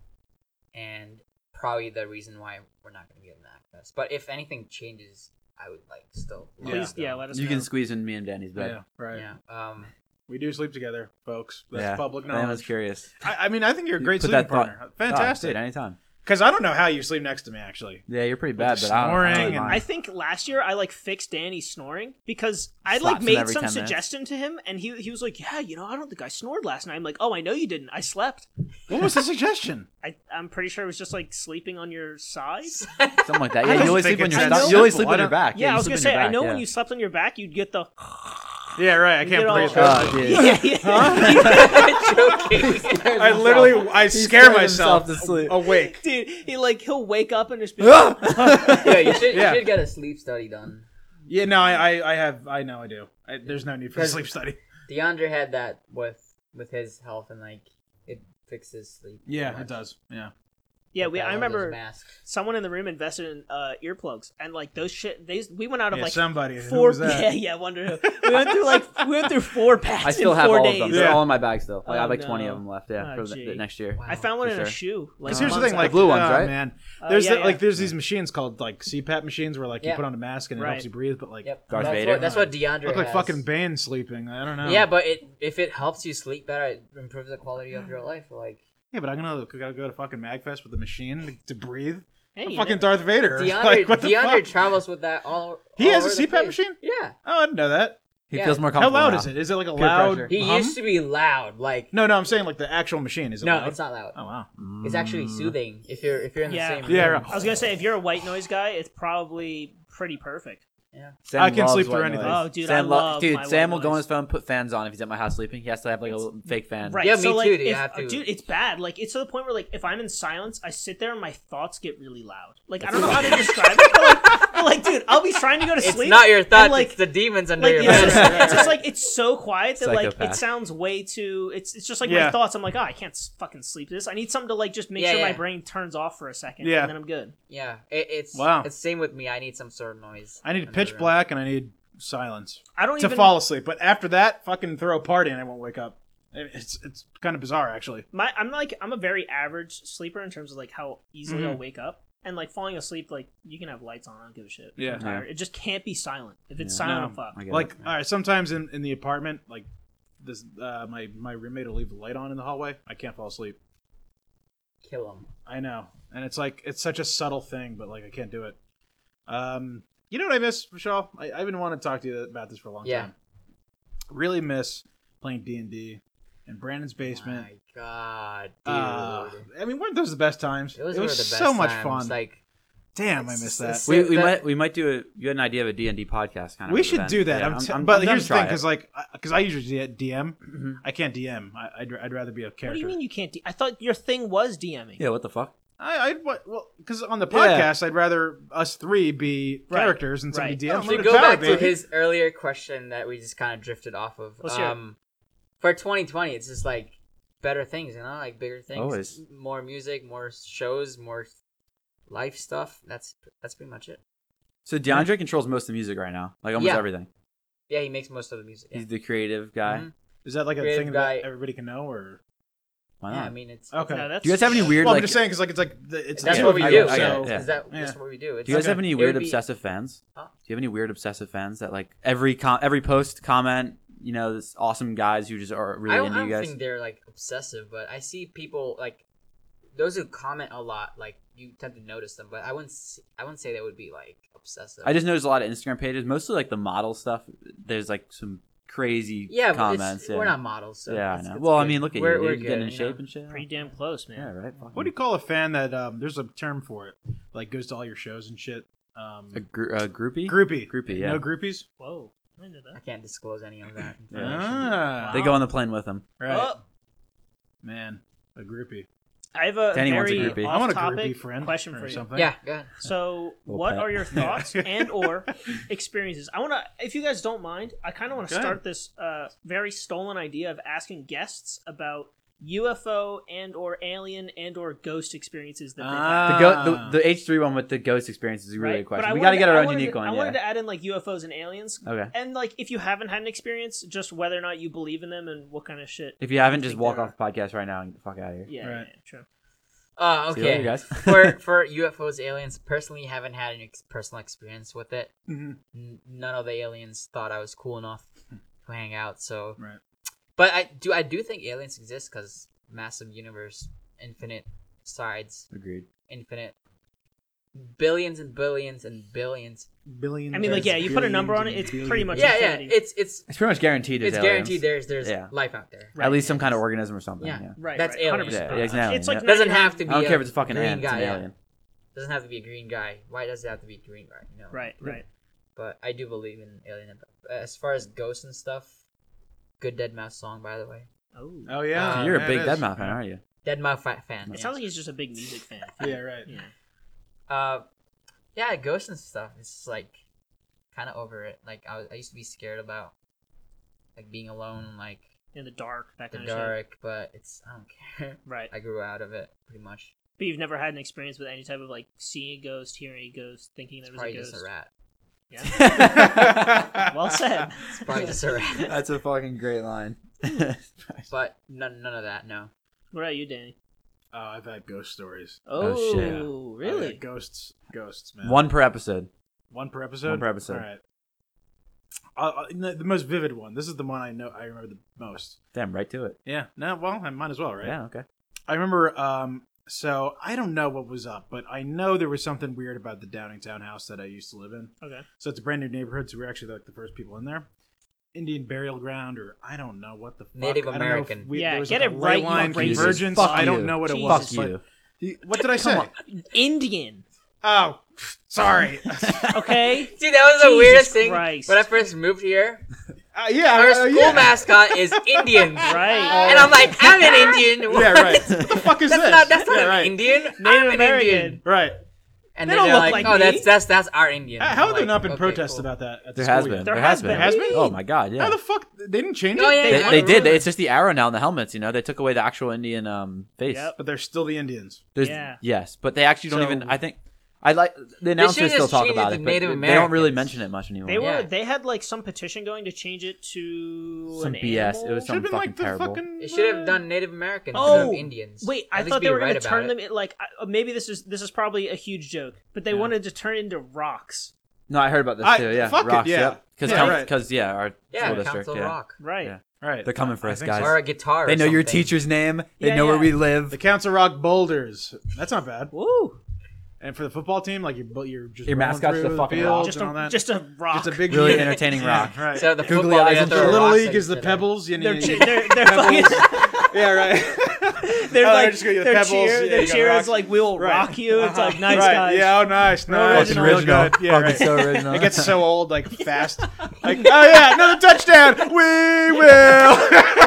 Speaker 4: and probably the reason why we're not going to be at MacFest. But if anything changes, I would like still.
Speaker 1: Yeah.
Speaker 3: Please, yeah, let us
Speaker 2: You
Speaker 3: know.
Speaker 2: can squeeze in me and Danny's bed.
Speaker 1: Yeah, right.
Speaker 4: yeah. Um,
Speaker 1: We do sleep together, folks. That's
Speaker 2: Yeah.
Speaker 1: public
Speaker 2: Man, I was
Speaker 1: knowledge.
Speaker 2: curious.
Speaker 1: I, I mean, I think you're a
Speaker 2: You
Speaker 1: great
Speaker 2: put
Speaker 1: sleeping
Speaker 2: that thought-
Speaker 1: partner.
Speaker 2: Oh, dude,
Speaker 1: Fantastic.
Speaker 2: anytime.
Speaker 1: Because I don't know how you sleep next to me. Actually,
Speaker 2: Yeah, you're pretty
Speaker 1: With
Speaker 2: bad,
Speaker 1: the
Speaker 2: but I don't, I don't
Speaker 1: snoring
Speaker 2: really
Speaker 1: and-
Speaker 2: mind.
Speaker 3: I think last year I like fixed Danny's snoring because I
Speaker 2: Slaps
Speaker 3: like
Speaker 2: him
Speaker 3: made
Speaker 2: every
Speaker 3: some
Speaker 2: 10 minutes.
Speaker 3: suggestion to him and he he was like, "Yeah, you know, I don't think I snored last night." I'm like, "Oh, I know you didn't. I slept."
Speaker 1: what was the suggestion?
Speaker 3: I I'm pretty sure it was just like sleeping on your side.
Speaker 2: Something like that.
Speaker 1: I
Speaker 2: Yeah, you
Speaker 1: don't
Speaker 2: always
Speaker 1: think
Speaker 2: sleep on
Speaker 1: it's
Speaker 2: your
Speaker 1: that
Speaker 2: stomach. You always
Speaker 1: simple.
Speaker 2: sleep on
Speaker 1: I
Speaker 2: your
Speaker 1: don't-
Speaker 2: back.
Speaker 3: yeah, I was
Speaker 2: you
Speaker 3: gonna
Speaker 2: sleep
Speaker 3: say,
Speaker 2: on your
Speaker 3: I know
Speaker 2: back,
Speaker 3: when
Speaker 2: yeah.
Speaker 3: you slept on your back, you'd get the
Speaker 1: Yeah, right. I
Speaker 3: You
Speaker 1: can't
Speaker 3: get all-
Speaker 1: breathe.
Speaker 2: Oh,
Speaker 1: fast.
Speaker 2: dude.
Speaker 3: yeah, yeah.
Speaker 4: joking.
Speaker 1: I literally, I
Speaker 2: He
Speaker 1: scare
Speaker 2: scared
Speaker 1: myself
Speaker 2: himself to sleep.
Speaker 1: awake.
Speaker 3: dude. He like he'll wake up and just be like,
Speaker 2: Ah!
Speaker 4: yeah, you should,
Speaker 1: Yeah.
Speaker 4: you should get a sleep study done.
Speaker 1: Yeah, no, I, I, I have, I know, I do. I, there's no need for a sleep study.
Speaker 4: DeAndre had that with with his health, and like it fixes sleep.
Speaker 1: Yeah, it does. Yeah,
Speaker 3: "Yeah, we." I remember
Speaker 4: Mask.
Speaker 3: someone in the room invested in uh, earplugs and like those shit. They we went out of
Speaker 1: yeah
Speaker 3: like
Speaker 1: somebody. who
Speaker 3: four.
Speaker 1: was that?
Speaker 3: Yeah, yeah. I Wonder who. We went through like we went through four packs.
Speaker 2: I still
Speaker 3: in
Speaker 2: have
Speaker 3: four
Speaker 2: all of
Speaker 3: days.
Speaker 2: them. They're
Speaker 1: Yeah.
Speaker 2: all in my bag still. Like, I
Speaker 3: Oh,
Speaker 2: have like 20
Speaker 3: no.
Speaker 2: of them left. Yeah,
Speaker 3: Oh,
Speaker 2: for the,
Speaker 3: gee.
Speaker 2: the next year.
Speaker 4: Wow.
Speaker 3: I found one
Speaker 2: For
Speaker 3: in a
Speaker 2: sure.
Speaker 3: shoe. Like
Speaker 1: Because here's the
Speaker 3: months
Speaker 1: thing,
Speaker 3: ago.
Speaker 1: like
Speaker 2: The blue ones,
Speaker 1: oh,
Speaker 2: right?
Speaker 1: Man,
Speaker 3: Uh,
Speaker 1: there's
Speaker 3: yeah,
Speaker 1: the,
Speaker 3: yeah.
Speaker 1: like there's these machines called like CPAP machines where like you
Speaker 4: Yeah.
Speaker 1: put on a mask and it
Speaker 3: Right.
Speaker 1: helps you breathe, but like
Speaker 4: Yep.
Speaker 2: Darth
Speaker 4: that's
Speaker 2: Vader?
Speaker 4: What, that's what DeAndre
Speaker 1: look like
Speaker 4: has.
Speaker 1: fucking Bane sleeping. I don't know.
Speaker 4: Yeah, but it if it helps you sleep better, it improves the quality of your life. Like
Speaker 1: yeah, but I'm gonna gotta go to fucking Magfest with a machine to, to breathe.
Speaker 3: Hey,
Speaker 1: I'm
Speaker 3: you
Speaker 1: fucking
Speaker 3: know-
Speaker 1: Darth Vader.
Speaker 4: DeAndre,
Speaker 1: Like, what the
Speaker 4: DeAndre
Speaker 1: fuck?
Speaker 4: travels with that all.
Speaker 1: He
Speaker 4: all
Speaker 1: has a
Speaker 4: over the
Speaker 1: CPAP
Speaker 4: place.
Speaker 1: machine?
Speaker 4: Yeah,
Speaker 1: Oh, I didn't know that.
Speaker 2: He
Speaker 4: Yeah.
Speaker 2: feels more
Speaker 1: How
Speaker 2: comfortable.
Speaker 1: loud
Speaker 2: now.
Speaker 1: is it? Is it like a
Speaker 2: Peer
Speaker 1: loud?
Speaker 2: pressure.
Speaker 4: He
Speaker 1: hum?
Speaker 4: used to be loud, like
Speaker 1: Uh-huh. No, no, I'm saying like the actual machine. Is it
Speaker 4: no,
Speaker 1: loud?
Speaker 4: it's not loud.
Speaker 1: Oh wow.
Speaker 4: It's actually soothing if you're if you're in
Speaker 3: Yeah.
Speaker 4: the same
Speaker 1: Yeah,
Speaker 4: room.
Speaker 1: right.
Speaker 3: I was gonna say if you're a white noise guy, it's probably pretty perfect.
Speaker 4: Yeah.
Speaker 2: Sam
Speaker 1: I can
Speaker 2: loves
Speaker 1: sleep through
Speaker 2: white
Speaker 1: anything.
Speaker 2: noise.
Speaker 3: Oh, dude,
Speaker 2: Sam
Speaker 3: I
Speaker 2: lo-
Speaker 3: love
Speaker 2: dude.
Speaker 3: my
Speaker 2: Sam
Speaker 3: white
Speaker 2: will go on
Speaker 3: noise.
Speaker 2: his phone, put fans on if he's at my house sleeping. He has to have like a little fake fan.
Speaker 3: Right.
Speaker 4: Yeah,
Speaker 3: so
Speaker 4: me
Speaker 3: like,
Speaker 4: too, dude. I
Speaker 3: if-
Speaker 4: have to-
Speaker 3: dude, it's bad. Like it's to the point where like if I'm in silence, I sit there and my thoughts get really loud. Like I don't know how to describe it, but like, but, like, dude, I'll be trying to go to
Speaker 4: It's
Speaker 3: sleep.
Speaker 4: not your
Speaker 3: and,
Speaker 4: thoughts,
Speaker 3: like,
Speaker 4: it's the demons under
Speaker 3: like
Speaker 4: your
Speaker 3: it's
Speaker 4: bed.
Speaker 3: just, it's just like it's so quiet that like it
Speaker 2: Psychopath.
Speaker 3: sounds way too. It's it's just like my
Speaker 1: Yeah.
Speaker 3: thoughts. I'm like, oh, I can't s- fucking sleep this. I need something to like just make
Speaker 4: Yeah,
Speaker 3: sure my
Speaker 4: yeah.
Speaker 3: brain turns off for a second.
Speaker 1: Yeah.
Speaker 3: and then I'm good.
Speaker 4: yeah, it, it's
Speaker 1: Wow.
Speaker 4: It's same with me. I need some sort of noise.
Speaker 1: I
Speaker 4: in
Speaker 1: need
Speaker 4: the
Speaker 1: pitch
Speaker 4: room.
Speaker 1: black and I need silence
Speaker 3: I don't
Speaker 1: to
Speaker 3: even
Speaker 1: fall asleep. But after that, fucking throw a party and I won't wake up. It- It's it's kind of bizarre actually.
Speaker 3: my I'm like I'm a very average sleeper in terms of like how easily I'll
Speaker 1: Mhm.
Speaker 3: wake up and like falling asleep like you can have lights on I don't give a shit
Speaker 1: Yeah.
Speaker 3: I'm tired. it just can't be silent if it's
Speaker 2: Yeah.
Speaker 3: silent
Speaker 1: No.
Speaker 3: I'm fucked
Speaker 2: I get
Speaker 1: Like
Speaker 2: it.
Speaker 1: all right, sometimes in, in the apartment, like this, uh, my my roommate will leave the light on in the hallway. I can't fall asleep.
Speaker 4: Kill them.
Speaker 1: I know, and it's like it's such a subtle thing, but like I can't do it. Um, you know what I miss, Michelle? I, I've been wanting to talk to you about this for a long
Speaker 4: Yeah.
Speaker 1: time. Really miss playing D and D in Brandon's basement.
Speaker 4: My God, dude.
Speaker 1: Uh, I mean, weren't those the best times?
Speaker 4: Those
Speaker 1: it
Speaker 4: were
Speaker 1: was
Speaker 4: the best
Speaker 1: so much
Speaker 4: times,
Speaker 1: fun.
Speaker 4: Like
Speaker 1: Damn, I
Speaker 4: it's-
Speaker 1: miss
Speaker 4: it's-
Speaker 1: that.
Speaker 2: we, we
Speaker 4: that-
Speaker 2: might we might do a you had an idea of a D and D podcast kind of.
Speaker 1: We should
Speaker 2: event.
Speaker 1: do that.
Speaker 2: Yeah,
Speaker 1: I'm t-
Speaker 2: I'm-
Speaker 1: but
Speaker 2: I'm down
Speaker 1: here's
Speaker 2: to
Speaker 1: the
Speaker 2: try
Speaker 1: thing,
Speaker 2: it.
Speaker 1: because like, because I usually D- DM,
Speaker 4: Mm-hmm.
Speaker 2: Mhm.
Speaker 1: I can't DM. I, I'd, I'd rather be a character.
Speaker 3: what do you mean you can't de- I thought your thing was DMing
Speaker 2: yeah, what the fuck?
Speaker 1: I, I'd wa- well, because on the
Speaker 2: Yeah.
Speaker 1: podcast, I'd rather us three be
Speaker 3: Right.
Speaker 1: characters and somebody
Speaker 3: Right.
Speaker 1: DM.
Speaker 4: to
Speaker 1: Look at
Speaker 4: go
Speaker 1: Tyler,
Speaker 4: back to
Speaker 1: baby.
Speaker 4: his earlier question that we just kind of drifted off of.
Speaker 3: Let's hear it.
Speaker 4: um, for 2020, it's just like better things, you know, like bigger things,
Speaker 2: Always.
Speaker 4: more music, more shows, more life stuff. That's that's pretty much it.
Speaker 2: So DeAndre controls most of the music right now, like almost
Speaker 4: Yeah.
Speaker 2: everything.
Speaker 4: Yeah, he makes most of the music. Yeah,
Speaker 2: He's the creative guy.
Speaker 3: Mm-hmm.
Speaker 4: Mhm.
Speaker 1: Is that like a
Speaker 4: creative
Speaker 1: thing
Speaker 4: guy.
Speaker 1: that everybody can know, or
Speaker 2: Why
Speaker 4: yeah
Speaker 2: not?
Speaker 4: I mean, it's
Speaker 1: Okay.
Speaker 3: no, that's
Speaker 2: do you guys have any weird
Speaker 1: well, I'm
Speaker 2: like?
Speaker 1: just saying because like it's like the, it's
Speaker 4: That's
Speaker 1: the two
Speaker 4: what
Speaker 1: of
Speaker 4: we
Speaker 1: you,
Speaker 2: I
Speaker 4: do.
Speaker 2: got it,
Speaker 4: so
Speaker 1: so
Speaker 2: yeah.
Speaker 4: is that
Speaker 1: Yeah.
Speaker 4: that's what we do? It's
Speaker 2: Do you guys
Speaker 1: Okay.
Speaker 2: have any
Speaker 4: It
Speaker 2: weird
Speaker 4: would be-
Speaker 2: obsessive fans? Do
Speaker 4: Huh?
Speaker 2: you have any weird obsessive fans that like every com- every post comment, you know, this awesome guys who just are
Speaker 4: I
Speaker 2: really
Speaker 4: don't,
Speaker 2: into
Speaker 4: I
Speaker 2: you
Speaker 4: don't
Speaker 2: guys?
Speaker 4: think they're like obsessive, but I see people like those who comment a lot. Like you tend to notice them, but I wouldn't. s- I wouldn't say they would be like obsessive.
Speaker 2: I just noticed a lot of Instagram pages, mostly like the model stuff. There's like some crazy
Speaker 4: yeah, but it's-
Speaker 2: comments. yeah.
Speaker 4: we're not models. So
Speaker 2: yeah, I
Speaker 4: it's-
Speaker 2: know.
Speaker 4: it's
Speaker 2: Well, I
Speaker 4: good.
Speaker 2: mean, look at
Speaker 4: we're,
Speaker 2: you.
Speaker 4: We're
Speaker 2: We're
Speaker 4: good,
Speaker 2: getting in
Speaker 4: you
Speaker 2: shape
Speaker 4: know?
Speaker 2: and shit.
Speaker 3: pretty damn close man
Speaker 2: Yeah, right.
Speaker 1: What do you call a fan that um? There's a term for it. Like goes to all your shows and shit. Um,
Speaker 2: a, gr- a groupie?
Speaker 1: groupie.
Speaker 2: groupie, yeah.
Speaker 1: No groupies.
Speaker 3: whoa I didn't know
Speaker 4: I
Speaker 3: that
Speaker 4: can't disclose any of that.
Speaker 2: Yeah.
Speaker 4: information.
Speaker 1: Ah,
Speaker 2: They go on the plane with him.
Speaker 1: right.
Speaker 3: Oh,
Speaker 1: Man, a groupie.
Speaker 3: I have a
Speaker 2: If anyone's a
Speaker 3: very
Speaker 2: groupie.
Speaker 1: I want a
Speaker 3: off-topic
Speaker 1: groupie friend
Speaker 3: question
Speaker 1: or
Speaker 3: for you
Speaker 1: something.
Speaker 4: yeah, go ahead.
Speaker 3: so
Speaker 2: Little
Speaker 3: what
Speaker 2: pet.
Speaker 3: are your thoughts
Speaker 1: Yeah.
Speaker 3: and or experiences I want to if you guys don't mind I kind of want to
Speaker 1: Go ahead.
Speaker 3: start this uh, very stolen idea of asking guests about UFO and or alien and or ghost experiences that they've had.
Speaker 1: Uh,
Speaker 2: The, go- the, the H3 one with the ghost experience is a Ah. really
Speaker 3: right?
Speaker 2: good question.
Speaker 3: I
Speaker 2: we
Speaker 3: wanted
Speaker 2: got to get
Speaker 3: I
Speaker 2: our own
Speaker 3: wanted
Speaker 2: unique
Speaker 3: to- I
Speaker 2: one.
Speaker 3: wanted
Speaker 2: Yeah.
Speaker 3: to add in like UFOs and aliens,
Speaker 2: Okay.
Speaker 3: and like if you haven't had an experience, just whether or not you believe in them and what kind of shit.
Speaker 2: If you haven't,
Speaker 3: I
Speaker 2: just
Speaker 3: think
Speaker 2: walk
Speaker 3: there
Speaker 2: off the podcast right now and get the fuck out of here.
Speaker 3: Yeah,
Speaker 1: Right.
Speaker 3: yeah, true.
Speaker 4: Uh,
Speaker 2: See you later,
Speaker 4: okay.
Speaker 2: guys.
Speaker 4: for for UFOs, aliens, personally haven't had an ex- personal experience with it.
Speaker 3: Mm-hmm.
Speaker 1: Mhm.
Speaker 4: N- none of the aliens thought I was cool enough to hang out. So,
Speaker 1: Right.
Speaker 4: but I do I do think aliens exist because massive universe, infinite sides,
Speaker 2: Agreed.
Speaker 4: infinite billions and billions and billions.
Speaker 1: Billions.
Speaker 3: I mean, like, yeah,
Speaker 1: and
Speaker 3: you put a number on
Speaker 1: billions
Speaker 3: it,
Speaker 1: and
Speaker 3: it's pretty
Speaker 1: billions.
Speaker 3: much-
Speaker 4: yeah, yeah.
Speaker 3: infinity.
Speaker 4: It's it's
Speaker 2: It's pretty much guaranteed.
Speaker 4: it's
Speaker 2: there's
Speaker 4: guaranteed
Speaker 2: aliens.
Speaker 4: there's there's
Speaker 2: Yeah.
Speaker 4: life out there.
Speaker 3: Right.
Speaker 2: At least some kind of organism or something. Yeah.
Speaker 4: Yeah.
Speaker 3: Right,
Speaker 4: That's
Speaker 3: right, 100%.
Speaker 4: aliens.
Speaker 2: Yeah, yeah, it's an alien,
Speaker 3: like
Speaker 2: yeah.
Speaker 4: Doesn't have to be.
Speaker 2: I don't
Speaker 4: a
Speaker 2: care if it's a fucking
Speaker 4: green
Speaker 2: ant. It's
Speaker 4: guy,
Speaker 2: an
Speaker 4: yeah.
Speaker 2: alien.
Speaker 4: Doesn't have to be a green guy. Why does it have to be a green guy? You know.
Speaker 3: Right, right.
Speaker 4: But I do believe in alien. As far as ghosts and stuff, good Dead Mouse song by the way.
Speaker 3: Oh,
Speaker 1: Oh yeah,
Speaker 4: Uh,
Speaker 2: You're
Speaker 1: yeah,
Speaker 2: a big
Speaker 1: it is.
Speaker 2: Deadmau fan, aren't you?
Speaker 4: Dead Mouse fan. fan.
Speaker 3: it sounds like he's just a big music fan.
Speaker 1: Yeah, right.
Speaker 3: Yeah.
Speaker 4: Uh, yeah, ghosts and stuff. It's just, like kind of over it. Like I, was, I used to be scared about like being alone, and, like
Speaker 3: In the dark, that
Speaker 4: the
Speaker 3: kind of shit.
Speaker 4: dark. But it's I don't care.
Speaker 3: Right.
Speaker 4: I grew out of it pretty much.
Speaker 3: But you've never had an experience with any type of like seeing a ghost, hearing a ghost, thinking
Speaker 4: It's
Speaker 3: there was a
Speaker 4: probably
Speaker 3: ghost.
Speaker 4: just a rat.
Speaker 3: Yeah.
Speaker 1: well
Speaker 3: Well said.
Speaker 4: It's probably just a rat.
Speaker 2: a fucking great line.
Speaker 4: But none, none of that. No.
Speaker 3: What about you, Danny?
Speaker 1: Oh, I've had ghost stories.
Speaker 3: Oh,
Speaker 2: Oh, shit.
Speaker 1: I've had
Speaker 3: really?
Speaker 1: ghosts, ghosts, man.
Speaker 2: One per episode.
Speaker 1: one per episode.
Speaker 2: One per episode.
Speaker 1: All right. I'll, I'll- the the most vivid one. This is the one I know. I remember the most.
Speaker 2: Damn, right to it.
Speaker 1: Yeah. No. Well, I might as well, right?
Speaker 2: Yeah, okay.
Speaker 1: I remember. Um. So I don't know what was up, but I know there was something weird about the Downingtown house that I used to live in.
Speaker 3: Okay.
Speaker 1: So it's a brand new neighborhood, so we're actually like the first people in there. Indian burial ground or I don't know what the fuck.
Speaker 4: Native
Speaker 1: I don't know if
Speaker 4: American.
Speaker 1: we-
Speaker 3: Yeah,
Speaker 1: there was,
Speaker 3: get
Speaker 1: like,
Speaker 3: it
Speaker 1: a
Speaker 3: right,
Speaker 1: Ray
Speaker 3: you
Speaker 1: line
Speaker 3: racist.
Speaker 1: convergence.
Speaker 2: Fuck
Speaker 1: I don't
Speaker 2: you.
Speaker 1: know what it
Speaker 3: Jesus.
Speaker 1: was.
Speaker 2: Fuck
Speaker 1: but-
Speaker 2: you.
Speaker 1: What did I say?
Speaker 2: Come
Speaker 3: Indian.
Speaker 1: Oh, sorry.
Speaker 2: Uh,
Speaker 3: Okay.
Speaker 4: Dude, that was the
Speaker 3: Jesus
Speaker 4: weirdest thing.
Speaker 3: Christ.
Speaker 4: When I first moved here,
Speaker 1: Uh, yeah,
Speaker 4: our
Speaker 1: uh,
Speaker 4: school
Speaker 1: yeah.
Speaker 4: mascot is Indian.
Speaker 3: Right.
Speaker 4: And I'm like, I'm an Indian.
Speaker 1: Yeah, right. What the fuck is
Speaker 4: That's
Speaker 1: this?
Speaker 4: not that's not
Speaker 1: Yeah,
Speaker 4: an
Speaker 1: right.
Speaker 4: Indian. I'm
Speaker 3: Native
Speaker 4: an Indian.
Speaker 3: American.
Speaker 1: Right.
Speaker 4: And
Speaker 3: They
Speaker 4: then
Speaker 3: don't
Speaker 4: they're
Speaker 3: look
Speaker 4: like,
Speaker 3: like
Speaker 4: oh,
Speaker 3: me.
Speaker 4: that's that's that's our Indian.
Speaker 1: Uh,
Speaker 4: I'm
Speaker 1: How have there
Speaker 4: like,
Speaker 1: not been
Speaker 4: okay,
Speaker 1: protests
Speaker 4: cool.
Speaker 1: about that? At the
Speaker 2: There
Speaker 1: school
Speaker 2: has
Speaker 1: yet?
Speaker 2: been.
Speaker 3: There
Speaker 2: There
Speaker 3: has
Speaker 2: has been.
Speaker 1: been. Has been?
Speaker 2: Oh my god,
Speaker 1: How
Speaker 2: yeah.
Speaker 1: the fuck they didn't change it?
Speaker 4: Oh, yeah,
Speaker 2: They,
Speaker 4: yeah.
Speaker 2: they did.
Speaker 1: They-
Speaker 2: It's just the arrow now on the helmets. You know, they took away the actual Indian um face.
Speaker 3: Yep.
Speaker 1: But they're still the Indians.
Speaker 2: There's,
Speaker 3: Yeah.
Speaker 2: Yes, but they actually don't
Speaker 1: So-
Speaker 2: even. I think I like the announcers
Speaker 4: should've
Speaker 2: still
Speaker 4: just
Speaker 2: talk
Speaker 4: treated
Speaker 2: about
Speaker 4: the
Speaker 2: it, but
Speaker 4: Native
Speaker 2: they don't really
Speaker 4: Americans.
Speaker 2: mention it much anymore.
Speaker 3: They were.
Speaker 4: Yeah.
Speaker 3: They had like some petition going to change it to
Speaker 2: Some
Speaker 3: an
Speaker 2: BS. It
Speaker 3: animal?
Speaker 2: was
Speaker 1: Should have
Speaker 2: Something
Speaker 1: been like
Speaker 2: fucking
Speaker 1: the
Speaker 2: terrible.
Speaker 1: fucking.
Speaker 4: They should
Speaker 1: uh,
Speaker 4: have done Native Americans instead
Speaker 3: Oh,
Speaker 4: of Indians.
Speaker 3: Wait,
Speaker 4: At
Speaker 3: I
Speaker 4: least
Speaker 3: thought
Speaker 4: be
Speaker 3: they were
Speaker 4: right
Speaker 3: going to
Speaker 4: about
Speaker 3: turn
Speaker 4: it.
Speaker 3: them in, like I- uh, maybe this is this is probably a huge joke, but they
Speaker 2: Yeah.
Speaker 3: wanted to turn it into rocks.
Speaker 2: No, I heard about this
Speaker 1: I-
Speaker 2: too. Yeah,
Speaker 1: fuck it,
Speaker 2: rocks.
Speaker 1: yeah.
Speaker 2: Because
Speaker 1: Yeah,
Speaker 2: yeah,
Speaker 1: right.
Speaker 2: yeah, our
Speaker 4: Yeah,
Speaker 2: school
Speaker 4: Council
Speaker 2: district. Yeah.
Speaker 4: Rock
Speaker 3: Right.
Speaker 2: Yeah.
Speaker 1: Right.
Speaker 2: They're coming for
Speaker 1: I
Speaker 2: us,
Speaker 1: think
Speaker 2: guys.
Speaker 4: or a guitar.
Speaker 2: They
Speaker 4: or
Speaker 2: know your
Speaker 4: something.
Speaker 2: teacher's name. They
Speaker 3: Yeah,
Speaker 2: know where
Speaker 3: yeah.
Speaker 2: we
Speaker 1: The
Speaker 2: live.
Speaker 1: Council Rock Boulders. That's not bad.
Speaker 3: Woo.
Speaker 1: And for the football team, like you, but you're just
Speaker 2: Your
Speaker 1: rolling
Speaker 2: mascot's
Speaker 1: through
Speaker 2: the fucking
Speaker 1: field
Speaker 2: rock.
Speaker 1: and
Speaker 3: Just
Speaker 1: all
Speaker 3: a,
Speaker 1: that.
Speaker 3: just a rock.
Speaker 1: It's a big,
Speaker 2: Really
Speaker 1: yeah,
Speaker 2: entertaining rock.
Speaker 1: Yeah, right.
Speaker 4: So the
Speaker 2: Googly
Speaker 4: football,
Speaker 2: eyes
Speaker 4: they
Speaker 2: and shit.
Speaker 4: throw
Speaker 1: the
Speaker 2: there are
Speaker 1: Little
Speaker 4: rocks
Speaker 1: League
Speaker 4: and
Speaker 1: is the
Speaker 4: shit.
Speaker 1: pebbles. You know,
Speaker 3: They're, che- they're, they're fucking.
Speaker 1: yeah, right.
Speaker 3: They're
Speaker 1: Oh, they're
Speaker 3: like
Speaker 1: just gonna get
Speaker 3: their
Speaker 1: pebbles. Yeah,
Speaker 3: cheer.
Speaker 1: you
Speaker 3: Their
Speaker 1: got
Speaker 3: cheer
Speaker 1: rocks.
Speaker 3: is like, "We will
Speaker 1: Right.
Speaker 3: rock you." It's like, nice
Speaker 1: right.
Speaker 3: guys.
Speaker 1: Yeah, oh, nice, nice.
Speaker 2: Fucking
Speaker 1: real
Speaker 2: original.
Speaker 1: good. Yeah,
Speaker 2: Fucking
Speaker 1: right.
Speaker 2: so original.
Speaker 1: It gets so old, like fast. Like, oh yeah, another touchdown. We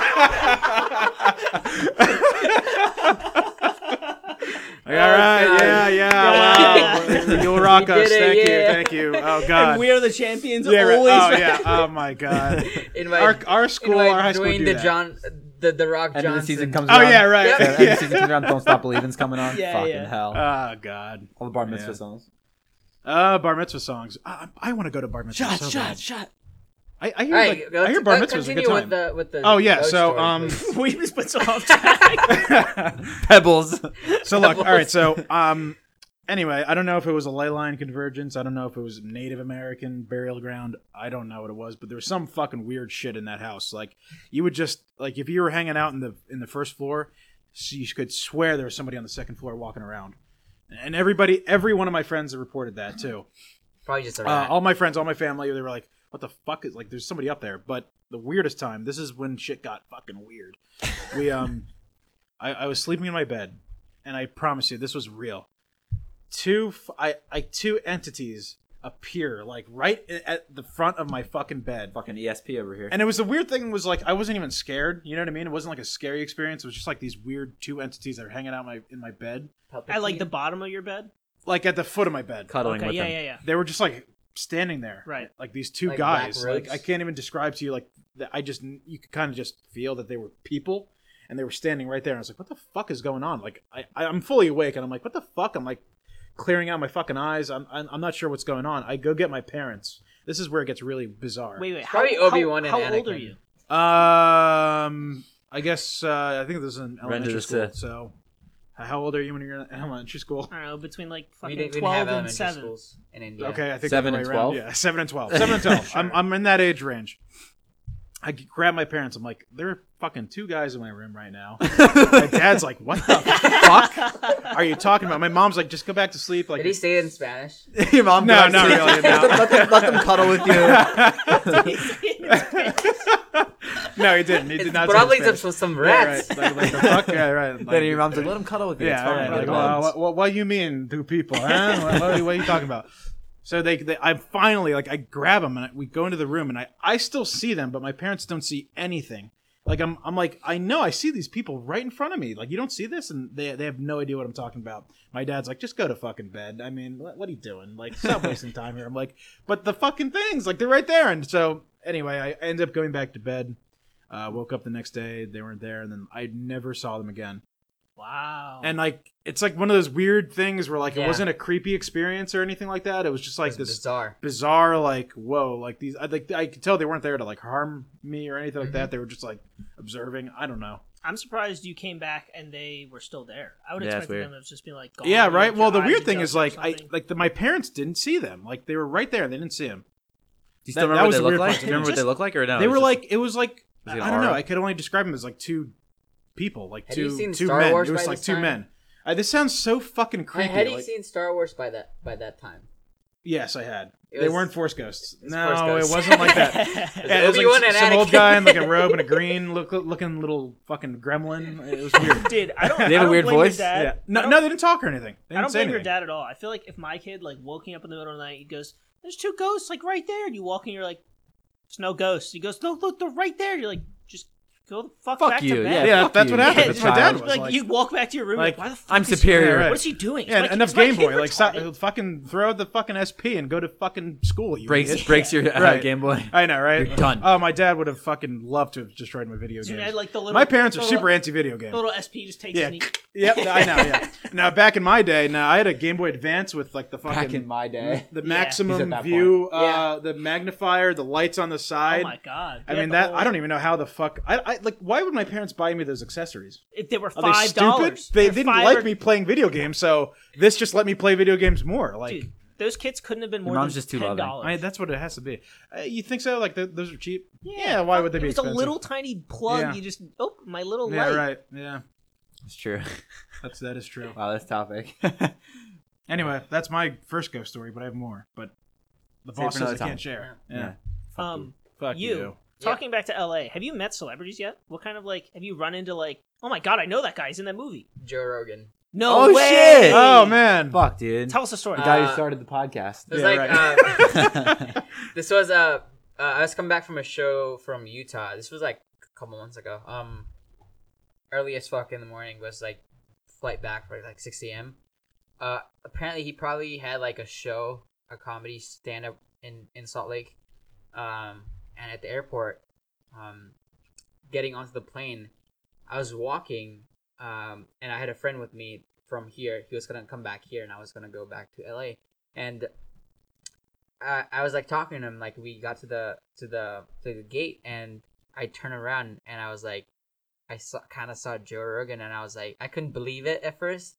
Speaker 1: will. Like, all right,
Speaker 4: Oh, God.
Speaker 1: yeah, yeah, wow. You'll rock
Speaker 4: You
Speaker 1: us.
Speaker 4: did it,
Speaker 1: Thank
Speaker 4: yeah.
Speaker 1: you, thank you. Oh
Speaker 3: And
Speaker 1: god.
Speaker 3: we are the champions
Speaker 1: yeah, right.
Speaker 3: always.
Speaker 1: Oh yeah. Oh my god.
Speaker 4: Invite,
Speaker 1: Our, our school,
Speaker 4: invite
Speaker 1: our high school,
Speaker 4: Dwayne
Speaker 1: do
Speaker 4: the
Speaker 1: that.
Speaker 4: John, the the Rock
Speaker 2: And then
Speaker 4: Johnson.
Speaker 2: the season comes
Speaker 1: Oh
Speaker 2: around.
Speaker 1: yeah, right.
Speaker 4: Yep.
Speaker 2: Yeah,
Speaker 1: Yeah.
Speaker 2: and the season comes around. Don't stop believing's coming on.
Speaker 3: Yeah,
Speaker 2: Fucking
Speaker 3: yeah.
Speaker 2: hell.
Speaker 1: Oh god.
Speaker 2: All the bar
Speaker 1: mitzvah
Speaker 2: mitzvah
Speaker 1: yeah.
Speaker 2: songs.
Speaker 1: Uh, bar mitzvah songs. I, I want to go to bar mitzvah. so bad.
Speaker 2: shot.
Speaker 1: I, I hear
Speaker 4: All right,
Speaker 1: like,
Speaker 4: let's-
Speaker 1: I hear bar
Speaker 4: let's
Speaker 1: mitzvahs are a
Speaker 4: continue
Speaker 1: good time.
Speaker 4: With the, with the
Speaker 1: Oh, yeah,
Speaker 4: ghost
Speaker 1: so,
Speaker 4: story,
Speaker 1: um,
Speaker 4: please.
Speaker 3: We just been so off track.
Speaker 2: Pebbles.
Speaker 1: so look, all right. So um, anyway, I don't know if it was a ley line convergence. I don't know if it was Native American burial ground. I don't know what it was, but there was some fucking weird shit in that house. Like you would just like if you were hanging out in the in the first floor, so you could swear there was somebody on the second floor walking around. And everybody, every one of my friends reported that too.
Speaker 4: probably just a
Speaker 1: Uh,
Speaker 4: rat.
Speaker 1: all my friends, all my family, they were like, "What the fuck is like?" There's somebody up there. But the weirdest time, this is when shit got fucking weird. We um, I, I was sleeping in my bed, and I promise you, this was real. Two, f- I, I two entities appear like right a- at the front of my fucking bed.
Speaker 2: Fucking ESP over here.
Speaker 1: And it was the weird thing was like I wasn't even scared. You know what I mean? It wasn't like a scary experience. It was just like these weird two entities that were hanging out my in my bed,
Speaker 3: At like the bottom of your bed.
Speaker 1: like at the foot of my bed.
Speaker 2: Cuddling
Speaker 3: Okay.
Speaker 2: with
Speaker 3: Yeah,
Speaker 2: them.
Speaker 3: yeah, yeah.
Speaker 1: They were just like standing there
Speaker 3: Right.
Speaker 1: like these two
Speaker 4: Like black
Speaker 1: guys like
Speaker 4: robes?
Speaker 1: i can't even describe to you like that i just you could kind of just feel that they were people and they were standing right there and i was like what the fuck is going on like i I- i'm fully awake and i'm like what the fuck i'm like clearing out my fucking eyes i'm i'm, I'm not sure what's going on i go get my parents this is where it gets really bizarre
Speaker 3: Wait, wait. How,
Speaker 4: Probably
Speaker 3: how,
Speaker 4: Obi-Wan and
Speaker 3: how old are
Speaker 4: Anakin.
Speaker 3: you?
Speaker 1: um i guess uh i think this is in
Speaker 2: Revenge of
Speaker 1: elementary
Speaker 2: the
Speaker 1: school
Speaker 2: Sith.
Speaker 1: so how old are you when you're in elementary school
Speaker 3: I don't know, between like
Speaker 4: we
Speaker 3: fucking
Speaker 4: didn't, we didn't have
Speaker 3: twelve and
Speaker 4: elementary
Speaker 3: seven.
Speaker 4: schools in India.
Speaker 1: Okay, I think
Speaker 2: Seven
Speaker 1: the other
Speaker 2: and
Speaker 1: way around.
Speaker 2: 12?
Speaker 1: Yeah, seven and twelve. Seven and twelve. I'm I'm in that age range. I g- grab my parents. I'm like, there are fucking two guys in my room right now. my dad's like, what the fuck are you talking about? My mom's like, just go back to sleep. Like,
Speaker 4: Did he say it in Spanish?
Speaker 2: Your mom
Speaker 1: No,
Speaker 2: goes,
Speaker 1: not really, no.
Speaker 2: Let, them, let, them, let them cuddle with you.
Speaker 1: no, he didn't. He did
Speaker 4: It's
Speaker 1: not.
Speaker 4: probably
Speaker 1: say it in
Speaker 4: some
Speaker 1: Spanish.
Speaker 4: some
Speaker 1: Yeah,
Speaker 4: rats.
Speaker 1: right. Like, like, the fuck? Yeah, right. Like,
Speaker 2: Then your mom's like, let them cuddle with you. it's
Speaker 1: Yeah,
Speaker 2: fine,
Speaker 1: right.
Speaker 2: let
Speaker 1: Like,
Speaker 2: them
Speaker 1: well,
Speaker 2: cuddle.
Speaker 1: what, what, what you mean, two people? Huh? what, what, what are you talking about? So they, they, I finally like I grab them and I, we go into the room and I, I still see them, but my parents don't see anything. Like I'm, I'm like I know I see these people right in front of me. Like you don't see this, and they, they have no idea what I'm talking about. My dad's like, just go to fucking bed. I mean, what, what are you doing? Like stop wasting time here. I'm like, but the fucking things, like they're right there. And so anyway, I end up going back to bed. Uh, woke up the next day, they weren't there, and then I never saw them again
Speaker 3: Wow.
Speaker 1: and like it's like one of those weird things where like it
Speaker 4: Yeah.
Speaker 1: wasn't a creepy experience or anything like that. It was just like
Speaker 4: It's
Speaker 1: this
Speaker 4: bizarre.
Speaker 1: bizarre, like whoa, like these. I like I could tell they weren't there to like harm me or anything like
Speaker 4: Mm-hmm.
Speaker 1: that. They were just like observing. I don't know.
Speaker 3: I'm surprised you came back and they were still there. I would
Speaker 2: Yeah, it's
Speaker 3: expect
Speaker 2: weird.
Speaker 3: them to have just be like, gone,
Speaker 1: yeah,
Speaker 3: like,
Speaker 1: right.
Speaker 3: your
Speaker 1: Well, the
Speaker 3: eyes
Speaker 1: weird thing
Speaker 3: adjusted
Speaker 1: is like
Speaker 3: or
Speaker 1: I
Speaker 3: something.
Speaker 1: like the, my parents didn't see them. Like they were right there and they didn't see them.
Speaker 2: Do you
Speaker 1: That-
Speaker 2: still
Speaker 1: that
Speaker 2: remember what
Speaker 1: was
Speaker 2: they
Speaker 1: a
Speaker 2: look
Speaker 1: weird
Speaker 2: like?
Speaker 1: part.
Speaker 2: Do you remember what they
Speaker 1: Just-
Speaker 2: look like or no?
Speaker 1: they
Speaker 2: It's
Speaker 1: were
Speaker 2: just-
Speaker 1: like it was like
Speaker 2: Was it
Speaker 1: I don't know.
Speaker 2: R?
Speaker 1: I could only describe them as like two people, like
Speaker 4: Had
Speaker 1: two
Speaker 4: you seen
Speaker 1: two
Speaker 4: Star
Speaker 1: men.
Speaker 4: Wars
Speaker 1: it was
Speaker 4: by
Speaker 1: like
Speaker 4: this
Speaker 1: two
Speaker 4: time?
Speaker 1: men. Uh, this sounds so fucking creepy.
Speaker 4: Had you
Speaker 1: like-
Speaker 4: seen Star Wars by that by that time?
Speaker 1: Yes, I had.
Speaker 4: It
Speaker 1: they
Speaker 4: was-
Speaker 1: weren't Force Ghosts.
Speaker 4: was
Speaker 1: No,
Speaker 4: Force Ghosts.
Speaker 1: it wasn't like that.
Speaker 4: Yeah,
Speaker 1: it was like
Speaker 4: Obi-Wan
Speaker 1: s-
Speaker 4: and
Speaker 1: some old
Speaker 4: Anakin.
Speaker 1: guy in like a robe and a green look, looking little fucking gremlin. It was weird.
Speaker 3: Dude, I don't.
Speaker 2: They have
Speaker 3: I
Speaker 2: a
Speaker 3: don't
Speaker 2: weird
Speaker 3: blame your
Speaker 2: voice?
Speaker 3: dad.
Speaker 1: yeah.
Speaker 3: I
Speaker 1: No,
Speaker 3: don't-
Speaker 1: no, they didn't talk or anything. They
Speaker 3: I
Speaker 1: didn't
Speaker 3: don't
Speaker 1: say
Speaker 3: blame your
Speaker 1: anything.
Speaker 3: dad at all. I feel like if my kid like woke me up in the middle of the night, he goes, "There's two ghosts like right there," and you walk in, you're like, "There's no ghosts." He goes, "Look, look, they're right there." You're like, "Just go the fuck,
Speaker 2: Fuck
Speaker 3: back
Speaker 2: you,
Speaker 3: to bed."
Speaker 2: yeah,
Speaker 1: Yeah,
Speaker 2: fuck
Speaker 1: that's
Speaker 2: you,
Speaker 1: what happened.
Speaker 2: you
Speaker 1: that's what my dad
Speaker 2: child.
Speaker 1: was
Speaker 3: Like,
Speaker 1: like.
Speaker 3: you walk back to your room, like,
Speaker 1: like,
Speaker 3: why the fuck
Speaker 2: I'm
Speaker 3: is he-
Speaker 2: superior.
Speaker 1: Yeah, right.
Speaker 3: What is he doing? Is
Speaker 1: Yeah,
Speaker 3: my
Speaker 1: and
Speaker 3: kid-
Speaker 1: enough
Speaker 3: is my
Speaker 1: Game
Speaker 3: kid
Speaker 1: Boy. Like, stop,
Speaker 3: retarded?
Speaker 1: fucking throw the fucking SP and go to fucking school. You
Speaker 2: breaks
Speaker 1: idiot.
Speaker 2: breaks your uh,
Speaker 1: Right.
Speaker 2: Game Boy.
Speaker 1: I know, right?
Speaker 2: You're done.
Speaker 1: Oh, my dad would have fucking loved to have destroyed my video
Speaker 3: Dude, I
Speaker 1: games.
Speaker 3: like the little.
Speaker 1: my parents are
Speaker 3: the
Speaker 1: super
Speaker 3: Little,
Speaker 1: anti-video
Speaker 3: the
Speaker 1: games.
Speaker 3: little SP just takes
Speaker 1: Yeah.
Speaker 3: me.
Speaker 1: Yep, I know. Yeah. Now back in my day, now I had a Game Boy Advance with like the fucking
Speaker 2: Back in my day,
Speaker 1: the
Speaker 2: He's
Speaker 3: Yeah.
Speaker 2: at
Speaker 1: maximum
Speaker 2: that
Speaker 1: view,
Speaker 4: point.
Speaker 1: uh, the magnifier, the lights on the
Speaker 3: Oh
Speaker 1: side.
Speaker 3: my god!
Speaker 1: I
Speaker 3: Yeah,
Speaker 1: mean
Speaker 3: the
Speaker 1: that
Speaker 3: whole-
Speaker 1: I don't even know how the fuck I, I like. Why would my parents buy me those accessories?
Speaker 3: If they were
Speaker 1: Are they
Speaker 3: five
Speaker 1: stupid?
Speaker 3: dollars,
Speaker 1: They
Speaker 3: They're
Speaker 1: didn't
Speaker 3: five
Speaker 1: like
Speaker 3: or-
Speaker 1: me playing video games, so this just let me play video games more. Like,
Speaker 3: Dude, those kits couldn't have been
Speaker 2: Your
Speaker 3: more
Speaker 2: mom's
Speaker 3: than
Speaker 2: just too
Speaker 3: ten
Speaker 2: loving.
Speaker 1: I mean,
Speaker 3: dollars.
Speaker 1: that's what it has to be. Uh, you think so? Like th- those are cheap? Yeah, why would they be
Speaker 3: It's
Speaker 1: expensive?
Speaker 3: a little tiny plug.
Speaker 1: Yeah.
Speaker 3: You just oh my little
Speaker 1: Yeah,
Speaker 3: light.
Speaker 1: right. Yeah,
Speaker 2: it's true.
Speaker 1: that's that is true.
Speaker 2: Wow, this topic.
Speaker 1: Anyway, that's my first ghost story, but I have more. But the
Speaker 2: Save
Speaker 1: boss
Speaker 2: for
Speaker 1: says I
Speaker 2: another time.
Speaker 1: can't share. Yeah,
Speaker 2: Yeah.
Speaker 3: Um,
Speaker 1: fuck you.
Speaker 3: You. Talking back to LA, have you met celebrities yet? What kind of like have you run into like, oh my god, I know that guy. He's in that movie.
Speaker 4: Joe Rogan.
Speaker 3: No
Speaker 2: Oh,
Speaker 3: way.
Speaker 2: shit!
Speaker 1: Oh man.
Speaker 2: Fuck, dude.
Speaker 3: Tell us a story.
Speaker 2: the guy who
Speaker 4: Uh,
Speaker 2: started the podcast.
Speaker 4: It was
Speaker 1: Yeah,
Speaker 4: like
Speaker 1: right.
Speaker 4: uh,
Speaker 2: That's
Speaker 4: this was uh, uh, I was coming back from a show from Utah. This was like a couple months ago. Um, early as fuck in the morning was like flight back for like six a.m. Uh, apparently he probably had like a show, a comedy stand up in in Salt Lake, um, and at the airport, um, getting onto the plane, I was walking, um, and I had a friend with me from here. He was gonna come back here, and I was gonna go back to LA, and I, I was like talking to him like we got to the to the to the gate and I turned around and I was like I saw kind of saw Joe Rogan and I was like I couldn't believe it at first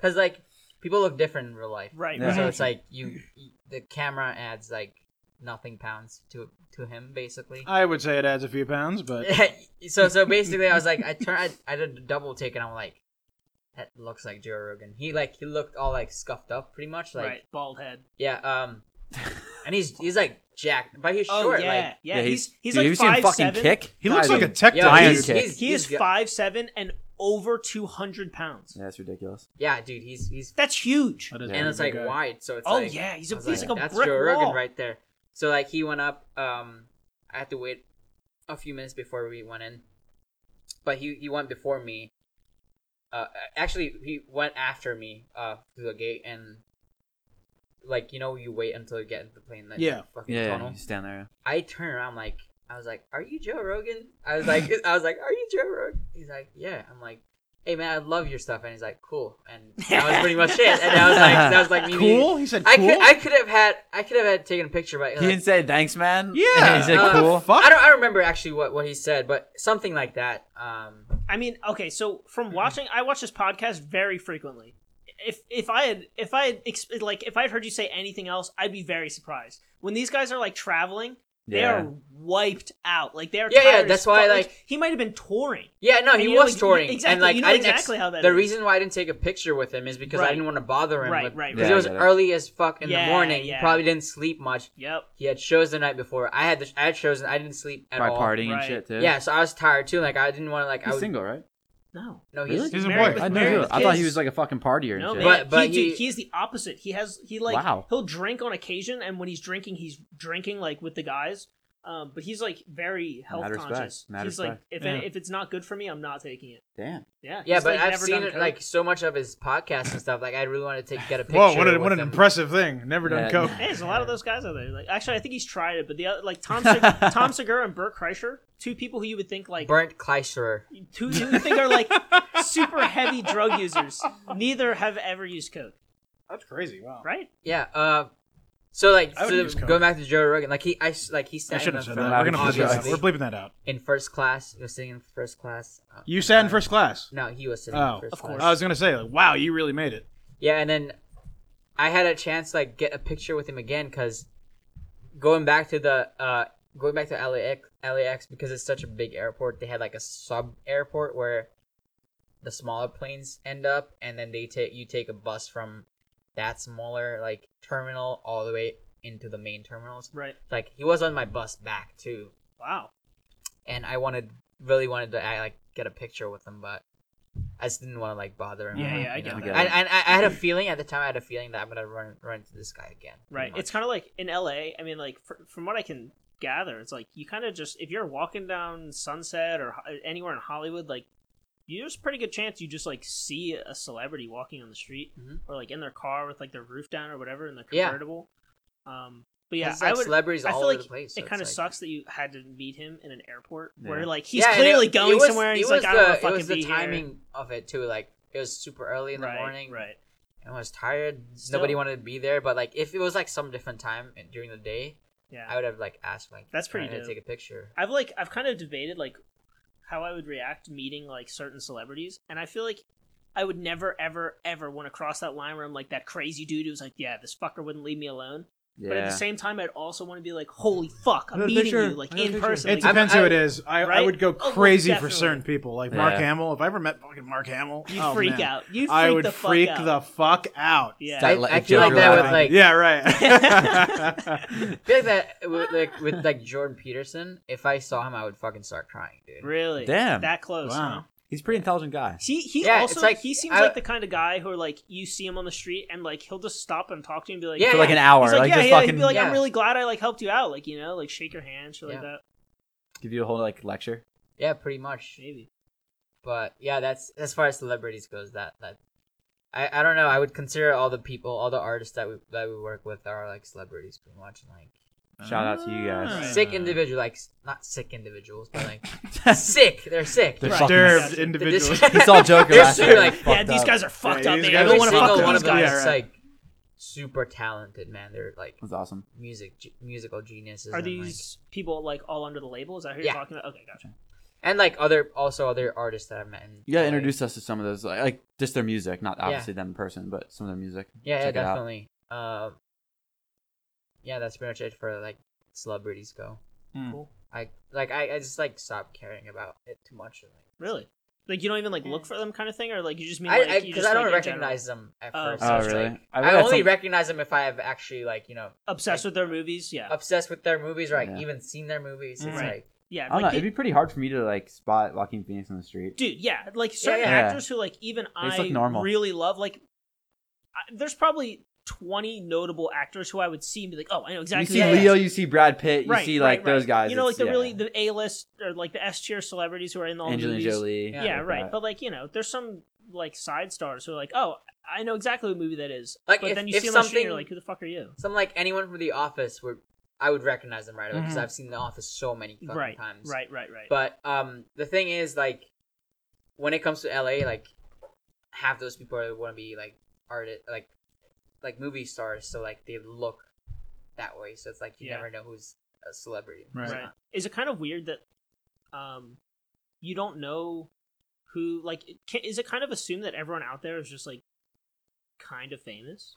Speaker 4: cuz like people look different in real life
Speaker 3: right,
Speaker 2: Yeah.
Speaker 3: right.
Speaker 4: so it's like you the camera adds like nothing pounds to to him basically
Speaker 3: Uh.
Speaker 1: I would say it adds a few pounds, but
Speaker 4: so so basically I was like I turned I, I did a double take and I'm like that looks like Joe Rogan he like he looked all like scuffed up pretty much like
Speaker 3: right. Bald head.
Speaker 4: yeah, um, and he's he's like jacked, but he's
Speaker 3: Oh
Speaker 4: short.
Speaker 3: yeah,
Speaker 4: Like,
Speaker 3: yeah. He's
Speaker 2: dude,
Speaker 3: he's, like
Speaker 2: have you seen him
Speaker 3: five
Speaker 2: fucking
Speaker 3: seven.
Speaker 2: kick?
Speaker 1: he looks
Speaker 2: God,
Speaker 1: like a
Speaker 2: dude.
Speaker 1: tech
Speaker 4: Yeah,
Speaker 1: giant.
Speaker 2: he's-
Speaker 1: kid.
Speaker 2: he's-
Speaker 3: He is
Speaker 4: got-
Speaker 3: five seven and over two hundred pounds.
Speaker 2: Yeah, that's ridiculous.
Speaker 4: yeah, dude, he's he's
Speaker 3: That's huge.
Speaker 1: That is
Speaker 2: Yeah.
Speaker 1: a
Speaker 4: and it's
Speaker 1: big
Speaker 4: like
Speaker 1: guy.
Speaker 4: wide, so it's
Speaker 3: Oh
Speaker 4: like,
Speaker 3: yeah, he's a
Speaker 4: I was
Speaker 3: he's
Speaker 4: like,
Speaker 3: like, a
Speaker 4: that's
Speaker 3: brick
Speaker 4: Joe
Speaker 3: wall.
Speaker 4: Rogan right there. So like he went up. Um, I had to wait a few minutes before we went in, but he he went before me. Uh, actually, he went after me uh to the gate and. Like you know, you wait until you get into the plane. That
Speaker 1: Yeah.
Speaker 4: fucking
Speaker 2: Yeah,
Speaker 4: tunnel.
Speaker 2: yeah, he's down there.
Speaker 4: I turn around like I was like, "Are you Joe Rogan?" I was like, "I was like, are you Joe Rogan?" He's like, "Yeah." I'm like, "Hey man, I love your stuff," and he's like, "Cool." And that was pretty much it. And I was like, "That was like me." being-
Speaker 1: Cool? He said cool.
Speaker 4: I could I could have had I could have had taken a picture, but
Speaker 2: He
Speaker 4: like,
Speaker 2: didn't say thanks, man.
Speaker 1: Yeah.
Speaker 2: he said
Speaker 4: Uh,
Speaker 2: cool.
Speaker 1: fuck?
Speaker 4: I don't I don't remember actually what what he said, but something like that. Um,
Speaker 3: I mean, okay, so from watching, I watch this podcast very frequently. If if I had if I had ex- like if I had heard you say anything else, I'd be very surprised. When these guys are like traveling, they
Speaker 2: Yeah.
Speaker 3: are wiped out. Like they are.
Speaker 4: Yeah, yeah,
Speaker 3: tired as
Speaker 4: that's why,
Speaker 3: fuck.
Speaker 4: like-
Speaker 3: he might have been touring.
Speaker 4: yeah, no,
Speaker 3: And
Speaker 4: he
Speaker 3: you know
Speaker 4: was
Speaker 3: ex-
Speaker 4: touring,
Speaker 3: exactly-
Speaker 4: and like
Speaker 3: you know
Speaker 4: I didn't
Speaker 3: exactly how that
Speaker 4: the
Speaker 3: is.
Speaker 4: reason why I didn't take a picture with him is because I
Speaker 3: Right.
Speaker 4: didn't want to bother him.
Speaker 3: Right,
Speaker 4: with-
Speaker 3: right,
Speaker 4: Because
Speaker 2: right.
Speaker 4: it was
Speaker 2: Yeah, I get it.
Speaker 4: early as fuck in
Speaker 3: Yeah,
Speaker 4: the morning.
Speaker 3: yeah.
Speaker 4: He probably didn't sleep much.
Speaker 3: Yep.
Speaker 4: He had shows the night before. I had the, I had shows and I didn't sleep at
Speaker 2: By
Speaker 4: all.
Speaker 2: partying and
Speaker 3: Right.
Speaker 2: shit too.
Speaker 4: Yeah, so I was tired too. Like I didn't want to like I
Speaker 2: he's
Speaker 4: was
Speaker 2: single, right?
Speaker 3: No.
Speaker 4: no he's
Speaker 2: Really?
Speaker 1: He's a
Speaker 3: married
Speaker 1: boy.
Speaker 3: with-
Speaker 2: I
Speaker 1: I
Speaker 2: know.
Speaker 3: married
Speaker 1: knew
Speaker 3: with
Speaker 2: I thought he
Speaker 3: kids.
Speaker 2: was like a fucking partier and
Speaker 3: No
Speaker 2: shit.
Speaker 3: man,
Speaker 4: But- but
Speaker 3: he, dude,
Speaker 4: he-
Speaker 3: he's the opposite. He has he like
Speaker 2: Wow.
Speaker 3: he'll drink on occasion, and when he's drinking, he's drinking like with the guys. Um, but he's like very health
Speaker 2: Mad respect.
Speaker 3: conscious.
Speaker 2: Mad
Speaker 3: he's like,
Speaker 2: respect.
Speaker 3: if
Speaker 1: Yeah.
Speaker 3: if it's not good for me, I'm not taking it.
Speaker 2: Damn.
Speaker 3: Yeah,
Speaker 4: yeah,
Speaker 3: he's,
Speaker 4: but
Speaker 3: like,
Speaker 4: I've
Speaker 3: never
Speaker 4: seen
Speaker 3: done
Speaker 4: it,
Speaker 3: coke.
Speaker 4: like so much of his podcasts and stuff. Like I really wanted to take, get a picture.
Speaker 1: Whoa, what, a, what
Speaker 4: with
Speaker 1: an
Speaker 4: him.
Speaker 1: impressive thing. Never done
Speaker 2: Yeah.
Speaker 1: coke.
Speaker 3: Hey, there's a lot of those guys out there. Like, actually, I think he's tried it, but the other, like Tom Seg- Tom Segura and Burt Kreischer, two people who you would think like
Speaker 4: Bernd Kleisterer.
Speaker 3: two you would think are like super heavy drug users. Neither have ever used coke,
Speaker 1: That's crazy. Wow.
Speaker 3: right?
Speaker 4: Yeah. Uh, so like
Speaker 1: I would
Speaker 4: so
Speaker 1: use coke.
Speaker 4: going back to Joe Rogan, like he I s- like
Speaker 1: I
Speaker 4: he sat in,
Speaker 1: should
Speaker 4: the
Speaker 1: have said
Speaker 4: front,
Speaker 1: that. We're gonna bleep that out.
Speaker 4: obviously
Speaker 1: We're bleeping that out.
Speaker 4: in first class. He was sitting in first class. Uh,
Speaker 1: You sat in first class.
Speaker 4: no, he was sitting
Speaker 1: Oh,
Speaker 4: in first
Speaker 3: of
Speaker 4: class.
Speaker 3: course.
Speaker 1: I was gonna say, like, wow, you really made it.
Speaker 4: Yeah, and then I had a chance to, like get a picture with him again because going back to the uh going back to LAX, LAX because it's such a big airport, they had like a sub airport where the smaller planes end up, and then they take you take a bus from that smaller like terminal all the way into the main terminals.
Speaker 3: Right.
Speaker 4: Like he was on my bus back too,
Speaker 3: Wow.
Speaker 4: and I wanted really wanted to I, like get a picture with him, but I just didn't want to like bother him.
Speaker 3: Yeah,
Speaker 1: Mhm.
Speaker 3: yeah, I
Speaker 4: You
Speaker 3: get
Speaker 4: know,
Speaker 3: that.
Speaker 2: get
Speaker 4: I, I, I had a feeling at the time. I had a feeling that I'm gonna run run into this guy again.
Speaker 3: Right. It's kind of like in LA. I mean, like fr from what I can gather, it's like you kind of just if you're walking down Sunset or ho- anywhere in Hollywood, like you- there's a pretty good chance you just like see a celebrity walking on the street
Speaker 4: Mhm.
Speaker 3: or like in their car with like their roof down or whatever in their
Speaker 4: Yeah.
Speaker 3: convertible. Um, but yeah,
Speaker 4: There's,
Speaker 3: I
Speaker 4: like,
Speaker 3: would.
Speaker 4: celebrities
Speaker 3: I
Speaker 4: all
Speaker 3: feel
Speaker 4: over
Speaker 3: like
Speaker 4: the place. so
Speaker 3: it
Speaker 4: it's,
Speaker 3: kind of
Speaker 4: like-
Speaker 3: sucks that you had to meet him in an airport
Speaker 2: Yeah.
Speaker 3: where like he's
Speaker 4: Yeah, and
Speaker 3: clearly
Speaker 4: it- it
Speaker 3: going
Speaker 4: was-
Speaker 3: somewhere and
Speaker 4: it
Speaker 3: he's like,
Speaker 4: was
Speaker 3: I don't want
Speaker 4: the-
Speaker 3: to fucking
Speaker 4: It was the
Speaker 3: be
Speaker 4: timing
Speaker 3: here.
Speaker 4: of it too. Like it was super early in the
Speaker 3: right,
Speaker 4: morning.
Speaker 3: right?
Speaker 4: I was tired.
Speaker 3: Still.
Speaker 4: Nobody wanted to be there. But like, if it was like some different time in- during the day,
Speaker 3: Yeah,
Speaker 4: I would have like asked like,
Speaker 3: That's pretty
Speaker 4: "Can I
Speaker 3: dope.
Speaker 4: Take a picture.
Speaker 3: I've like I've kind of debated like how I would react meeting like certain celebrities, and I feel like I would never ever ever want to cross that line where I'm like that crazy dude who's like, yeah, this fucker wouldn't leave me alone.
Speaker 2: Yeah.
Speaker 3: But at the same time, I'd also want to be like, holy fuck, I'm
Speaker 5: Another
Speaker 3: meeting
Speaker 5: picture.
Speaker 3: you like
Speaker 5: Another
Speaker 3: in
Speaker 5: picture.
Speaker 3: person.
Speaker 1: It
Speaker 3: Like,
Speaker 1: depends
Speaker 4: I-
Speaker 1: who it is. I, I
Speaker 3: right?
Speaker 1: would go
Speaker 3: Oh, well,
Speaker 1: crazy for
Speaker 3: definitely.
Speaker 1: certain people, like Mark
Speaker 2: Yeah.
Speaker 1: Hamill. If I ever met fucking Mark Hamill,
Speaker 3: you
Speaker 1: oh,
Speaker 3: freak
Speaker 1: man.
Speaker 3: out. You freak
Speaker 1: I would
Speaker 3: the fuck
Speaker 1: freak
Speaker 3: out.
Speaker 1: the fuck out.
Speaker 3: yeah.
Speaker 2: That
Speaker 4: I,
Speaker 2: like
Speaker 4: I feel like
Speaker 2: Joker
Speaker 4: that with
Speaker 2: line.
Speaker 4: like
Speaker 1: yeah, right.
Speaker 4: I feel like that with like with like Jordan Peterson. If I saw him, I would fucking start crying, dude.
Speaker 3: Really?
Speaker 2: Damn.
Speaker 3: That close. Huh?
Speaker 1: Wow.
Speaker 2: He's a pretty intelligent guy.
Speaker 3: He he
Speaker 4: Yeah,
Speaker 3: also
Speaker 4: it's like-
Speaker 3: he seems
Speaker 4: I-
Speaker 3: like the kind of guy who like you see him on the street and like he'll just stop and talk to you and be like
Speaker 4: Yeah,
Speaker 2: For like
Speaker 4: yeah.
Speaker 2: an hour.
Speaker 3: He's like,
Speaker 2: like
Speaker 3: yeah,
Speaker 2: just
Speaker 3: yeah.
Speaker 2: fucking
Speaker 3: He'd be like, I'm
Speaker 4: Yeah.
Speaker 3: really glad I like helped you out. Like, you know, like shake your hand, shit like
Speaker 4: Yeah.
Speaker 3: that.
Speaker 2: give you a whole like lecture.
Speaker 4: Yeah, pretty much.
Speaker 3: Maybe.
Speaker 4: But yeah, that's as far as celebrities goes. That that I, I don't know. I would consider all the people, all the artists that we that we work with are like celebrities, pretty much. Like
Speaker 2: Shout out to you guys.
Speaker 4: sick individual, like s- not sick individuals, but like sick. They're sick.
Speaker 2: They're
Speaker 3: Right.
Speaker 2: fucking-
Speaker 1: Disturbed
Speaker 3: This-
Speaker 1: individuals.
Speaker 4: This-
Speaker 2: He saw Joker
Speaker 4: They're
Speaker 2: last
Speaker 4: super,
Speaker 2: year.
Speaker 4: like,
Speaker 2: Fucked
Speaker 3: yeah, these
Speaker 2: up.
Speaker 3: guys are fucked
Speaker 1: Yeah,
Speaker 3: up,
Speaker 1: these
Speaker 3: man. I
Speaker 1: guys
Speaker 3: don't
Speaker 1: are
Speaker 3: want to
Speaker 1: sick.
Speaker 3: fuck
Speaker 1: Every single
Speaker 3: with these
Speaker 1: one of
Speaker 3: guys.
Speaker 1: them.
Speaker 4: It's
Speaker 1: Yeah,
Speaker 4: like super talented, man. They're like
Speaker 2: That's awesome.
Speaker 4: music ge- musical geniuses.
Speaker 3: Are
Speaker 4: and, like-
Speaker 3: these people like all under the label? Is that who
Speaker 4: Yeah.
Speaker 3: you're talking about? Okay, gotcha.
Speaker 4: and like other also other artists that I've met? in
Speaker 2: You gotta
Speaker 4: LA.
Speaker 2: introduce us to some of those, like, like just their music, not
Speaker 4: Yeah.
Speaker 2: obviously them in person, but some of their music.
Speaker 4: Yeah, yeah,
Speaker 2: Check it out.
Speaker 4: definitely. Um, yeah, that's pretty much it for like celebrities go.
Speaker 1: Hmm.
Speaker 3: Cool.
Speaker 4: I like I, I just like stopped caring about it too much. Like,
Speaker 3: Really? Like you don't even like look for them kind of thing, or like you just mean
Speaker 4: I
Speaker 3: like
Speaker 4: I
Speaker 3: you
Speaker 4: because
Speaker 3: just
Speaker 4: I
Speaker 3: like,
Speaker 4: don't
Speaker 3: in general,
Speaker 4: recognize them at
Speaker 3: Oh,
Speaker 4: first.
Speaker 3: so
Speaker 2: Oh,
Speaker 4: it's,
Speaker 2: really?
Speaker 4: like-
Speaker 2: I,
Speaker 4: I,
Speaker 2: read
Speaker 4: only
Speaker 2: some-
Speaker 4: recognize them if I have actually like you know
Speaker 3: obsessed
Speaker 4: like-
Speaker 3: with their movies. Yeah,
Speaker 4: obsessed with their movies or like
Speaker 2: Yeah.
Speaker 4: even seen their movies. It's
Speaker 3: Right.
Speaker 4: like
Speaker 3: yeah.
Speaker 2: I don't
Speaker 3: Like,
Speaker 2: know.
Speaker 3: they-
Speaker 2: It'd be pretty hard for me to like spot Joaquin Phoenix on the street.
Speaker 3: dude, yeah. Like certain
Speaker 4: yeah.
Speaker 3: actors who like even
Speaker 2: just
Speaker 3: I
Speaker 2: look normal.
Speaker 3: really love. Like, I, there's probably 20 notable actors who I would see and be like, oh, I know exactly.
Speaker 2: You
Speaker 3: who
Speaker 2: see
Speaker 3: that is.
Speaker 2: Leo, you see Brad Pitt, you
Speaker 3: right,
Speaker 2: see
Speaker 3: right,
Speaker 2: like those
Speaker 3: right.
Speaker 2: guys.
Speaker 3: You know, like
Speaker 2: It's-
Speaker 3: the
Speaker 2: yeah.
Speaker 3: really the A list or like the S tier celebrities who are in all the
Speaker 2: Angelina
Speaker 3: movies.
Speaker 2: Jolie. uh,
Speaker 4: Yeah,
Speaker 3: yeah, right. But like you know, there's some like side stars who are like, oh, I know exactly what movie that is.
Speaker 4: Like,
Speaker 3: but
Speaker 4: if-
Speaker 3: then you
Speaker 4: if
Speaker 3: see them on the street and you're
Speaker 4: something-
Speaker 3: like, who the fuck are you?
Speaker 4: some like anyone from The Office would I would recognize them right away because
Speaker 1: Mhm.
Speaker 4: I've seen The Office so many fucking
Speaker 3: Mm-hmm. Right,
Speaker 4: times.
Speaker 3: right, right, right.
Speaker 4: But um, the thing is, like, when it comes to LA, like, half those people want to be like art, like, like movie stars. So like they look that way. So it's like you
Speaker 3: Yeah.
Speaker 4: never know who's a celebrity. and
Speaker 1: Right.
Speaker 4: who's
Speaker 3: right.
Speaker 4: not.
Speaker 3: Is it kind of weird that um you don't know who like it ca- is it kind of assumed that everyone out there is just like kind of famous?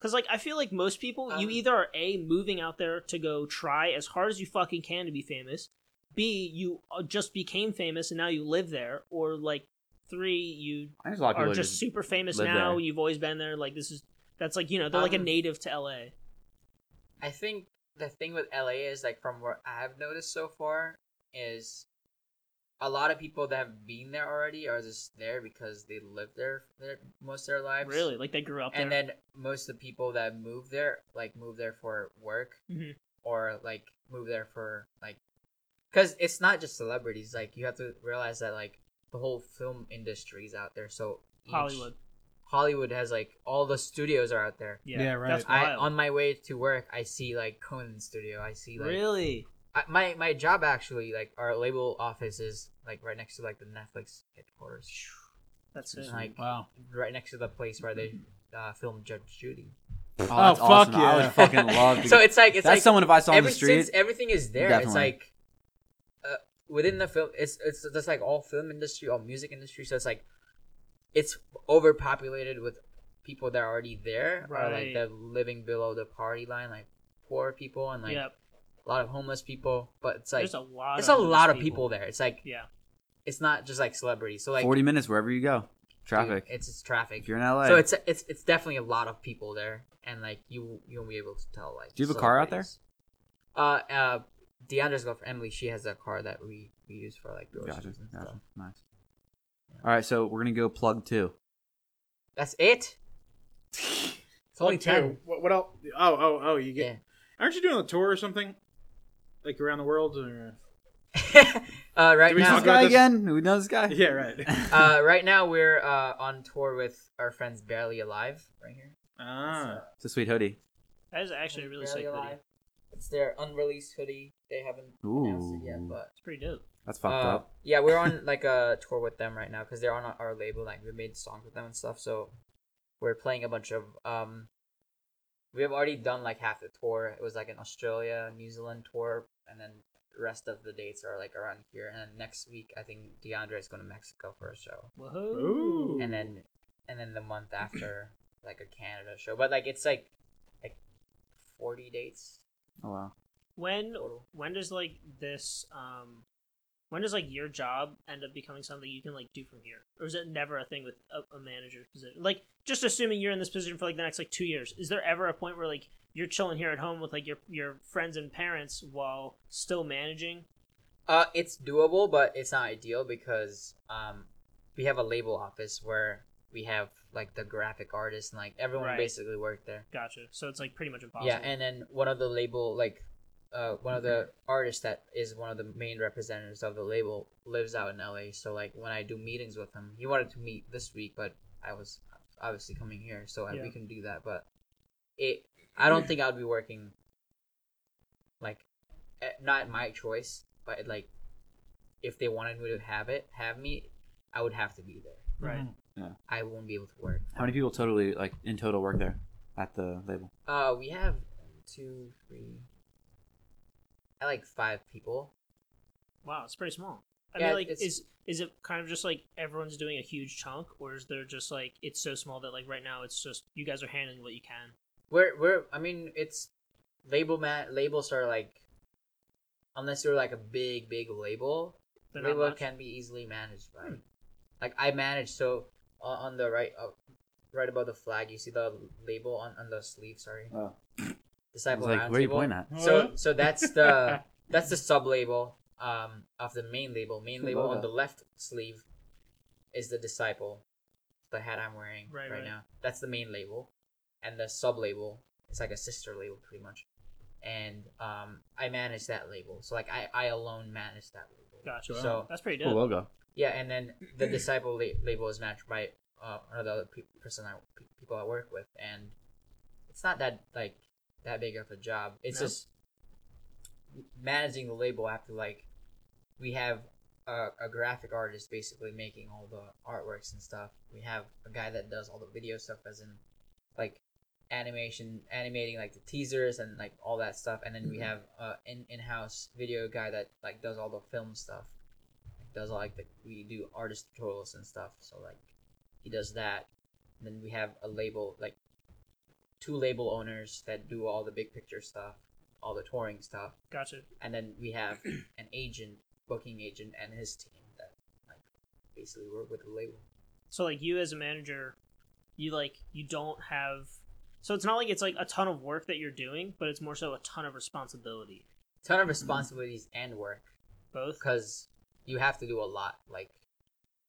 Speaker 3: Cuz like I feel like most people you
Speaker 4: Um,
Speaker 3: either are a moving out there to go try as hard as you fucking can to be famous, b you uh, just became famous and now you live there or like 3 you
Speaker 2: I think there's a lot of people
Speaker 3: are
Speaker 2: that
Speaker 3: just super famous
Speaker 2: live
Speaker 3: now.
Speaker 2: there.
Speaker 3: You've always been there. Like this is that's like you know they're like a
Speaker 4: Um,
Speaker 3: native to LA.
Speaker 4: I think the thing with LA is like from what I've noticed so far is a lot of people that have been there already are just there because they lived there their, most of their lives.
Speaker 3: Really, like they grew up
Speaker 4: and
Speaker 3: there.
Speaker 4: then most of the people that move there like move there for work
Speaker 3: Mhm.
Speaker 4: or like move there for like because it's not just celebrities like you have to realize that like the whole film industry is out there so each-
Speaker 3: Hollywood.
Speaker 4: hollywood has like all the studios are out there
Speaker 3: Yeah,
Speaker 1: Yeah, right.
Speaker 3: That's
Speaker 4: I,
Speaker 3: wild.
Speaker 4: on my way to work i see like conan's studio i see like
Speaker 3: really?
Speaker 4: I, my my job actually like our label office is like right next to like the netflix headquarters
Speaker 3: That's it.
Speaker 4: It's, like
Speaker 1: Wow.
Speaker 4: right next to the place where they uh, filmed judge judy
Speaker 2: Oh,
Speaker 1: Oh,
Speaker 2: that's
Speaker 1: fuck
Speaker 2: awesome. I
Speaker 1: yeah.
Speaker 2: would fucking love to
Speaker 4: so it's like it's
Speaker 2: That's
Speaker 4: like
Speaker 2: someone if I saw on the
Speaker 4: Every,
Speaker 2: street.
Speaker 4: since everything is there, it's
Speaker 2: Definitely.
Speaker 4: like uh, within the film, it's it's just like all film industry, all music industry. So it's like it's overpopulated with people that are already there, or like
Speaker 3: Right.
Speaker 4: they're living below the poverty line, like poor people and like
Speaker 3: yep.
Speaker 4: a lot of homeless people. But it's like
Speaker 3: There's a lot.
Speaker 4: it's
Speaker 3: of
Speaker 4: a lot
Speaker 3: those
Speaker 4: of people there. It's like
Speaker 3: Yeah.
Speaker 4: it's not just like celebrities. So like
Speaker 2: 40 minutes wherever you go. Traffic.
Speaker 4: Dude, it's it's traffic.
Speaker 2: if you're in LA,
Speaker 4: So it's it's it's definitely a lot of people there, and like you you'll be able to tell like.
Speaker 2: Do you have a car out there?
Speaker 4: celebrities. Uh, uh, Deandra's girlfriend Emily, she has a car that we, we use for like groceries
Speaker 2: gotcha,
Speaker 4: and stuff.
Speaker 2: gotcha. Nice. All right, so we're gonna go plug two.
Speaker 4: That's it. It's only ten.
Speaker 1: What, what else? Oh, oh, oh! You get?
Speaker 4: Yeah.
Speaker 1: Aren't you doing a tour or something? Like around the world? Or...
Speaker 4: uh, right
Speaker 1: Do we
Speaker 4: now,
Speaker 1: talk
Speaker 2: This
Speaker 1: about-
Speaker 2: guy
Speaker 1: this-
Speaker 2: again? We know this guy.
Speaker 1: Yeah, right.
Speaker 4: uh, right now we're uh on tour with our friends Barely Alive right here.
Speaker 1: ah,
Speaker 2: It's a sweet hoodie.
Speaker 3: That is actually a really sick hoodie.
Speaker 4: It's their unreleased hoodie. They haven't announced it
Speaker 2: Ooh.
Speaker 4: yet, but
Speaker 3: It's pretty dope.
Speaker 2: That's fucked
Speaker 4: Uh,
Speaker 2: up.
Speaker 4: Yeah, we're on like a tour with them right now because they're on our label. Like we made songs with them and stuff. So we're playing a bunch of um. We have already done like half the tour. It was like an Australia, New Zealand tour, and then the rest of the dates are like around here. And then next week, I think DeAndre is going to Mexico for a show,
Speaker 3: Whoa.
Speaker 1: Ooh.
Speaker 4: and then and then the month after, like a Canada show. But like it's like like forty dates
Speaker 2: Oh wow.
Speaker 3: When
Speaker 4: total.
Speaker 3: when does like this um when does like your job end up becoming something you can like do from here or is it never a thing with a, a manager's position like just assuming you're in this position for like the next like two years is there ever a point where like you're chilling here at home with like your your friends and parents while still managing
Speaker 4: Uh, it's doable, but it's not ideal because um, we have a label office where we have like the graphic artists and like everyone
Speaker 3: Right.
Speaker 4: basically worked there.
Speaker 3: gotcha so it's like pretty much impossible
Speaker 4: Yeah, and then one of the label like, uh, one of the artists that is one of the main representatives of the label lives out in LA. So like when I do meetings with him, he wanted to meet this week, but I was obviously coming here, so I
Speaker 3: Yeah.
Speaker 4: we can do that. But it, I don't think I'd be working. Like, eh, not my choice, but like, if they wanted me to have it, have me, I would have to be there.
Speaker 3: right
Speaker 4: Mm-hmm. I won't be able to work.
Speaker 2: How many people totally like in total work there at the label?
Speaker 4: Uh, we have two, three. I like five people.
Speaker 3: wow it's pretty small i
Speaker 4: Yeah,
Speaker 3: mean like
Speaker 4: it's-
Speaker 3: is is it kind of just like everyone's doing a huge chunk or is there just like it's so small that like right now it's just you guys are handling what you can
Speaker 4: We're we're. I mean, it's label mat. Labels are like, unless you're like a big big label,
Speaker 3: They're not Hmm.
Speaker 4: label
Speaker 3: much.
Speaker 4: can be easily managed by. Like I manage so uh, on the right, uh, right above the flag, you see the label on on the sleeve. Sorry,
Speaker 2: Oh. I
Speaker 4: disciple.
Speaker 2: was like, where are you
Speaker 4: Roundtable.
Speaker 2: pointing at?
Speaker 4: so so that's the that's the sub label um of the main label main
Speaker 2: The
Speaker 4: label on
Speaker 2: logo.
Speaker 4: the left sleeve is the disciple the hat i'm wearing
Speaker 3: Right,
Speaker 4: right,
Speaker 3: right.
Speaker 4: now that's the main label and the sub label is like a sister label pretty much and um i manage that label so like i i alone manage that label
Speaker 3: gotcha
Speaker 4: so oh,
Speaker 3: that's pretty
Speaker 2: Cool
Speaker 3: dope
Speaker 2: logo.
Speaker 4: yeah and then the disciple la- label is managed by uh another pe- person i pe- people i work with and it's not that like that big of a job. It's
Speaker 3: No.
Speaker 4: just managing the label after like we have a, a graphic artist basically making all the artworks and stuff. We have a guy that does all the video stuff, as in like animation, animating like the teasers and like all that stuff. And then we have uh, in in house video guy that like does all the film stuff. Does all like the we do artist tutorials and stuff. So like he does that. And then we have a label like two label owners that do all the big picture stuff, all the touring stuff,
Speaker 3: gotcha
Speaker 4: and then we have an agent, booking agent, and his team that like basically work with the label.
Speaker 3: so like you as a manager you like you don't have so it's not like it's like a ton of work that you're doing but it's more so a ton of responsibility
Speaker 4: Ton of responsibilities and work
Speaker 3: both
Speaker 4: because you have to do a lot. Like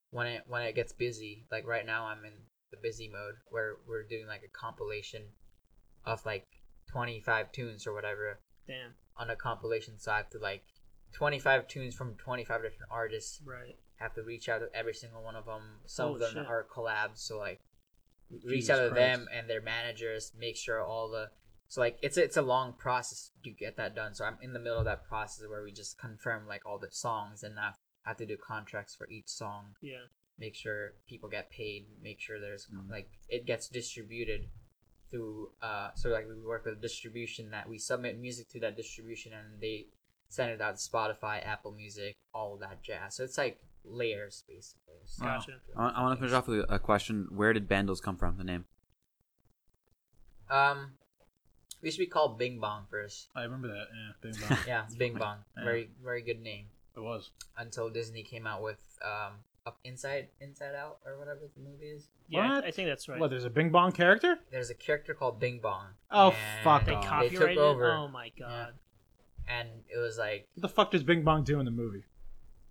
Speaker 4: when it when it gets busy, like right now I'm in the busy mode where we're doing like a compilation of like 25 tunes or whatever
Speaker 3: damn
Speaker 4: on a compilation. So I have to like 25 tunes from 25 different artists
Speaker 3: right
Speaker 4: have to reach out to every single one of them. Some
Speaker 3: Holy
Speaker 4: of them
Speaker 3: shit.
Speaker 4: are collabs, so like reach
Speaker 2: Oh, Jesus
Speaker 4: out to
Speaker 2: Christ.
Speaker 4: them and their managers, make sure all the so like it's it's a long process to get that done. So I'm in the middle of that process where we just confirm like all the songs and I have to do contracts for each song,
Speaker 3: yeah
Speaker 4: make sure people get paid, make sure there's
Speaker 2: Mm.
Speaker 4: like it gets distributed through uh so like we work with distribution that we submit music to that distribution and they send it out to Spotify, Apple Music, all that jazz. So it's like layers basically. So-
Speaker 2: Wow.
Speaker 3: gotcha
Speaker 2: I, want to finish off with a question. Where did Bandles come from? The name.
Speaker 4: Um, we should be called Bing Bong first.
Speaker 1: I remember that. Yeah, Bing Bong.
Speaker 4: Yeah, Bing Bong.
Speaker 1: Yeah.
Speaker 4: Very very good name.
Speaker 1: it was.
Speaker 4: Until Disney came out with um up inside inside out or whatever the movie is.
Speaker 3: Yeah,
Speaker 1: What?
Speaker 3: I think that's right.
Speaker 1: What? There's a Bing Bong character?
Speaker 4: There's a character called Bing Bong.
Speaker 1: Oh,
Speaker 4: and
Speaker 1: fuck
Speaker 3: they
Speaker 1: off.
Speaker 4: They
Speaker 3: copyrighted
Speaker 4: took over,
Speaker 3: it. Oh my god.
Speaker 4: and it was like,
Speaker 1: What the fuck does Bing Bong do in the movie?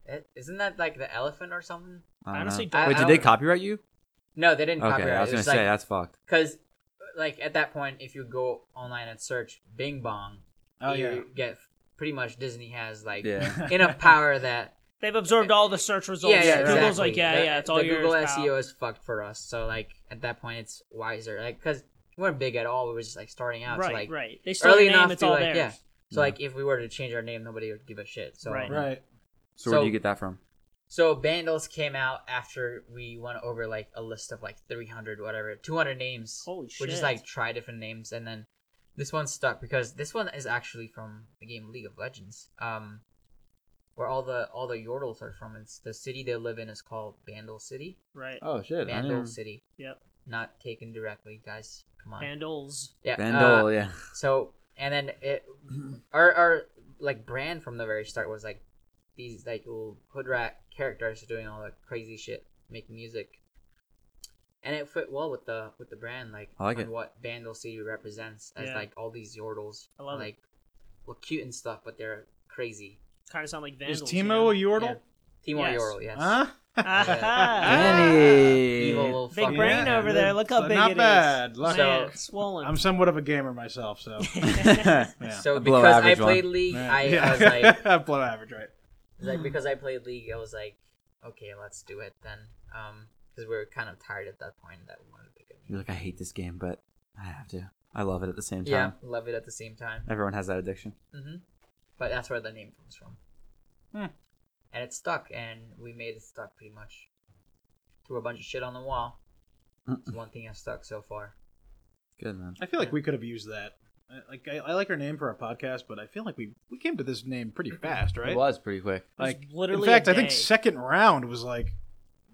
Speaker 4: is isn't that like the elephant or something?
Speaker 2: I don't
Speaker 3: Honestly,
Speaker 2: know.
Speaker 3: don't-
Speaker 2: wait,
Speaker 4: I-
Speaker 2: did
Speaker 4: I
Speaker 2: they
Speaker 4: don't-
Speaker 2: copyright you?
Speaker 4: No, they didn't
Speaker 2: Okay,
Speaker 4: copyright.
Speaker 2: I was
Speaker 4: it
Speaker 2: gonna
Speaker 4: was
Speaker 2: say
Speaker 4: like,
Speaker 2: that's fucked.
Speaker 4: because like at that point, if you go online and search Bing Bong,
Speaker 1: Oh
Speaker 4: you
Speaker 1: yeah.
Speaker 4: get pretty much Disney has like
Speaker 2: Yeah.
Speaker 4: enough power that
Speaker 3: They've absorbed all the search results.
Speaker 4: yeah, yeah
Speaker 3: Google's
Speaker 4: exactly.
Speaker 3: like, yeah,
Speaker 4: The-
Speaker 3: yeah, it's
Speaker 4: the
Speaker 3: all yours.
Speaker 4: Google E
Speaker 3: pal.
Speaker 4: SEO is fucked for us. So like at that point, it's wiser like because we weren't big at all. We were just like starting out.
Speaker 3: Right,
Speaker 4: so, like,
Speaker 3: right. They still
Speaker 4: early
Speaker 3: name,
Speaker 4: enough
Speaker 3: it's
Speaker 4: to,
Speaker 3: all
Speaker 4: like,
Speaker 3: theirs.
Speaker 4: yeah.
Speaker 2: Yeah.
Speaker 4: So like if we were to change our name, nobody would give a shit. So
Speaker 3: Right.
Speaker 1: Right.
Speaker 2: So, where
Speaker 4: So-
Speaker 2: do you get that from?
Speaker 4: So Bandals came out after we went over like a list of like 300 whatever 200 names.
Speaker 3: Holy
Speaker 4: We
Speaker 3: shit.
Speaker 4: just like try different names and then this one stuck because this one is actually from the game League of Legends. Um where all the all the Yordles are from. It's the city they live in is called Bandle City.
Speaker 3: right.
Speaker 2: Oh shit! I
Speaker 4: Bandle
Speaker 2: didn't-
Speaker 4: City.
Speaker 3: Yep.
Speaker 4: Not taken directly, guys. Come on.
Speaker 3: Handles.
Speaker 4: yeah.
Speaker 2: Vandal,
Speaker 4: uh,
Speaker 2: yeah.
Speaker 4: so and then it our our like brand from the very start was like these like little hood rat characters doing all that crazy shit, making music, and it fit well with the with the brand like,
Speaker 2: I like
Speaker 4: on
Speaker 2: it.
Speaker 4: what Vandal City represents as
Speaker 3: Yeah.
Speaker 4: like all these yordles
Speaker 3: I love it.
Speaker 4: like look cute and stuff, but they're crazy.
Speaker 3: Kind of sound like Vandals.
Speaker 1: Is Timo a Yordle?
Speaker 4: Timo
Speaker 3: Yes.
Speaker 4: Yordle, yes,
Speaker 1: Huh?
Speaker 3: Danny.
Speaker 2: Danny.
Speaker 4: ah, evil little
Speaker 3: Big
Speaker 4: fucker.
Speaker 3: brain
Speaker 1: Yeah,
Speaker 3: over there. Look how
Speaker 1: not
Speaker 3: big it is.
Speaker 1: bad. Look-
Speaker 3: Man,
Speaker 4: So-
Speaker 3: swollen.
Speaker 1: I'm somewhat of a gamer myself, so yeah.
Speaker 4: So
Speaker 2: A below
Speaker 4: because I
Speaker 2: average one.
Speaker 4: played League,
Speaker 1: Man.
Speaker 4: I,
Speaker 1: Yeah.
Speaker 4: I was like,
Speaker 1: below average, right?
Speaker 4: like because I played League, I was like, okay, let's do it then. Um, because we were kind of tired at that point that we wanted to pick a
Speaker 2: You're like, I hate this game, but I have to. I love it at the same time.
Speaker 4: Yeah, love it at the same time.
Speaker 2: Everyone has that addiction.
Speaker 4: hmm But that's where the name comes from.
Speaker 1: Hmm.
Speaker 4: And it stuck, and we made it stuck pretty much. Threw a bunch of shit on the wall. It's one thing that stuck so far.
Speaker 2: Good man.
Speaker 1: I feel like we could have used that. I- Like I, I like our name for our podcast, but I feel like we we came to this name pretty fast, right?
Speaker 2: It was pretty quick.
Speaker 1: Like
Speaker 3: literally
Speaker 1: in fact,
Speaker 3: a
Speaker 1: I think
Speaker 3: day.
Speaker 1: second round was like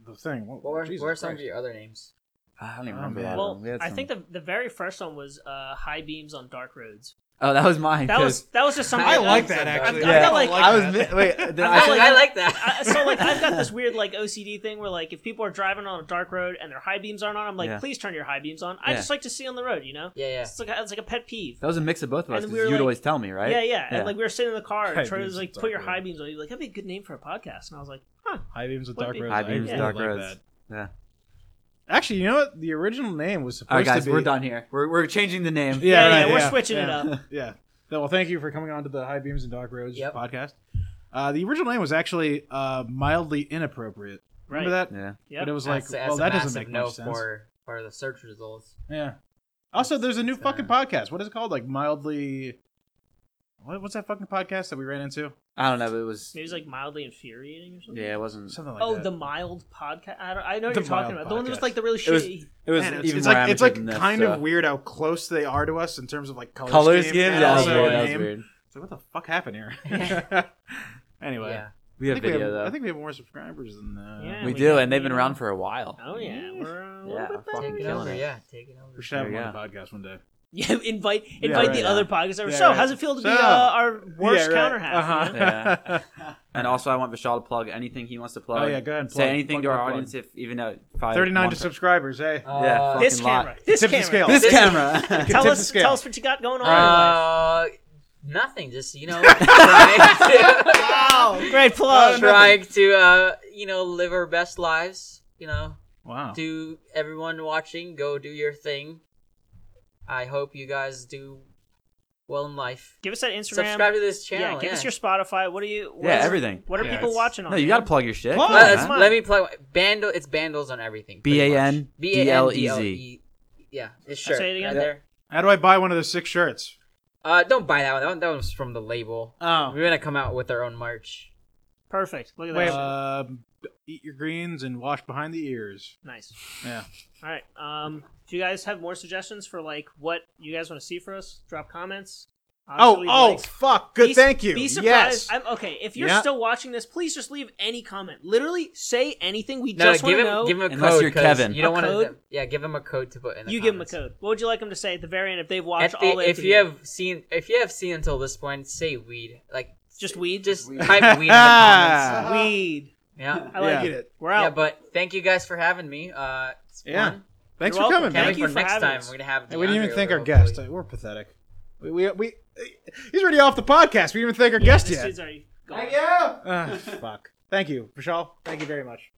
Speaker 1: the thing. Whoa,
Speaker 4: What were,
Speaker 1: Jesus
Speaker 4: what were some
Speaker 1: Christ.
Speaker 4: of your other names?
Speaker 2: I don't even
Speaker 1: Oh,
Speaker 2: remember
Speaker 1: man.
Speaker 2: that.
Speaker 3: well, I think the the very first one was uh, high beams on dark roads.
Speaker 2: oh, that was mine.
Speaker 3: That was that was just something
Speaker 1: I
Speaker 4: I
Speaker 1: like
Speaker 4: was
Speaker 1: that
Speaker 4: so
Speaker 1: actually.
Speaker 3: bad. I got, like-
Speaker 2: I was mi- wait. Did
Speaker 3: I
Speaker 4: I,
Speaker 3: feel
Speaker 2: I,
Speaker 3: like-
Speaker 4: I like that.
Speaker 3: I, so like I've got this weird like OCD thing where like if people are driving on a dark road and their high beams aren't on, I'm like,
Speaker 2: Yeah.
Speaker 3: please turn your high beams on. I
Speaker 2: Yeah.
Speaker 3: just like to see on the road, you know.
Speaker 4: yeah, yeah.
Speaker 3: It's like a, it's like a pet peeve.
Speaker 2: that was a mix of both of us.
Speaker 3: And
Speaker 2: 'cause
Speaker 3: we were
Speaker 2: you'd
Speaker 3: like-
Speaker 2: always tell me, right?
Speaker 3: Yeah, yeah,
Speaker 2: Yeah.
Speaker 3: And like we were sitting in the car,
Speaker 1: High
Speaker 3: and Troy
Speaker 1: beams
Speaker 3: was
Speaker 1: on
Speaker 3: like,
Speaker 1: dark
Speaker 3: "Put your
Speaker 1: road.
Speaker 3: high beams on." He's like, "That'd be a good name for a podcast." And I was like, "Huh."
Speaker 1: High beams with
Speaker 3: What
Speaker 1: dark
Speaker 3: be-
Speaker 1: roads.
Speaker 2: High
Speaker 1: I
Speaker 2: beams,
Speaker 1: really
Speaker 2: dark
Speaker 1: like
Speaker 2: roads.
Speaker 1: that.
Speaker 2: Yeah.
Speaker 1: Actually, you know what? The original name was supposed
Speaker 2: All right, guys,
Speaker 1: to be.
Speaker 2: we're done here. We're, we're changing the name.
Speaker 1: Yeah,
Speaker 3: yeah,
Speaker 1: right,
Speaker 3: we're
Speaker 1: yeah.
Speaker 3: switching it
Speaker 1: Yeah.
Speaker 3: up.
Speaker 1: Yeah. No, well, thank you for coming on to the High Beams and Dark Roads
Speaker 4: Yep.
Speaker 1: podcast. Uh, the original name was actually uh, mildly inappropriate. Remember
Speaker 3: Right.
Speaker 1: that?
Speaker 2: Yeah.
Speaker 3: Yep.
Speaker 1: But it was
Speaker 4: That's-
Speaker 1: like,
Speaker 4: that's
Speaker 1: well,
Speaker 4: a
Speaker 1: that doesn't
Speaker 4: massive
Speaker 1: make
Speaker 4: no
Speaker 1: much sense.
Speaker 4: For, for the search results.
Speaker 1: Yeah. Also, there's a new
Speaker 4: It's,
Speaker 1: fucking
Speaker 4: uh,
Speaker 1: podcast. What is it called? Like mildly. What, what's that fucking podcast that we ran into?
Speaker 2: I don't know. But it was.
Speaker 3: Maybe it's like mildly infuriating or something.
Speaker 2: Yeah, it wasn't.
Speaker 1: Something like
Speaker 3: oh,
Speaker 1: that.
Speaker 3: the mild podcast. I, don't, I know what
Speaker 1: The
Speaker 3: you're talking
Speaker 1: mild
Speaker 3: about. The one that was
Speaker 1: podcast.
Speaker 3: like the really
Speaker 2: It was-
Speaker 3: shitty.
Speaker 2: It was
Speaker 1: Man, it's,
Speaker 2: even
Speaker 1: it's
Speaker 2: more
Speaker 1: like it's
Speaker 2: amateur
Speaker 1: like
Speaker 2: than this,
Speaker 1: kind
Speaker 2: so.
Speaker 1: of weird how close they are to us in terms of like color,
Speaker 2: Color
Speaker 1: scheme
Speaker 2: scheme.
Speaker 1: and
Speaker 2: Yeah, that was
Speaker 1: also
Speaker 2: weird. That was
Speaker 1: name.
Speaker 2: weird.
Speaker 1: It's like, what the fuck happened here? anyway,
Speaker 4: Yeah.
Speaker 2: We
Speaker 1: I,
Speaker 2: have
Speaker 1: think we
Speaker 2: video
Speaker 1: have, I
Speaker 2: though.
Speaker 1: think we have more subscribers than uh,
Speaker 3: Yeah.
Speaker 2: We
Speaker 3: we
Speaker 2: do,
Speaker 3: have
Speaker 2: and they've been
Speaker 3: video.
Speaker 2: around for a while.
Speaker 3: Oh yeah, we're uh, a little
Speaker 2: Yeah,
Speaker 3: bit better.
Speaker 2: fucking
Speaker 4: Taking
Speaker 2: killing
Speaker 4: over,
Speaker 2: it.
Speaker 4: yeah, taking over.
Speaker 1: We should have
Speaker 2: There
Speaker 1: him
Speaker 2: you
Speaker 1: on the podcast one day.
Speaker 3: Yeah, invite invite
Speaker 1: Yeah,
Speaker 3: the
Speaker 1: right.
Speaker 3: other podcast over.
Speaker 1: Yeah,
Speaker 3: so,
Speaker 1: right.
Speaker 3: how's it feel to be
Speaker 1: So-
Speaker 3: uh, our worst
Speaker 1: Yeah, right.
Speaker 3: counter half? you know?
Speaker 1: Uh-huh.
Speaker 2: And also, I want Vishal to plug anything he wants to plug.
Speaker 1: oh yeah, go ahead. and
Speaker 2: Say
Speaker 1: plug-
Speaker 2: anything
Speaker 1: plug,
Speaker 2: to our
Speaker 1: plug, plug.
Speaker 2: audience, if even though five,
Speaker 1: Thirty-nine
Speaker 2: one
Speaker 1: to
Speaker 2: per-
Speaker 1: subscribe. Hey,
Speaker 2: Yeah,
Speaker 4: Uh,
Speaker 2: fuck.
Speaker 3: This
Speaker 2: Fucking lot.
Speaker 3: camera, this
Speaker 1: Tip the
Speaker 3: camera.
Speaker 1: scale.
Speaker 2: This
Speaker 4: This-
Speaker 2: camera.
Speaker 3: Tell
Speaker 1: Tip
Speaker 3: us,
Speaker 1: the scale.
Speaker 3: tell us what you got going on.
Speaker 4: uh, nothing. Just you know, trying to-
Speaker 3: in life. Great plug.
Speaker 4: trying to uh, you know live our best lives. You know,
Speaker 1: wow.
Speaker 4: to everyone watching, go do your thing. I hope you guys do well in life.
Speaker 3: Give us that Instagram.
Speaker 4: Subscribe to this channel.
Speaker 3: yeah, give us your Spotify. What are you? what
Speaker 2: Yeah,
Speaker 3: is-
Speaker 2: everything.
Speaker 3: What are
Speaker 1: Yeah,
Speaker 3: people
Speaker 1: it's-
Speaker 3: watching on?
Speaker 2: no, you
Speaker 3: there?
Speaker 2: gotta plug your shit.
Speaker 1: Plug
Speaker 2: Come
Speaker 4: Let-
Speaker 2: on,
Speaker 1: it,
Speaker 4: let's-
Speaker 2: man.
Speaker 3: on.
Speaker 4: Uh, let me plug Bandle. It's Bandles on everything. pretty much.
Speaker 2: B-A-N-D-L-E-Z.
Speaker 4: E Yeah, it's shirt
Speaker 3: Say it again.
Speaker 4: right there.
Speaker 1: How do I buy one of those six shirts?
Speaker 4: Uh, don't buy that one. That one. That one's from the label.
Speaker 1: Oh,
Speaker 4: We're gonna come out with our own merch.
Speaker 3: Perfect. Look at that.
Speaker 1: wait.
Speaker 3: shit.
Speaker 1: Um, eat your greens and wash behind the ears.
Speaker 3: nice.
Speaker 1: Yeah.
Speaker 3: All right. Um, do you guys have more suggestions for like what you guys want to see for us? Drop comments.
Speaker 1: Oh,
Speaker 3: Obviously,
Speaker 1: oh,
Speaker 3: likes.
Speaker 1: fuck. Good.
Speaker 3: Be-
Speaker 1: thank you.
Speaker 3: Be surprised.
Speaker 1: Yes.
Speaker 3: I'm okay. If you're
Speaker 1: Yeah.
Speaker 3: still watching this, please just leave any comment. Literally, say anything. We
Speaker 4: No,
Speaker 3: just
Speaker 4: no, give
Speaker 3: want to
Speaker 4: him
Speaker 3: know.
Speaker 4: give him a
Speaker 2: Unless
Speaker 4: code.
Speaker 2: you're
Speaker 4: 'cause
Speaker 2: Kevin.
Speaker 4: You don't
Speaker 3: A
Speaker 4: want to.
Speaker 3: code?
Speaker 4: Yeah, give him a code to put in. The
Speaker 3: you give him a
Speaker 4: comments.
Speaker 3: code. What would you like him to say at the very end if they've watched
Speaker 4: At the-
Speaker 3: all the way
Speaker 4: if
Speaker 3: through
Speaker 4: you
Speaker 3: here?
Speaker 4: have seen if you have seen until this point, say weed. Like
Speaker 3: just weed,
Speaker 4: just
Speaker 2: Weed.
Speaker 4: type weed in the comments.
Speaker 1: Ah.
Speaker 3: weed.
Speaker 4: Yeah.
Speaker 3: I like
Speaker 1: Yeah.
Speaker 3: it.
Speaker 5: Get it.
Speaker 3: We're out.
Speaker 4: Yeah, but thank you guys for having me. Uh, it's
Speaker 1: Yeah.
Speaker 4: fun.
Speaker 1: Thanks
Speaker 3: You're
Speaker 1: for
Speaker 3: welcome,
Speaker 1: coming, man.
Speaker 4: Can't
Speaker 3: Thank
Speaker 4: wait
Speaker 3: you
Speaker 4: for
Speaker 3: for
Speaker 4: next
Speaker 3: having
Speaker 4: time.
Speaker 3: us.
Speaker 4: We're gonna have.
Speaker 1: And we didn't
Speaker 4: DeAndre
Speaker 1: even thank our
Speaker 4: over,
Speaker 1: guest.
Speaker 4: hopefully.
Speaker 1: We're pathetic. We, we, we he's already off the podcast. We didn't even thank our guest
Speaker 3: this
Speaker 1: yet.
Speaker 3: dude's already gone.
Speaker 1: Ah, fuck. Thank you, Vishal. Thank you very much.